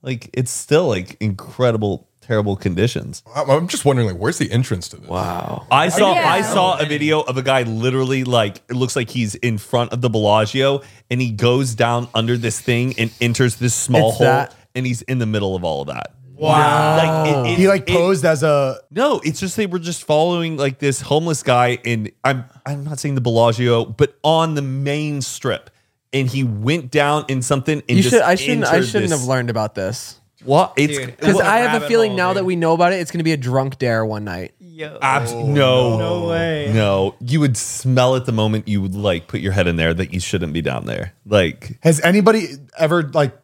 Speaker 7: Like it's still like incredible, terrible conditions.
Speaker 6: I'm I'm just wondering, like, where's the entrance to this? Wow.
Speaker 7: I saw
Speaker 4: Yeah.
Speaker 7: I saw a video of a guy literally like it looks like he's in front of the Bellagio and he goes down under this thing and enters this small
Speaker 1: It's
Speaker 7: hole
Speaker 1: that-
Speaker 7: and he's in the middle of all of that. Wow! Like it- it-
Speaker 2: He like
Speaker 7: it-
Speaker 2: posed as a
Speaker 7: No, it's just they were just following like this homeless guy in I'm I'm not saying the Bellagio, but on the main strip. And he went down in something and
Speaker 1: you
Speaker 7: just
Speaker 1: should. I shouldn't. I
Speaker 7: entered
Speaker 1: shouldn't
Speaker 7: this-
Speaker 1: have learned about this
Speaker 7: What it's
Speaker 5: Dude,
Speaker 1: because
Speaker 5: Well,
Speaker 1: I have a
Speaker 5: rabbit
Speaker 1: feeling
Speaker 5: hole,
Speaker 1: now that
Speaker 5: dude.
Speaker 1: we know about it, it's going to be a drunk dare one night.
Speaker 5: Yo.
Speaker 7: abs- no,
Speaker 5: No way.
Speaker 7: No. You would smell it the moment you would like put your head in there that you shouldn't be down there. Like
Speaker 2: Has anybody ever like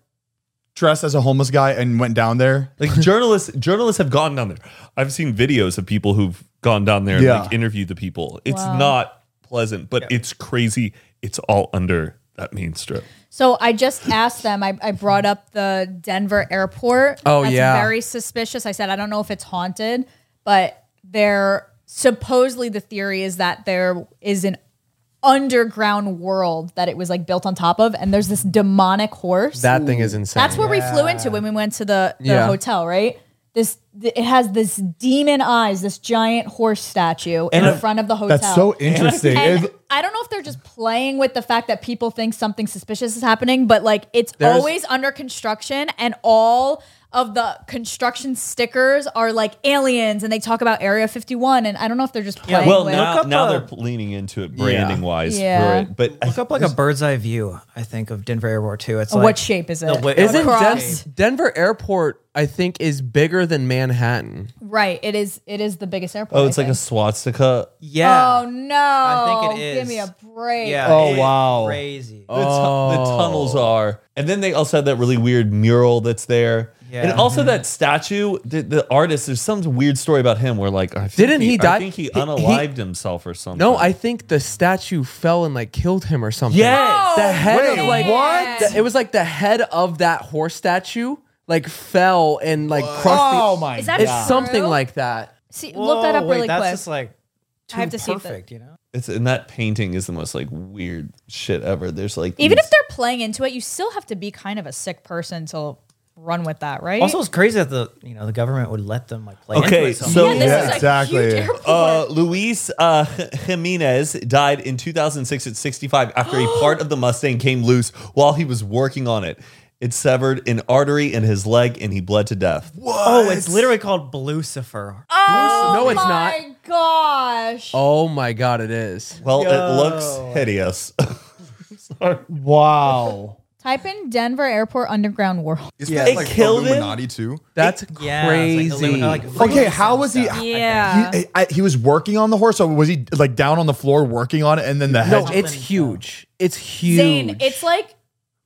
Speaker 2: dressed as a homeless guy and went down there?
Speaker 7: like journalists journalists have gone down there. I've seen videos of people who've gone down there
Speaker 2: Yeah.
Speaker 7: and like interviewed the people. It's
Speaker 4: Wow.
Speaker 7: not pleasant, but it's crazy. It's all under that main strip.
Speaker 4: So I just asked them. I, I brought up the Denver airport.
Speaker 1: Oh,
Speaker 4: That's
Speaker 1: yeah.
Speaker 4: very suspicious. I said I don't know if it's haunted, but there supposedly the theory is that there is an underground world that it was like built on top of, and there's this demonic horse.
Speaker 1: That thing is insane.
Speaker 4: That's where we flew into when we went to the, the
Speaker 1: Yeah.
Speaker 4: hotel, right? This th- it has this demon eyes, this giant horse statue in front of the hotel.
Speaker 2: That's so interesting.
Speaker 4: And
Speaker 2: It-
Speaker 4: I don't know if they're just playing with the fact that people think something suspicious is happening, but like it's
Speaker 1: There's-
Speaker 4: always under construction and all of the construction stickers are like aliens and they talk about Area 51 and I don't know if they're just playing
Speaker 7: well
Speaker 4: with
Speaker 7: now,
Speaker 5: up
Speaker 7: now
Speaker 5: a-
Speaker 7: they're p- leaning into it branding wise
Speaker 4: Yeah.
Speaker 7: for it but
Speaker 5: Look up like a bird's eye view, I think, of Denver Air War Two. It's like,
Speaker 4: what shape is it?
Speaker 5: way-
Speaker 1: Isn't Den-
Speaker 4: Cross.
Speaker 1: Denver Airport? I think is bigger than Manhattan.
Speaker 4: right. It is it is the biggest airport.
Speaker 7: oh
Speaker 4: I
Speaker 7: it's like a
Speaker 4: think.
Speaker 7: swastika
Speaker 5: Yeah.
Speaker 4: Oh no.
Speaker 5: I think it
Speaker 4: Give
Speaker 5: is.
Speaker 4: me a break.
Speaker 5: yeah.
Speaker 2: Oh,
Speaker 5: it is
Speaker 2: wow.
Speaker 5: Crazy.
Speaker 7: the, tu- the
Speaker 1: Oh.
Speaker 7: tunnels are and then they also have that really weird mural that's there
Speaker 5: Yeah.
Speaker 7: and
Speaker 4: Mm-hmm.
Speaker 7: also that statue the, the artist there's some weird story about him where like I think
Speaker 1: Didn't he die-
Speaker 7: i think
Speaker 1: he-
Speaker 7: he
Speaker 1: he-
Speaker 7: unalived himself or something
Speaker 1: No, I think the statue fell and like killed him or something.
Speaker 4: Oh,
Speaker 7: yes
Speaker 1: the head
Speaker 2: Wait,
Speaker 1: of like
Speaker 4: what?
Speaker 1: the- it was like the head of that horse statue like fell and like crushed
Speaker 2: oh my!
Speaker 4: Is that
Speaker 1: the, it's
Speaker 4: true?
Speaker 1: something like that.
Speaker 4: See, Oh, look that up
Speaker 5: Whoa, wait,
Speaker 4: really
Speaker 5: that's
Speaker 4: quick.
Speaker 5: just like too
Speaker 4: I have to see if it-
Speaker 5: perfect, you know?
Speaker 7: it's and that painting is the most like weird shit ever there's like
Speaker 4: Even
Speaker 7: these-
Speaker 4: if they're playing into it, you still have to be kind of a sick person to run with that, right?
Speaker 5: Also, it's crazy that the you know the government would let them like play.
Speaker 7: Okay,
Speaker 5: into it
Speaker 7: so-
Speaker 4: yeah, this
Speaker 2: Yeah,
Speaker 4: is a
Speaker 2: exactly.
Speaker 4: huge airport.
Speaker 7: Uh, Luis uh, Jimenez died in 2006 at 65 after a part of the Mustang came loose while he was working on it. It severed an artery in his leg and he bled to death.
Speaker 5: oh, it's literally called Blucifer.
Speaker 4: oh
Speaker 1: no, it's not.
Speaker 4: my gosh.
Speaker 1: Oh my god, it is.
Speaker 7: Well, it looks hideous.
Speaker 2: Wow.
Speaker 4: Type in Denver Airport Underground World.
Speaker 6: Is
Speaker 7: They
Speaker 6: that like
Speaker 7: killed him?
Speaker 6: Illuminati too?
Speaker 1: That's
Speaker 5: Yeah,
Speaker 1: crazy.
Speaker 5: it's like Illumi- like
Speaker 2: Okay,
Speaker 5: freaks
Speaker 2: how
Speaker 5: and
Speaker 2: was he?
Speaker 5: stuff.
Speaker 4: Yeah.
Speaker 2: He, I, he was working on the horse, so was he like down on the floor working on it, and then the head?
Speaker 1: no, it's huge. It's huge.
Speaker 4: Zane, it's like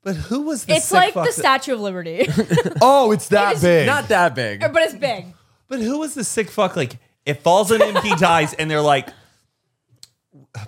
Speaker 7: But who was the
Speaker 4: it's
Speaker 7: sick
Speaker 4: like
Speaker 7: fuck
Speaker 4: the
Speaker 7: that-
Speaker 4: Statue of Liberty,
Speaker 2: oh, it's that big.
Speaker 1: not that big.
Speaker 4: but it's big.
Speaker 7: But who was the sick fuck like it falls on him he dies and they're like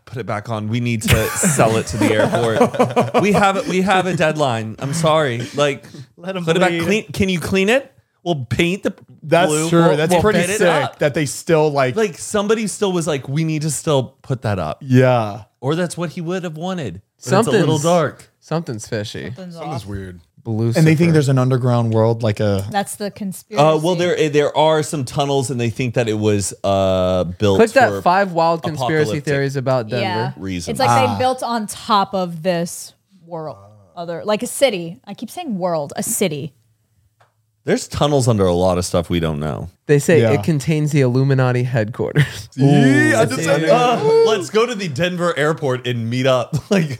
Speaker 7: put it back on. We need to sell it to the airport. we have it. We have a deadline. I'm sorry. Like,
Speaker 5: Let 'em
Speaker 7: put it
Speaker 5: bleed.
Speaker 7: back. Clean. Can you clean it? We'll paint the
Speaker 2: That's
Speaker 7: blue.
Speaker 2: true.
Speaker 7: We'll-
Speaker 2: That's
Speaker 7: we'll
Speaker 2: pretty
Speaker 7: fit it
Speaker 2: sick
Speaker 7: up.
Speaker 2: that they still like,
Speaker 7: Like somebody still was like, we need to still put that up,
Speaker 2: yeah.
Speaker 7: or that's what he would have wanted. But
Speaker 1: Something's
Speaker 7: it's a little dark.
Speaker 1: Something's fishy.
Speaker 6: Something's weird.
Speaker 1: Blue.
Speaker 2: And they think there's an underground world, like a
Speaker 4: That's the conspiracy.
Speaker 7: Uh, well, there there are some tunnels, and they think that it was uh, built.
Speaker 1: click
Speaker 7: for
Speaker 1: that five wild conspiracy
Speaker 7: apocalyptic.
Speaker 1: theories about Denver.
Speaker 4: yeah.
Speaker 7: reason.
Speaker 4: It's like they built on top of this world, other like a city. I keep saying world, a city.
Speaker 7: There's tunnels under a lot of stuff we don't know.
Speaker 1: They say
Speaker 2: Yeah.
Speaker 1: it contains the Illuminati headquarters.
Speaker 6: Yeah, I just said that.
Speaker 7: uh, let's go to the Denver airport and meet up. Like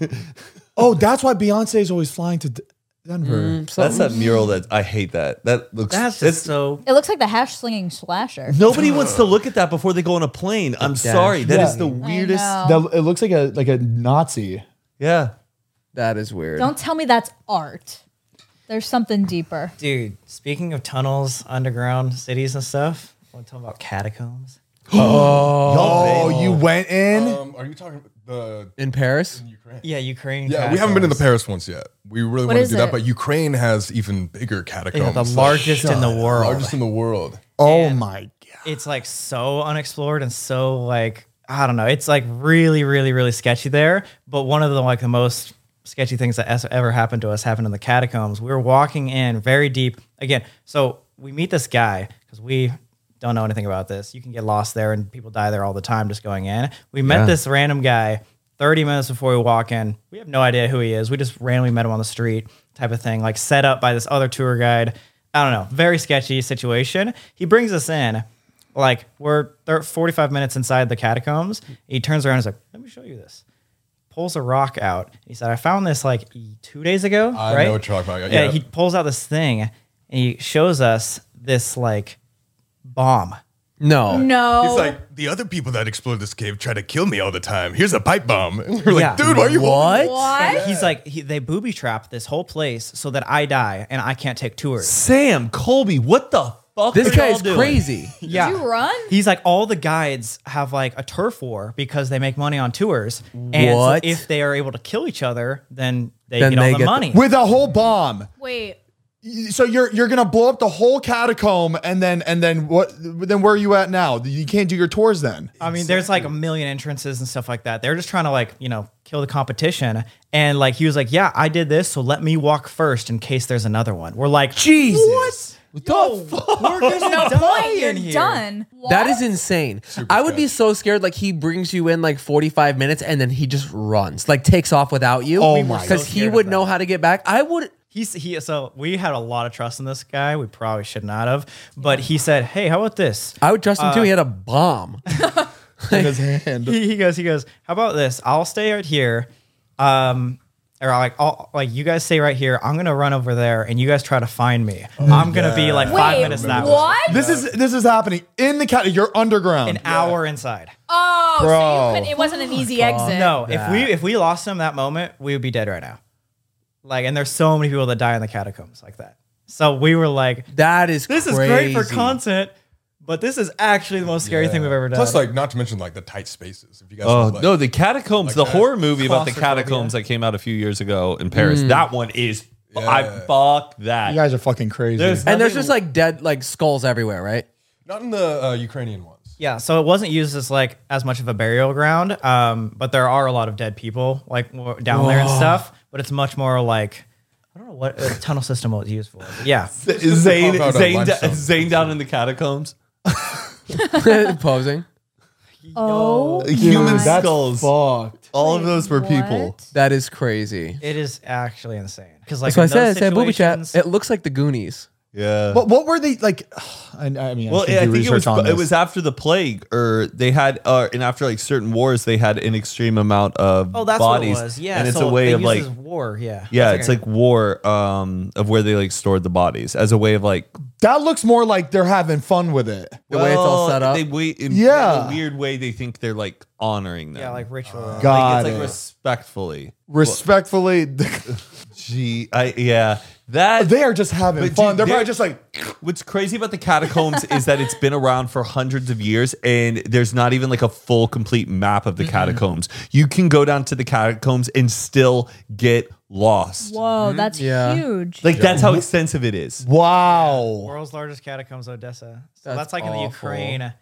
Speaker 2: Oh, that's why Beyonce is always flying to D- Denver.
Speaker 7: that's that mural that I hate. That that looks.
Speaker 5: That's
Speaker 7: it's-
Speaker 5: just so.
Speaker 4: It looks like the hash slinging slasher.
Speaker 7: Nobody wants to look at that before they go on a plane. I'm sorry, that is
Speaker 2: Yeah.
Speaker 7: the weirdest.
Speaker 4: know.
Speaker 2: That, it looks like a like a Nazi.
Speaker 7: Yeah,
Speaker 1: that is weird.
Speaker 4: Don't tell me that's art. There's something deeper.
Speaker 5: Dude, speaking of tunnels, underground cities and stuff, want to talk about catacombs?
Speaker 2: Oh, you went in?
Speaker 6: Um, are you talking about the
Speaker 1: In Paris,
Speaker 6: Ukraine?
Speaker 5: Yeah, Ukraine.
Speaker 6: Yeah, we haven't been to the
Speaker 5: catacombs.
Speaker 6: Paris ones yet. We really
Speaker 4: What
Speaker 6: want to
Speaker 4: is
Speaker 6: do that,
Speaker 4: it?
Speaker 6: but Ukraine has even bigger catacombs.
Speaker 5: Yeah, the
Speaker 6: like,
Speaker 5: largest in the world.
Speaker 6: largest in the world.
Speaker 2: oh my god.
Speaker 5: it's like so unexplored and so like I don't know. It's like really, really, really sketchy there. But one of the like the most sketchy things that has ever happened to us happened in the catacombs. We were walking in very deep again. So we meet this guy because we don't know anything about this. You can get lost there and people die there all the time just going in. We met this random guy 30 minutes before we walk in. We have no idea who he is. We just randomly met him on the street type of thing, like set up by this other tour guide. I don't know. Very sketchy situation. He brings us in like we're thir 45 minutes inside the catacombs. He turns around and is like, let me show you this. Pulls a rock out. He said, I found this like e- two days ago.
Speaker 6: I know
Speaker 5: right?
Speaker 6: what you're talking about.
Speaker 5: Yeah,
Speaker 6: Yeah.
Speaker 5: he pulls out this thing and he shows us this like bomb.
Speaker 1: no.
Speaker 4: No.
Speaker 6: He's like, the other people that explored this cave try to kill me all the time. Here's a pipe bomb. And we're like,
Speaker 5: Yeah.
Speaker 6: dude, why are you
Speaker 1: What?
Speaker 5: And
Speaker 4: what?
Speaker 5: he's like, he, they booby trap this whole place so that I die and I can't take tours.
Speaker 7: Sam Colby, what the fuck?
Speaker 1: This
Speaker 7: are
Speaker 1: guy
Speaker 7: y'all
Speaker 1: is
Speaker 7: doing?
Speaker 1: crazy.
Speaker 5: Yeah.
Speaker 4: you run?
Speaker 5: He's like, all the guides have like a turf war because they make money on tours. And
Speaker 1: What?
Speaker 5: if they are able to kill each other, then they
Speaker 1: Then
Speaker 5: get all
Speaker 1: they
Speaker 5: the
Speaker 1: get the-
Speaker 5: money.
Speaker 2: With a whole bomb.
Speaker 4: Wait.
Speaker 2: So you're you're gonna blow up the whole catacomb and then and then what then where are you at now? You can't do your tours then.
Speaker 5: I mean, there's like a million entrances and stuff like that. They're just trying to like, you know, kill the competition. And like he was like, Yeah, I did this, so let me walk first in case there's another one. We're like, Jesus. What? We're gonna die
Speaker 4: You're
Speaker 5: in here.
Speaker 4: done. What?
Speaker 1: That is insane. I would be so scared. Like he brings you in like 45 minutes and then he just runs, like takes off without you.
Speaker 2: Oh We were my so
Speaker 1: Because he would know how to get back. I would.
Speaker 5: He's he so we had a lot of trust in this guy. We probably should not have. But he said, Hey, how about this?
Speaker 1: I would trust him too. He had a bomb.
Speaker 2: In his hand.
Speaker 5: he, he goes, he goes, how about this? I'll stay right here. Um, or like, I'll, like you guys stay right here. I'm gonna run over there, and you guys try to find me. I'm gonna be like five
Speaker 4: Wait,
Speaker 5: minutes now,
Speaker 4: What?
Speaker 2: This is this is happening in the cat. You're underground.
Speaker 5: an hour inside.
Speaker 4: oh, so
Speaker 2: Bro.
Speaker 4: you couldn't, it wasn't an easy exit.
Speaker 5: No, if we if we lost him that moment, we would be dead right now. Like, and there's so many people that die in the catacombs like that. So we were like,
Speaker 1: That is
Speaker 5: this is great for content, but this is actually the most scary thing we've ever done.
Speaker 6: Plus, like, not to mention like the tight spaces. If you guys,
Speaker 7: Oh
Speaker 6: like, uh,
Speaker 7: no, the catacombs, the
Speaker 6: that.
Speaker 7: horror movie about the
Speaker 5: Claustrophobia.
Speaker 7: catacombs that came out a few years ago in Paris. That one is I
Speaker 6: Yeah.
Speaker 7: fuck that.
Speaker 2: you guys are fucking crazy.
Speaker 7: There's-
Speaker 1: And there's just like dead, like skulls everywhere, right?
Speaker 6: not in the uh, Ukrainian ones.
Speaker 5: Yeah, so it wasn't used as like as much of a burial ground, um, but there are a lot of dead people like w- down there and stuff. But it's much more like I don't know what uh, tunnel system was used for. but yeah,
Speaker 7: Zane,
Speaker 6: Pop out a
Speaker 7: Zane,
Speaker 6: limestone.
Speaker 7: Zane down in the catacombs.
Speaker 1: Posing.
Speaker 4: Oh,
Speaker 7: Human
Speaker 2: that's
Speaker 7: skulls.
Speaker 2: fucked.
Speaker 7: All of those were
Speaker 4: What?
Speaker 7: people.
Speaker 1: That is crazy.
Speaker 5: it is actually insane because like
Speaker 1: That's what I
Speaker 5: in
Speaker 1: said. I said
Speaker 5: those
Speaker 1: booby trap.
Speaker 5: situations-
Speaker 1: It looks like the Goonies.
Speaker 7: Yeah.
Speaker 2: But what were they like? I, I mean,
Speaker 7: Well,
Speaker 2: I, should
Speaker 7: I
Speaker 2: do
Speaker 7: think it
Speaker 2: research
Speaker 7: was
Speaker 2: on
Speaker 7: it
Speaker 2: this.
Speaker 7: was after the plague, or they had, uh, and after like certain wars, they had an extreme amount of
Speaker 5: oh that's
Speaker 7: bodies.
Speaker 5: what it was. Yeah,
Speaker 7: and it's
Speaker 5: so
Speaker 7: a way
Speaker 5: they
Speaker 7: of
Speaker 5: use it
Speaker 7: like,
Speaker 5: as war. Yeah,
Speaker 7: yeah, it's like war um, of where they like stored the bodies as a way of like
Speaker 2: that looks more like they're having fun with it.
Speaker 1: The way it's all
Speaker 7: Well,
Speaker 1: set up.
Speaker 7: They wait in,
Speaker 2: Yeah.
Speaker 7: in a weird way. They think they're like honoring them.
Speaker 5: yeah, like ritual.
Speaker 7: Like,
Speaker 2: God,
Speaker 7: it's like respectfully.
Speaker 2: respectfully,
Speaker 7: Gee, I yeah. That
Speaker 2: They are just having
Speaker 7: But
Speaker 2: fun.
Speaker 7: dude,
Speaker 2: They're probably
Speaker 7: they're-
Speaker 2: just like,
Speaker 7: What's crazy about the catacombs is that it's been around for hundreds of years, and there's not even like a full, complete map
Speaker 5: Mm-hmm.
Speaker 7: of the catacombs. You can go down to the catacombs and still get lost.
Speaker 4: Whoa, that's
Speaker 1: Yeah.
Speaker 4: huge.
Speaker 7: Like that's how extensive it is.
Speaker 2: wow.
Speaker 5: World's largest catacombs, Odessa. So
Speaker 1: That's
Speaker 5: that's, like in
Speaker 1: awful.
Speaker 5: the Ukraine.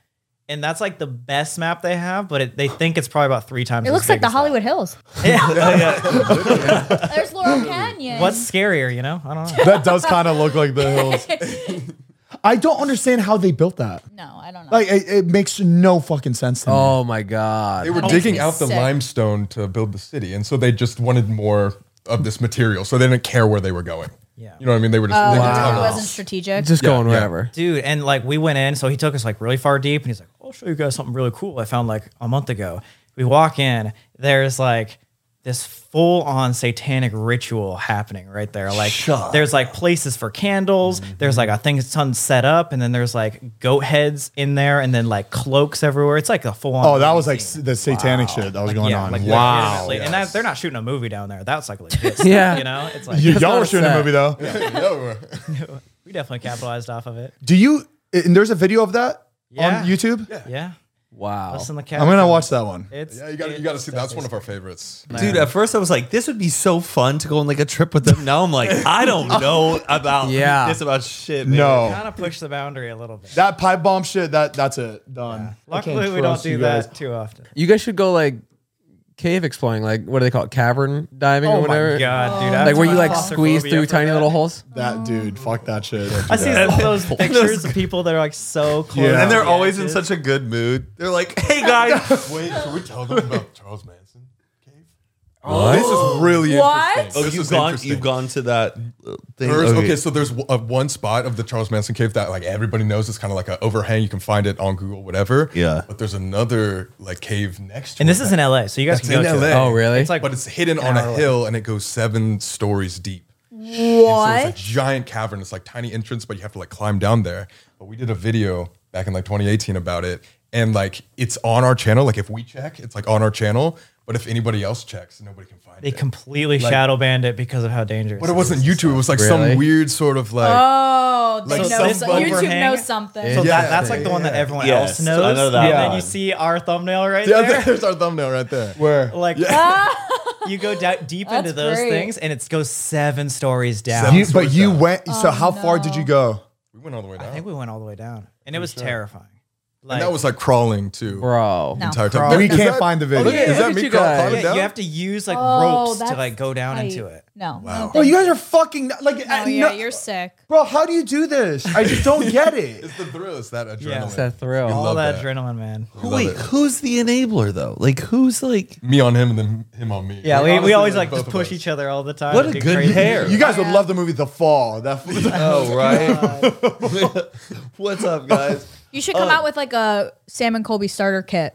Speaker 5: And that's like the best map they have, but it, they think it's probably about three times.
Speaker 4: it
Speaker 5: as
Speaker 4: looks like
Speaker 5: big
Speaker 4: the
Speaker 5: as that.
Speaker 4: Hollywood Hills.
Speaker 5: Yeah.
Speaker 4: There's Laurel Canyon.
Speaker 5: What's scarier, you know? I don't know.
Speaker 2: That does kind of look like the hills. I don't understand how they built that.
Speaker 4: No, I don't know.
Speaker 2: Like, it, it makes no fucking sense to me.
Speaker 1: Oh my god.
Speaker 6: They were
Speaker 4: makes
Speaker 6: digging
Speaker 4: me
Speaker 6: out the
Speaker 4: sick.
Speaker 6: limestone to build the city, and so they just wanted more of this material, so they didn't care where they were going.
Speaker 5: Yeah.
Speaker 6: you know what I mean. They were just
Speaker 4: oh,
Speaker 6: digging
Speaker 4: it
Speaker 6: tunnels.
Speaker 4: wasn't strategic.
Speaker 1: Just going
Speaker 6: yeah.
Speaker 1: wherever.
Speaker 5: Dude, and like we went in, so he took us like really far deep and he's like, I'll show you guys something really cool I found like a month ago. We walk in, there's like this full on satanic ritual happening right there. Like there's like places for candles, there's like I
Speaker 2: Mm-hmm.
Speaker 5: think it's ton set up, and then there's like goat heads in there and then like cloaks everywhere. It's like a full on
Speaker 2: Oh, that was like s- the satanic shit that was going on. wow.
Speaker 5: legitimately. And that, they're not shooting a movie down there. That's like legit. stuff,
Speaker 1: Yeah.
Speaker 5: You know, it's like
Speaker 2: You,
Speaker 1: That's
Speaker 2: y'all
Speaker 1: not
Speaker 2: were shooting a
Speaker 1: sad.
Speaker 2: movie though.
Speaker 6: No.
Speaker 5: we definitely capitalized off of it.
Speaker 2: Do you? And there's a video of that
Speaker 5: Yeah.
Speaker 2: on YouTube.
Speaker 5: Yeah.
Speaker 1: Wow.
Speaker 5: Us in the
Speaker 2: I'm gonna watch that one.
Speaker 5: It's,
Speaker 6: Yeah, you got to you got to see. That's one of our favorites.
Speaker 7: Dude, at first I was like, this would be so fun to go on like a trip with them. Now I'm like, I don't know about
Speaker 1: Yeah.
Speaker 7: this about shit. man.
Speaker 2: No,
Speaker 5: kind of push the boundary a little bit.
Speaker 2: that pipe bomb shit. That that's it. Done. I can't
Speaker 5: Luckily, we don't
Speaker 2: trust
Speaker 5: do
Speaker 2: you guys.
Speaker 5: that too often.
Speaker 1: You guys should go like cave exploring, like what do they call it? Cavern diving or
Speaker 5: Oh
Speaker 1: whatever.
Speaker 5: my god, dude! I have
Speaker 1: Like where you like
Speaker 5: claustrophobia
Speaker 1: squeeze through
Speaker 5: for
Speaker 1: tiny
Speaker 5: that.
Speaker 1: little holes.
Speaker 2: That dude. Fuck that shit.
Speaker 5: I see some of those pictures of people that are like so close.
Speaker 2: Yeah.
Speaker 7: And they're
Speaker 5: to the
Speaker 7: always in
Speaker 5: edges.
Speaker 7: such a good mood. They're like, hey guys.
Speaker 6: Wait, can we tell them about Charles Manson cave? This is really
Speaker 4: What?
Speaker 6: interesting.
Speaker 7: oh,
Speaker 6: this
Speaker 7: you've
Speaker 6: is
Speaker 7: gone,
Speaker 6: interesting.
Speaker 7: you've gone to that uh, thing.
Speaker 6: There's- okay. so there's w- uh, one spot of the Charles Manson cave that like everybody knows is kind of like an overhang. You can find it on Google, whatever.
Speaker 7: Yeah.
Speaker 6: But there's another like cave next to
Speaker 5: And
Speaker 6: it
Speaker 5: this is in LA, so you guys
Speaker 6: that's
Speaker 5: can
Speaker 6: in
Speaker 5: go to
Speaker 6: LA.
Speaker 5: it.
Speaker 1: Oh really?
Speaker 5: It's like
Speaker 6: but it's hidden on a hill and it goes seven stories deep. So it's a
Speaker 4: what?
Speaker 6: giant cavern. It's like tiny entrance, but you have to like climb down there. But we did a video back in like 2018 about it, and like it's on our channel. Like if we check, it's like on our channel. But if anybody else checks, nobody can find
Speaker 5: they
Speaker 6: it.
Speaker 5: completely shadow banned it because of how dangerous.
Speaker 6: but it
Speaker 5: is.
Speaker 6: wasn't YouTube. It was like
Speaker 1: Really?
Speaker 6: some weird sort of like.
Speaker 4: Oh, they
Speaker 6: Like
Speaker 4: know
Speaker 6: some
Speaker 4: so- YouTube
Speaker 5: overhang.
Speaker 4: knows something.
Speaker 5: So
Speaker 6: Yeah.
Speaker 5: that, that's like the one that everyone
Speaker 7: Yes,
Speaker 5: else
Speaker 7: I
Speaker 5: knows.
Speaker 7: know that
Speaker 5: and
Speaker 7: one.
Speaker 5: then you see our thumbnail right
Speaker 6: yeah,
Speaker 5: there.
Speaker 6: there's our thumbnail right there.
Speaker 2: Where?
Speaker 5: Like you go down deep
Speaker 4: That's
Speaker 5: into those
Speaker 4: great.
Speaker 5: things, and it goes seven stories down.
Speaker 6: Seven
Speaker 2: You, but
Speaker 6: Source
Speaker 2: you
Speaker 6: that.
Speaker 2: went. So how far did you go?
Speaker 6: We went all the way down.
Speaker 5: Oh, I think we went all the way down, and it was terrifying. Like
Speaker 6: and that was like crawling too.
Speaker 1: Bro.
Speaker 4: No.
Speaker 6: Entire time.
Speaker 5: Crawl.
Speaker 2: We
Speaker 6: Is
Speaker 2: can't
Speaker 6: that-
Speaker 2: find the
Speaker 6: Oh,
Speaker 2: video.
Speaker 6: look at-
Speaker 1: Yeah, look
Speaker 6: is that
Speaker 1: at
Speaker 6: me
Speaker 1: you
Speaker 6: crawl-
Speaker 1: guys.
Speaker 6: climbing
Speaker 5: Yeah,
Speaker 6: down?
Speaker 5: you have to use like
Speaker 4: Oh,
Speaker 5: ropes to
Speaker 4: that's
Speaker 5: like go down
Speaker 4: tight.
Speaker 5: into it.
Speaker 4: No.
Speaker 6: Wow.
Speaker 2: Bro, you guys are fucking like.
Speaker 4: Oh,
Speaker 2: I-
Speaker 4: yeah,
Speaker 2: Oh, no-
Speaker 4: you're sick.
Speaker 2: bro, how do you do this? I just don't get it.
Speaker 6: It's the thrill. It's that adrenaline.
Speaker 5: Yeah. It's
Speaker 1: that thrill.
Speaker 6: You
Speaker 1: All
Speaker 5: All
Speaker 6: love
Speaker 5: that, adrenaline, man.
Speaker 7: Who-
Speaker 6: Love
Speaker 7: Wait,
Speaker 6: it.
Speaker 7: who's the enabler though? Like, who's like,
Speaker 6: Me on him and then him on me.
Speaker 5: Yeah, we, we
Speaker 6: honestly
Speaker 5: always
Speaker 6: love
Speaker 5: like just
Speaker 6: both of
Speaker 5: push
Speaker 6: us.
Speaker 5: each other all the time.
Speaker 7: What
Speaker 5: and
Speaker 7: a
Speaker 5: do
Speaker 7: good
Speaker 5: crazy
Speaker 7: pair.
Speaker 5: shit.
Speaker 2: You guys would love the movie The Fall. That
Speaker 7: oh, right? What's up, guys?
Speaker 4: You should come out with like a Sam and Colby starter kit.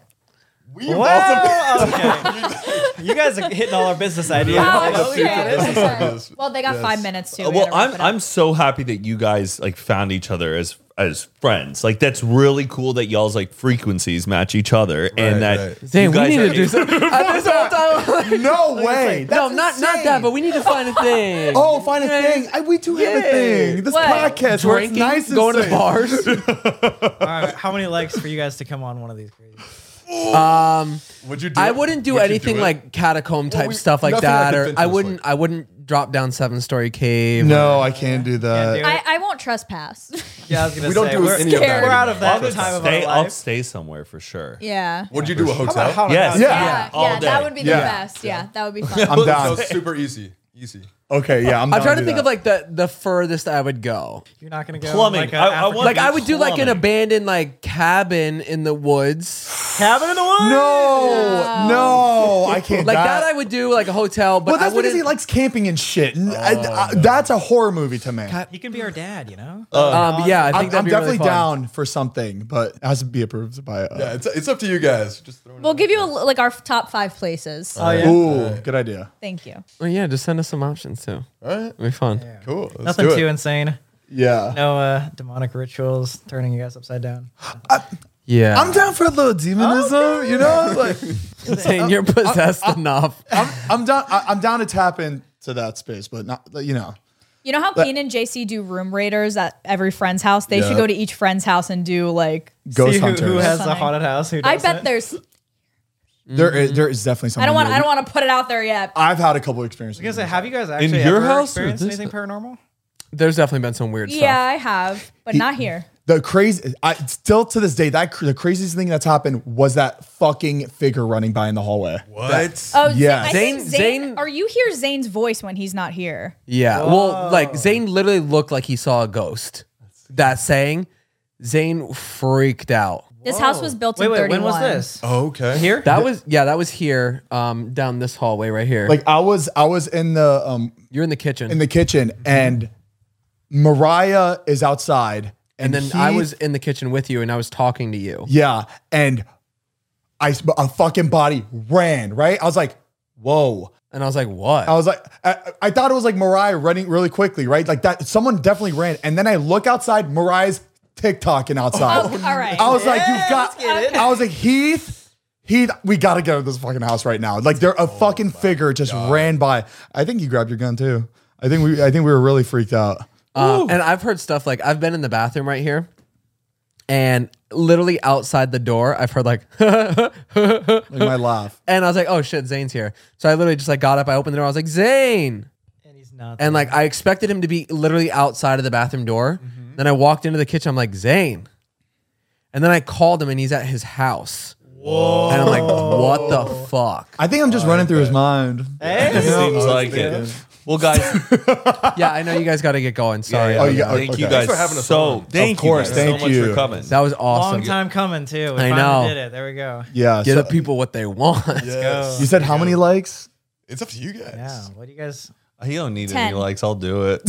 Speaker 6: We have
Speaker 5: Wow, okay. you guys are hitting all our business ideas.
Speaker 4: Oh,
Speaker 6: okay.
Speaker 4: okay. well, they got five minutes too.
Speaker 7: Uh, well, I'm I'm so happy that you guys like found each other as as friends. Like, that's really cool that y'all's like frequencies match each other, and
Speaker 6: Right,
Speaker 7: that
Speaker 6: right.
Speaker 7: you
Speaker 1: Dang, we
Speaker 7: guys
Speaker 1: need
Speaker 7: are
Speaker 1: to do something. I- this whole time-
Speaker 2: no way.
Speaker 1: no, not not
Speaker 2: That's
Speaker 1: that,
Speaker 2: insane.
Speaker 1: but we need to find a thing.
Speaker 2: Oh, find a thing. I, we do have a
Speaker 1: Yeah.
Speaker 2: thing. This
Speaker 4: What?
Speaker 2: podcast where it's
Speaker 1: drinking,
Speaker 2: nice and
Speaker 1: going to
Speaker 2: safe.
Speaker 1: bars.
Speaker 5: All right, how many likes for you guys to come on one of these? Crazy?
Speaker 6: Would you? Do
Speaker 1: I
Speaker 6: it?
Speaker 1: wouldn't do
Speaker 6: Would you
Speaker 1: anything
Speaker 6: it?
Speaker 1: like catacomb type
Speaker 6: we-
Speaker 1: stuff like
Speaker 6: nothing like
Speaker 1: that, or I
Speaker 6: Adventurous
Speaker 1: wouldn't. I wouldn't drop down seven story cave.
Speaker 2: No, I can't do that.
Speaker 5: Can't do it.
Speaker 4: I, I won't trespass.
Speaker 5: Yeah, I was gonna
Speaker 6: We don't
Speaker 5: say,
Speaker 6: do
Speaker 5: we're,
Speaker 6: any of that
Speaker 5: we're out of
Speaker 6: anymore.
Speaker 5: that time of
Speaker 7: stay,
Speaker 5: our
Speaker 7: I'll
Speaker 5: life.
Speaker 7: stay somewhere for sure.
Speaker 4: yeah.
Speaker 6: Would you do a hotel?
Speaker 5: How
Speaker 7: Yes.
Speaker 5: about-
Speaker 2: Yeah.
Speaker 4: Yeah,
Speaker 7: all
Speaker 4: yeah, that
Speaker 7: day.
Speaker 4: would be the
Speaker 2: Yeah.
Speaker 4: best. Yeah, that would be fun.
Speaker 2: I'm
Speaker 6: So
Speaker 2: down.
Speaker 6: it's super easy, easy.
Speaker 2: Okay, yeah, I'm.
Speaker 1: I'm
Speaker 2: down
Speaker 1: trying to
Speaker 2: do
Speaker 1: think
Speaker 2: that.
Speaker 1: of like the the furthest I would go.
Speaker 5: You're not gonna go
Speaker 7: Plumbing.
Speaker 5: Like, a
Speaker 7: I- I
Speaker 5: African-
Speaker 7: want-
Speaker 1: Like
Speaker 7: Fucking
Speaker 1: I would do like an
Speaker 7: plumbing.
Speaker 1: abandoned like cabin in the woods.
Speaker 5: cabin in the woods.
Speaker 2: No, no, I can't.
Speaker 1: Like that, I would do like a hotel, but
Speaker 2: Well, that's
Speaker 1: I
Speaker 2: because
Speaker 1: wouldn't.
Speaker 2: he likes camping and shit. N- I- I- That's a horror movie to me.
Speaker 5: He can be our dad, you know.
Speaker 1: um, yeah, I think
Speaker 2: I'm,
Speaker 1: that'd
Speaker 2: I'm
Speaker 1: be really
Speaker 2: definitely
Speaker 1: fun.
Speaker 2: down for something, but it has to be approved by.
Speaker 6: Yeah,
Speaker 2: Uh,
Speaker 6: it's, it's up to you guys. Just throw it.
Speaker 4: We'll give you a, like our top five places.
Speaker 5: oh yeah,
Speaker 2: Ooh, good idea.
Speaker 4: Thank you.
Speaker 1: Well, yeah, just send us some options too.
Speaker 6: All right,
Speaker 1: It'd be fun.
Speaker 6: cool. Let's
Speaker 5: nothing
Speaker 6: do
Speaker 5: too
Speaker 6: it.
Speaker 5: insane.
Speaker 2: Yeah,
Speaker 5: No uh, demonic rituals turning you guys upside down.
Speaker 1: Yeah,
Speaker 2: I'm down for a little demonism. You know, like
Speaker 1: saying you're possessed enough.
Speaker 2: I'm, I'm down. I, I'm down to tap into that space, but not. You know,
Speaker 4: You know how Keen and JC do room raiders at every friend's house? They should
Speaker 6: Yeah.
Speaker 4: go to each friend's house and do like.
Speaker 2: Ghost
Speaker 5: See who,
Speaker 2: hunters.
Speaker 5: who has a
Speaker 4: Something.
Speaker 5: haunted house. Who
Speaker 4: I
Speaker 5: doesn't.
Speaker 4: bet there's.
Speaker 2: there,
Speaker 1: Mm-hmm.
Speaker 2: is, there is definitely something.
Speaker 4: I don't want.
Speaker 2: new.
Speaker 4: I don't want to put it out there yet.
Speaker 2: I've had a couple experiences.
Speaker 5: I was gonna say, have you guys actually
Speaker 7: your
Speaker 5: ever
Speaker 7: house or
Speaker 5: experienced
Speaker 7: this-
Speaker 5: anything paranormal?
Speaker 1: There's definitely been some weird
Speaker 4: Yeah,
Speaker 1: stuff.
Speaker 4: I have, but not here.
Speaker 2: The crazy, I still to this day, that cr- the craziest thing that's happened was that fucking figure running by in the hallway.
Speaker 6: What?
Speaker 4: Oh,
Speaker 2: Yeah.
Speaker 4: yeah. I think
Speaker 1: Zayn-
Speaker 4: Zayn,
Speaker 1: Zayn-
Speaker 4: Or you hear Zayn's voice when he's not here.
Speaker 1: Yeah. Well, like Zayn literally looked like he saw a ghost. That saying, Zayn freaked out.
Speaker 4: This house was built
Speaker 5: Wait,
Speaker 4: in
Speaker 5: wait,
Speaker 4: 31.
Speaker 5: when was this?
Speaker 6: Oh, okay.
Speaker 5: Here?
Speaker 1: That was yeah. That was here, um, down this hallway right here.
Speaker 2: Like I was, I was in the um
Speaker 1: you're in the kitchen,
Speaker 2: in the kitchen,
Speaker 1: Mm-hmm.
Speaker 2: and Mariah is outside,
Speaker 1: and then I
Speaker 2: he-
Speaker 1: was in the kitchen with you, and I was talking to you.
Speaker 2: yeah, and I sp- a fucking body ran right. I was like, whoa.
Speaker 1: And I was like, "What?"
Speaker 2: I was like, I, I thought it was like Mariah running really quickly, right? Like that. Someone definitely ran, and then I look outside. Mariah's TikToking outside.
Speaker 4: Oh, all right.
Speaker 2: I was like, you got. I was like, Heath, Heath, we got to get out of this fucking house right now. Like, there a
Speaker 6: Oh
Speaker 2: fucking figure just ran by. I think you grabbed your gun too. I think we, I think we were really freaked out.
Speaker 1: Uh, and I've heard stuff like I've been in the bathroom right here, and literally outside the door, I've heard like,
Speaker 2: Like my laugh.
Speaker 1: and I was like, "Oh shit, Zane's here!" So I literally just like got up, I opened the door, I was like, "Zane,"
Speaker 5: And he's not.
Speaker 1: and like I expected him to be literally outside of the bathroom door. Then I walked into the kitchen, I'm like, "Zane," and then I called him, and he's at his house. Whoa! And I'm like, "What the fuck?"
Speaker 2: I think I'm just running through his mind.
Speaker 7: Seems like it. Well, guys,
Speaker 1: yeah, I know you guys got to get going. Sorry.
Speaker 2: Oh, you got-
Speaker 7: thank you
Speaker 2: okay.
Speaker 7: guys
Speaker 6: for having us
Speaker 7: so.
Speaker 6: on. Of
Speaker 7: Thank you,
Speaker 2: course,
Speaker 7: guys
Speaker 2: thank
Speaker 7: so much
Speaker 2: you.
Speaker 7: for coming.
Speaker 1: That was awesome.
Speaker 5: Long time coming too. We
Speaker 1: I
Speaker 5: finally
Speaker 1: know.
Speaker 5: did it. There we go.
Speaker 2: Yeah.
Speaker 1: Give
Speaker 2: so-
Speaker 1: the people what they want.
Speaker 6: Yes.
Speaker 2: you said how many likes?
Speaker 6: It's up to you guys.
Speaker 5: Yeah. What do you guys?
Speaker 7: He don't need
Speaker 4: Ten.
Speaker 7: any likes. I'll do it.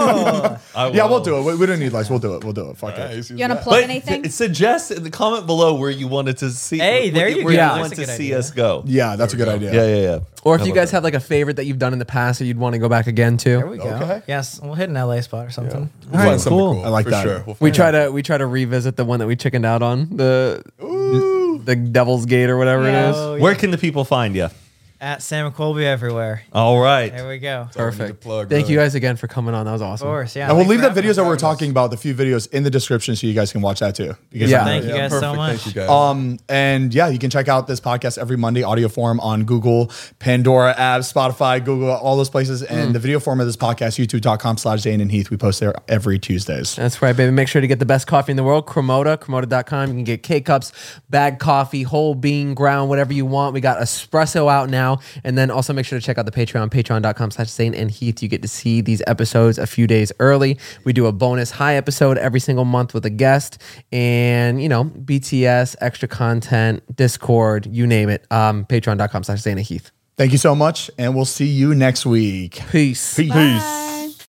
Speaker 2: Yeah, we'll do it. We, we don't need likes. We'll do it. We'll do it. Fuck it.
Speaker 6: Nice.
Speaker 4: You want to plug
Speaker 7: But
Speaker 4: anything?
Speaker 7: th- suggest in the comment below where you wanted to see.
Speaker 5: Hey,
Speaker 7: where-
Speaker 5: there
Speaker 7: where where
Speaker 5: you go.
Speaker 7: You
Speaker 5: That's
Speaker 7: want
Speaker 5: a
Speaker 7: to
Speaker 5: good
Speaker 7: see
Speaker 5: idea.
Speaker 7: us go?
Speaker 2: Yeah, that's a good idea.
Speaker 7: yeah, yeah. yeah.
Speaker 1: Or if
Speaker 7: I
Speaker 1: you
Speaker 7: love
Speaker 1: guys
Speaker 7: that.
Speaker 1: have like a favorite that you've done in the past that you'd want to go back again
Speaker 5: There
Speaker 1: to,
Speaker 5: we go. Yes, we'll hit an LA spot or something.
Speaker 6: We'll find something cool.
Speaker 2: I like
Speaker 6: for
Speaker 2: that.
Speaker 6: Sure. We'll
Speaker 1: we
Speaker 6: find-
Speaker 1: try to we try to revisit the one that we chickened out on the the Devil's Gate or whatever it is.
Speaker 5: Oh, yeah.
Speaker 7: Where can the people find you?
Speaker 5: At Sam McColby everywhere.
Speaker 7: All right.
Speaker 5: There we go. Of
Speaker 6: That's all we need to
Speaker 1: Perfect.
Speaker 6: plug,
Speaker 1: Thank
Speaker 6: really.
Speaker 1: you guys again for coming on. That was awesome.
Speaker 5: course. Yeah.
Speaker 2: And we'll
Speaker 5: Thanks
Speaker 2: leave
Speaker 5: for
Speaker 2: the videos that
Speaker 5: having
Speaker 2: we're
Speaker 5: us.
Speaker 2: talking about, the few videos in the description, so you guys can watch that too. Because
Speaker 1: Yeah.
Speaker 5: Thank you guys so
Speaker 6: Perfect.
Speaker 5: much.
Speaker 6: Thank you guys.
Speaker 2: Um, and yeah, you can check out this podcast every Monday, audio form on Google, Pandora app, Spotify, Google, all those places. And the video form of this podcast, youtube.com slash Zane and Heath. We post there every Tuesdays.
Speaker 1: That's right, baby. Make sure to get the best coffee in the world, Cremota, Cremota.com. You can get K cups, bag coffee, whole bean, ground, whatever you want. We got espresso out now. And then also make sure to check out the Patreon, patreon.com slash Zane and Heath. You get to see these episodes a few days early. We do a bonus high episode every single month with a guest. And, you know, BTS, extra content, Discord, you name it. Um, patreon.com slash Zane and Heath.
Speaker 2: Thank you so much, and we'll see you next week.
Speaker 1: Peace.
Speaker 2: Peace.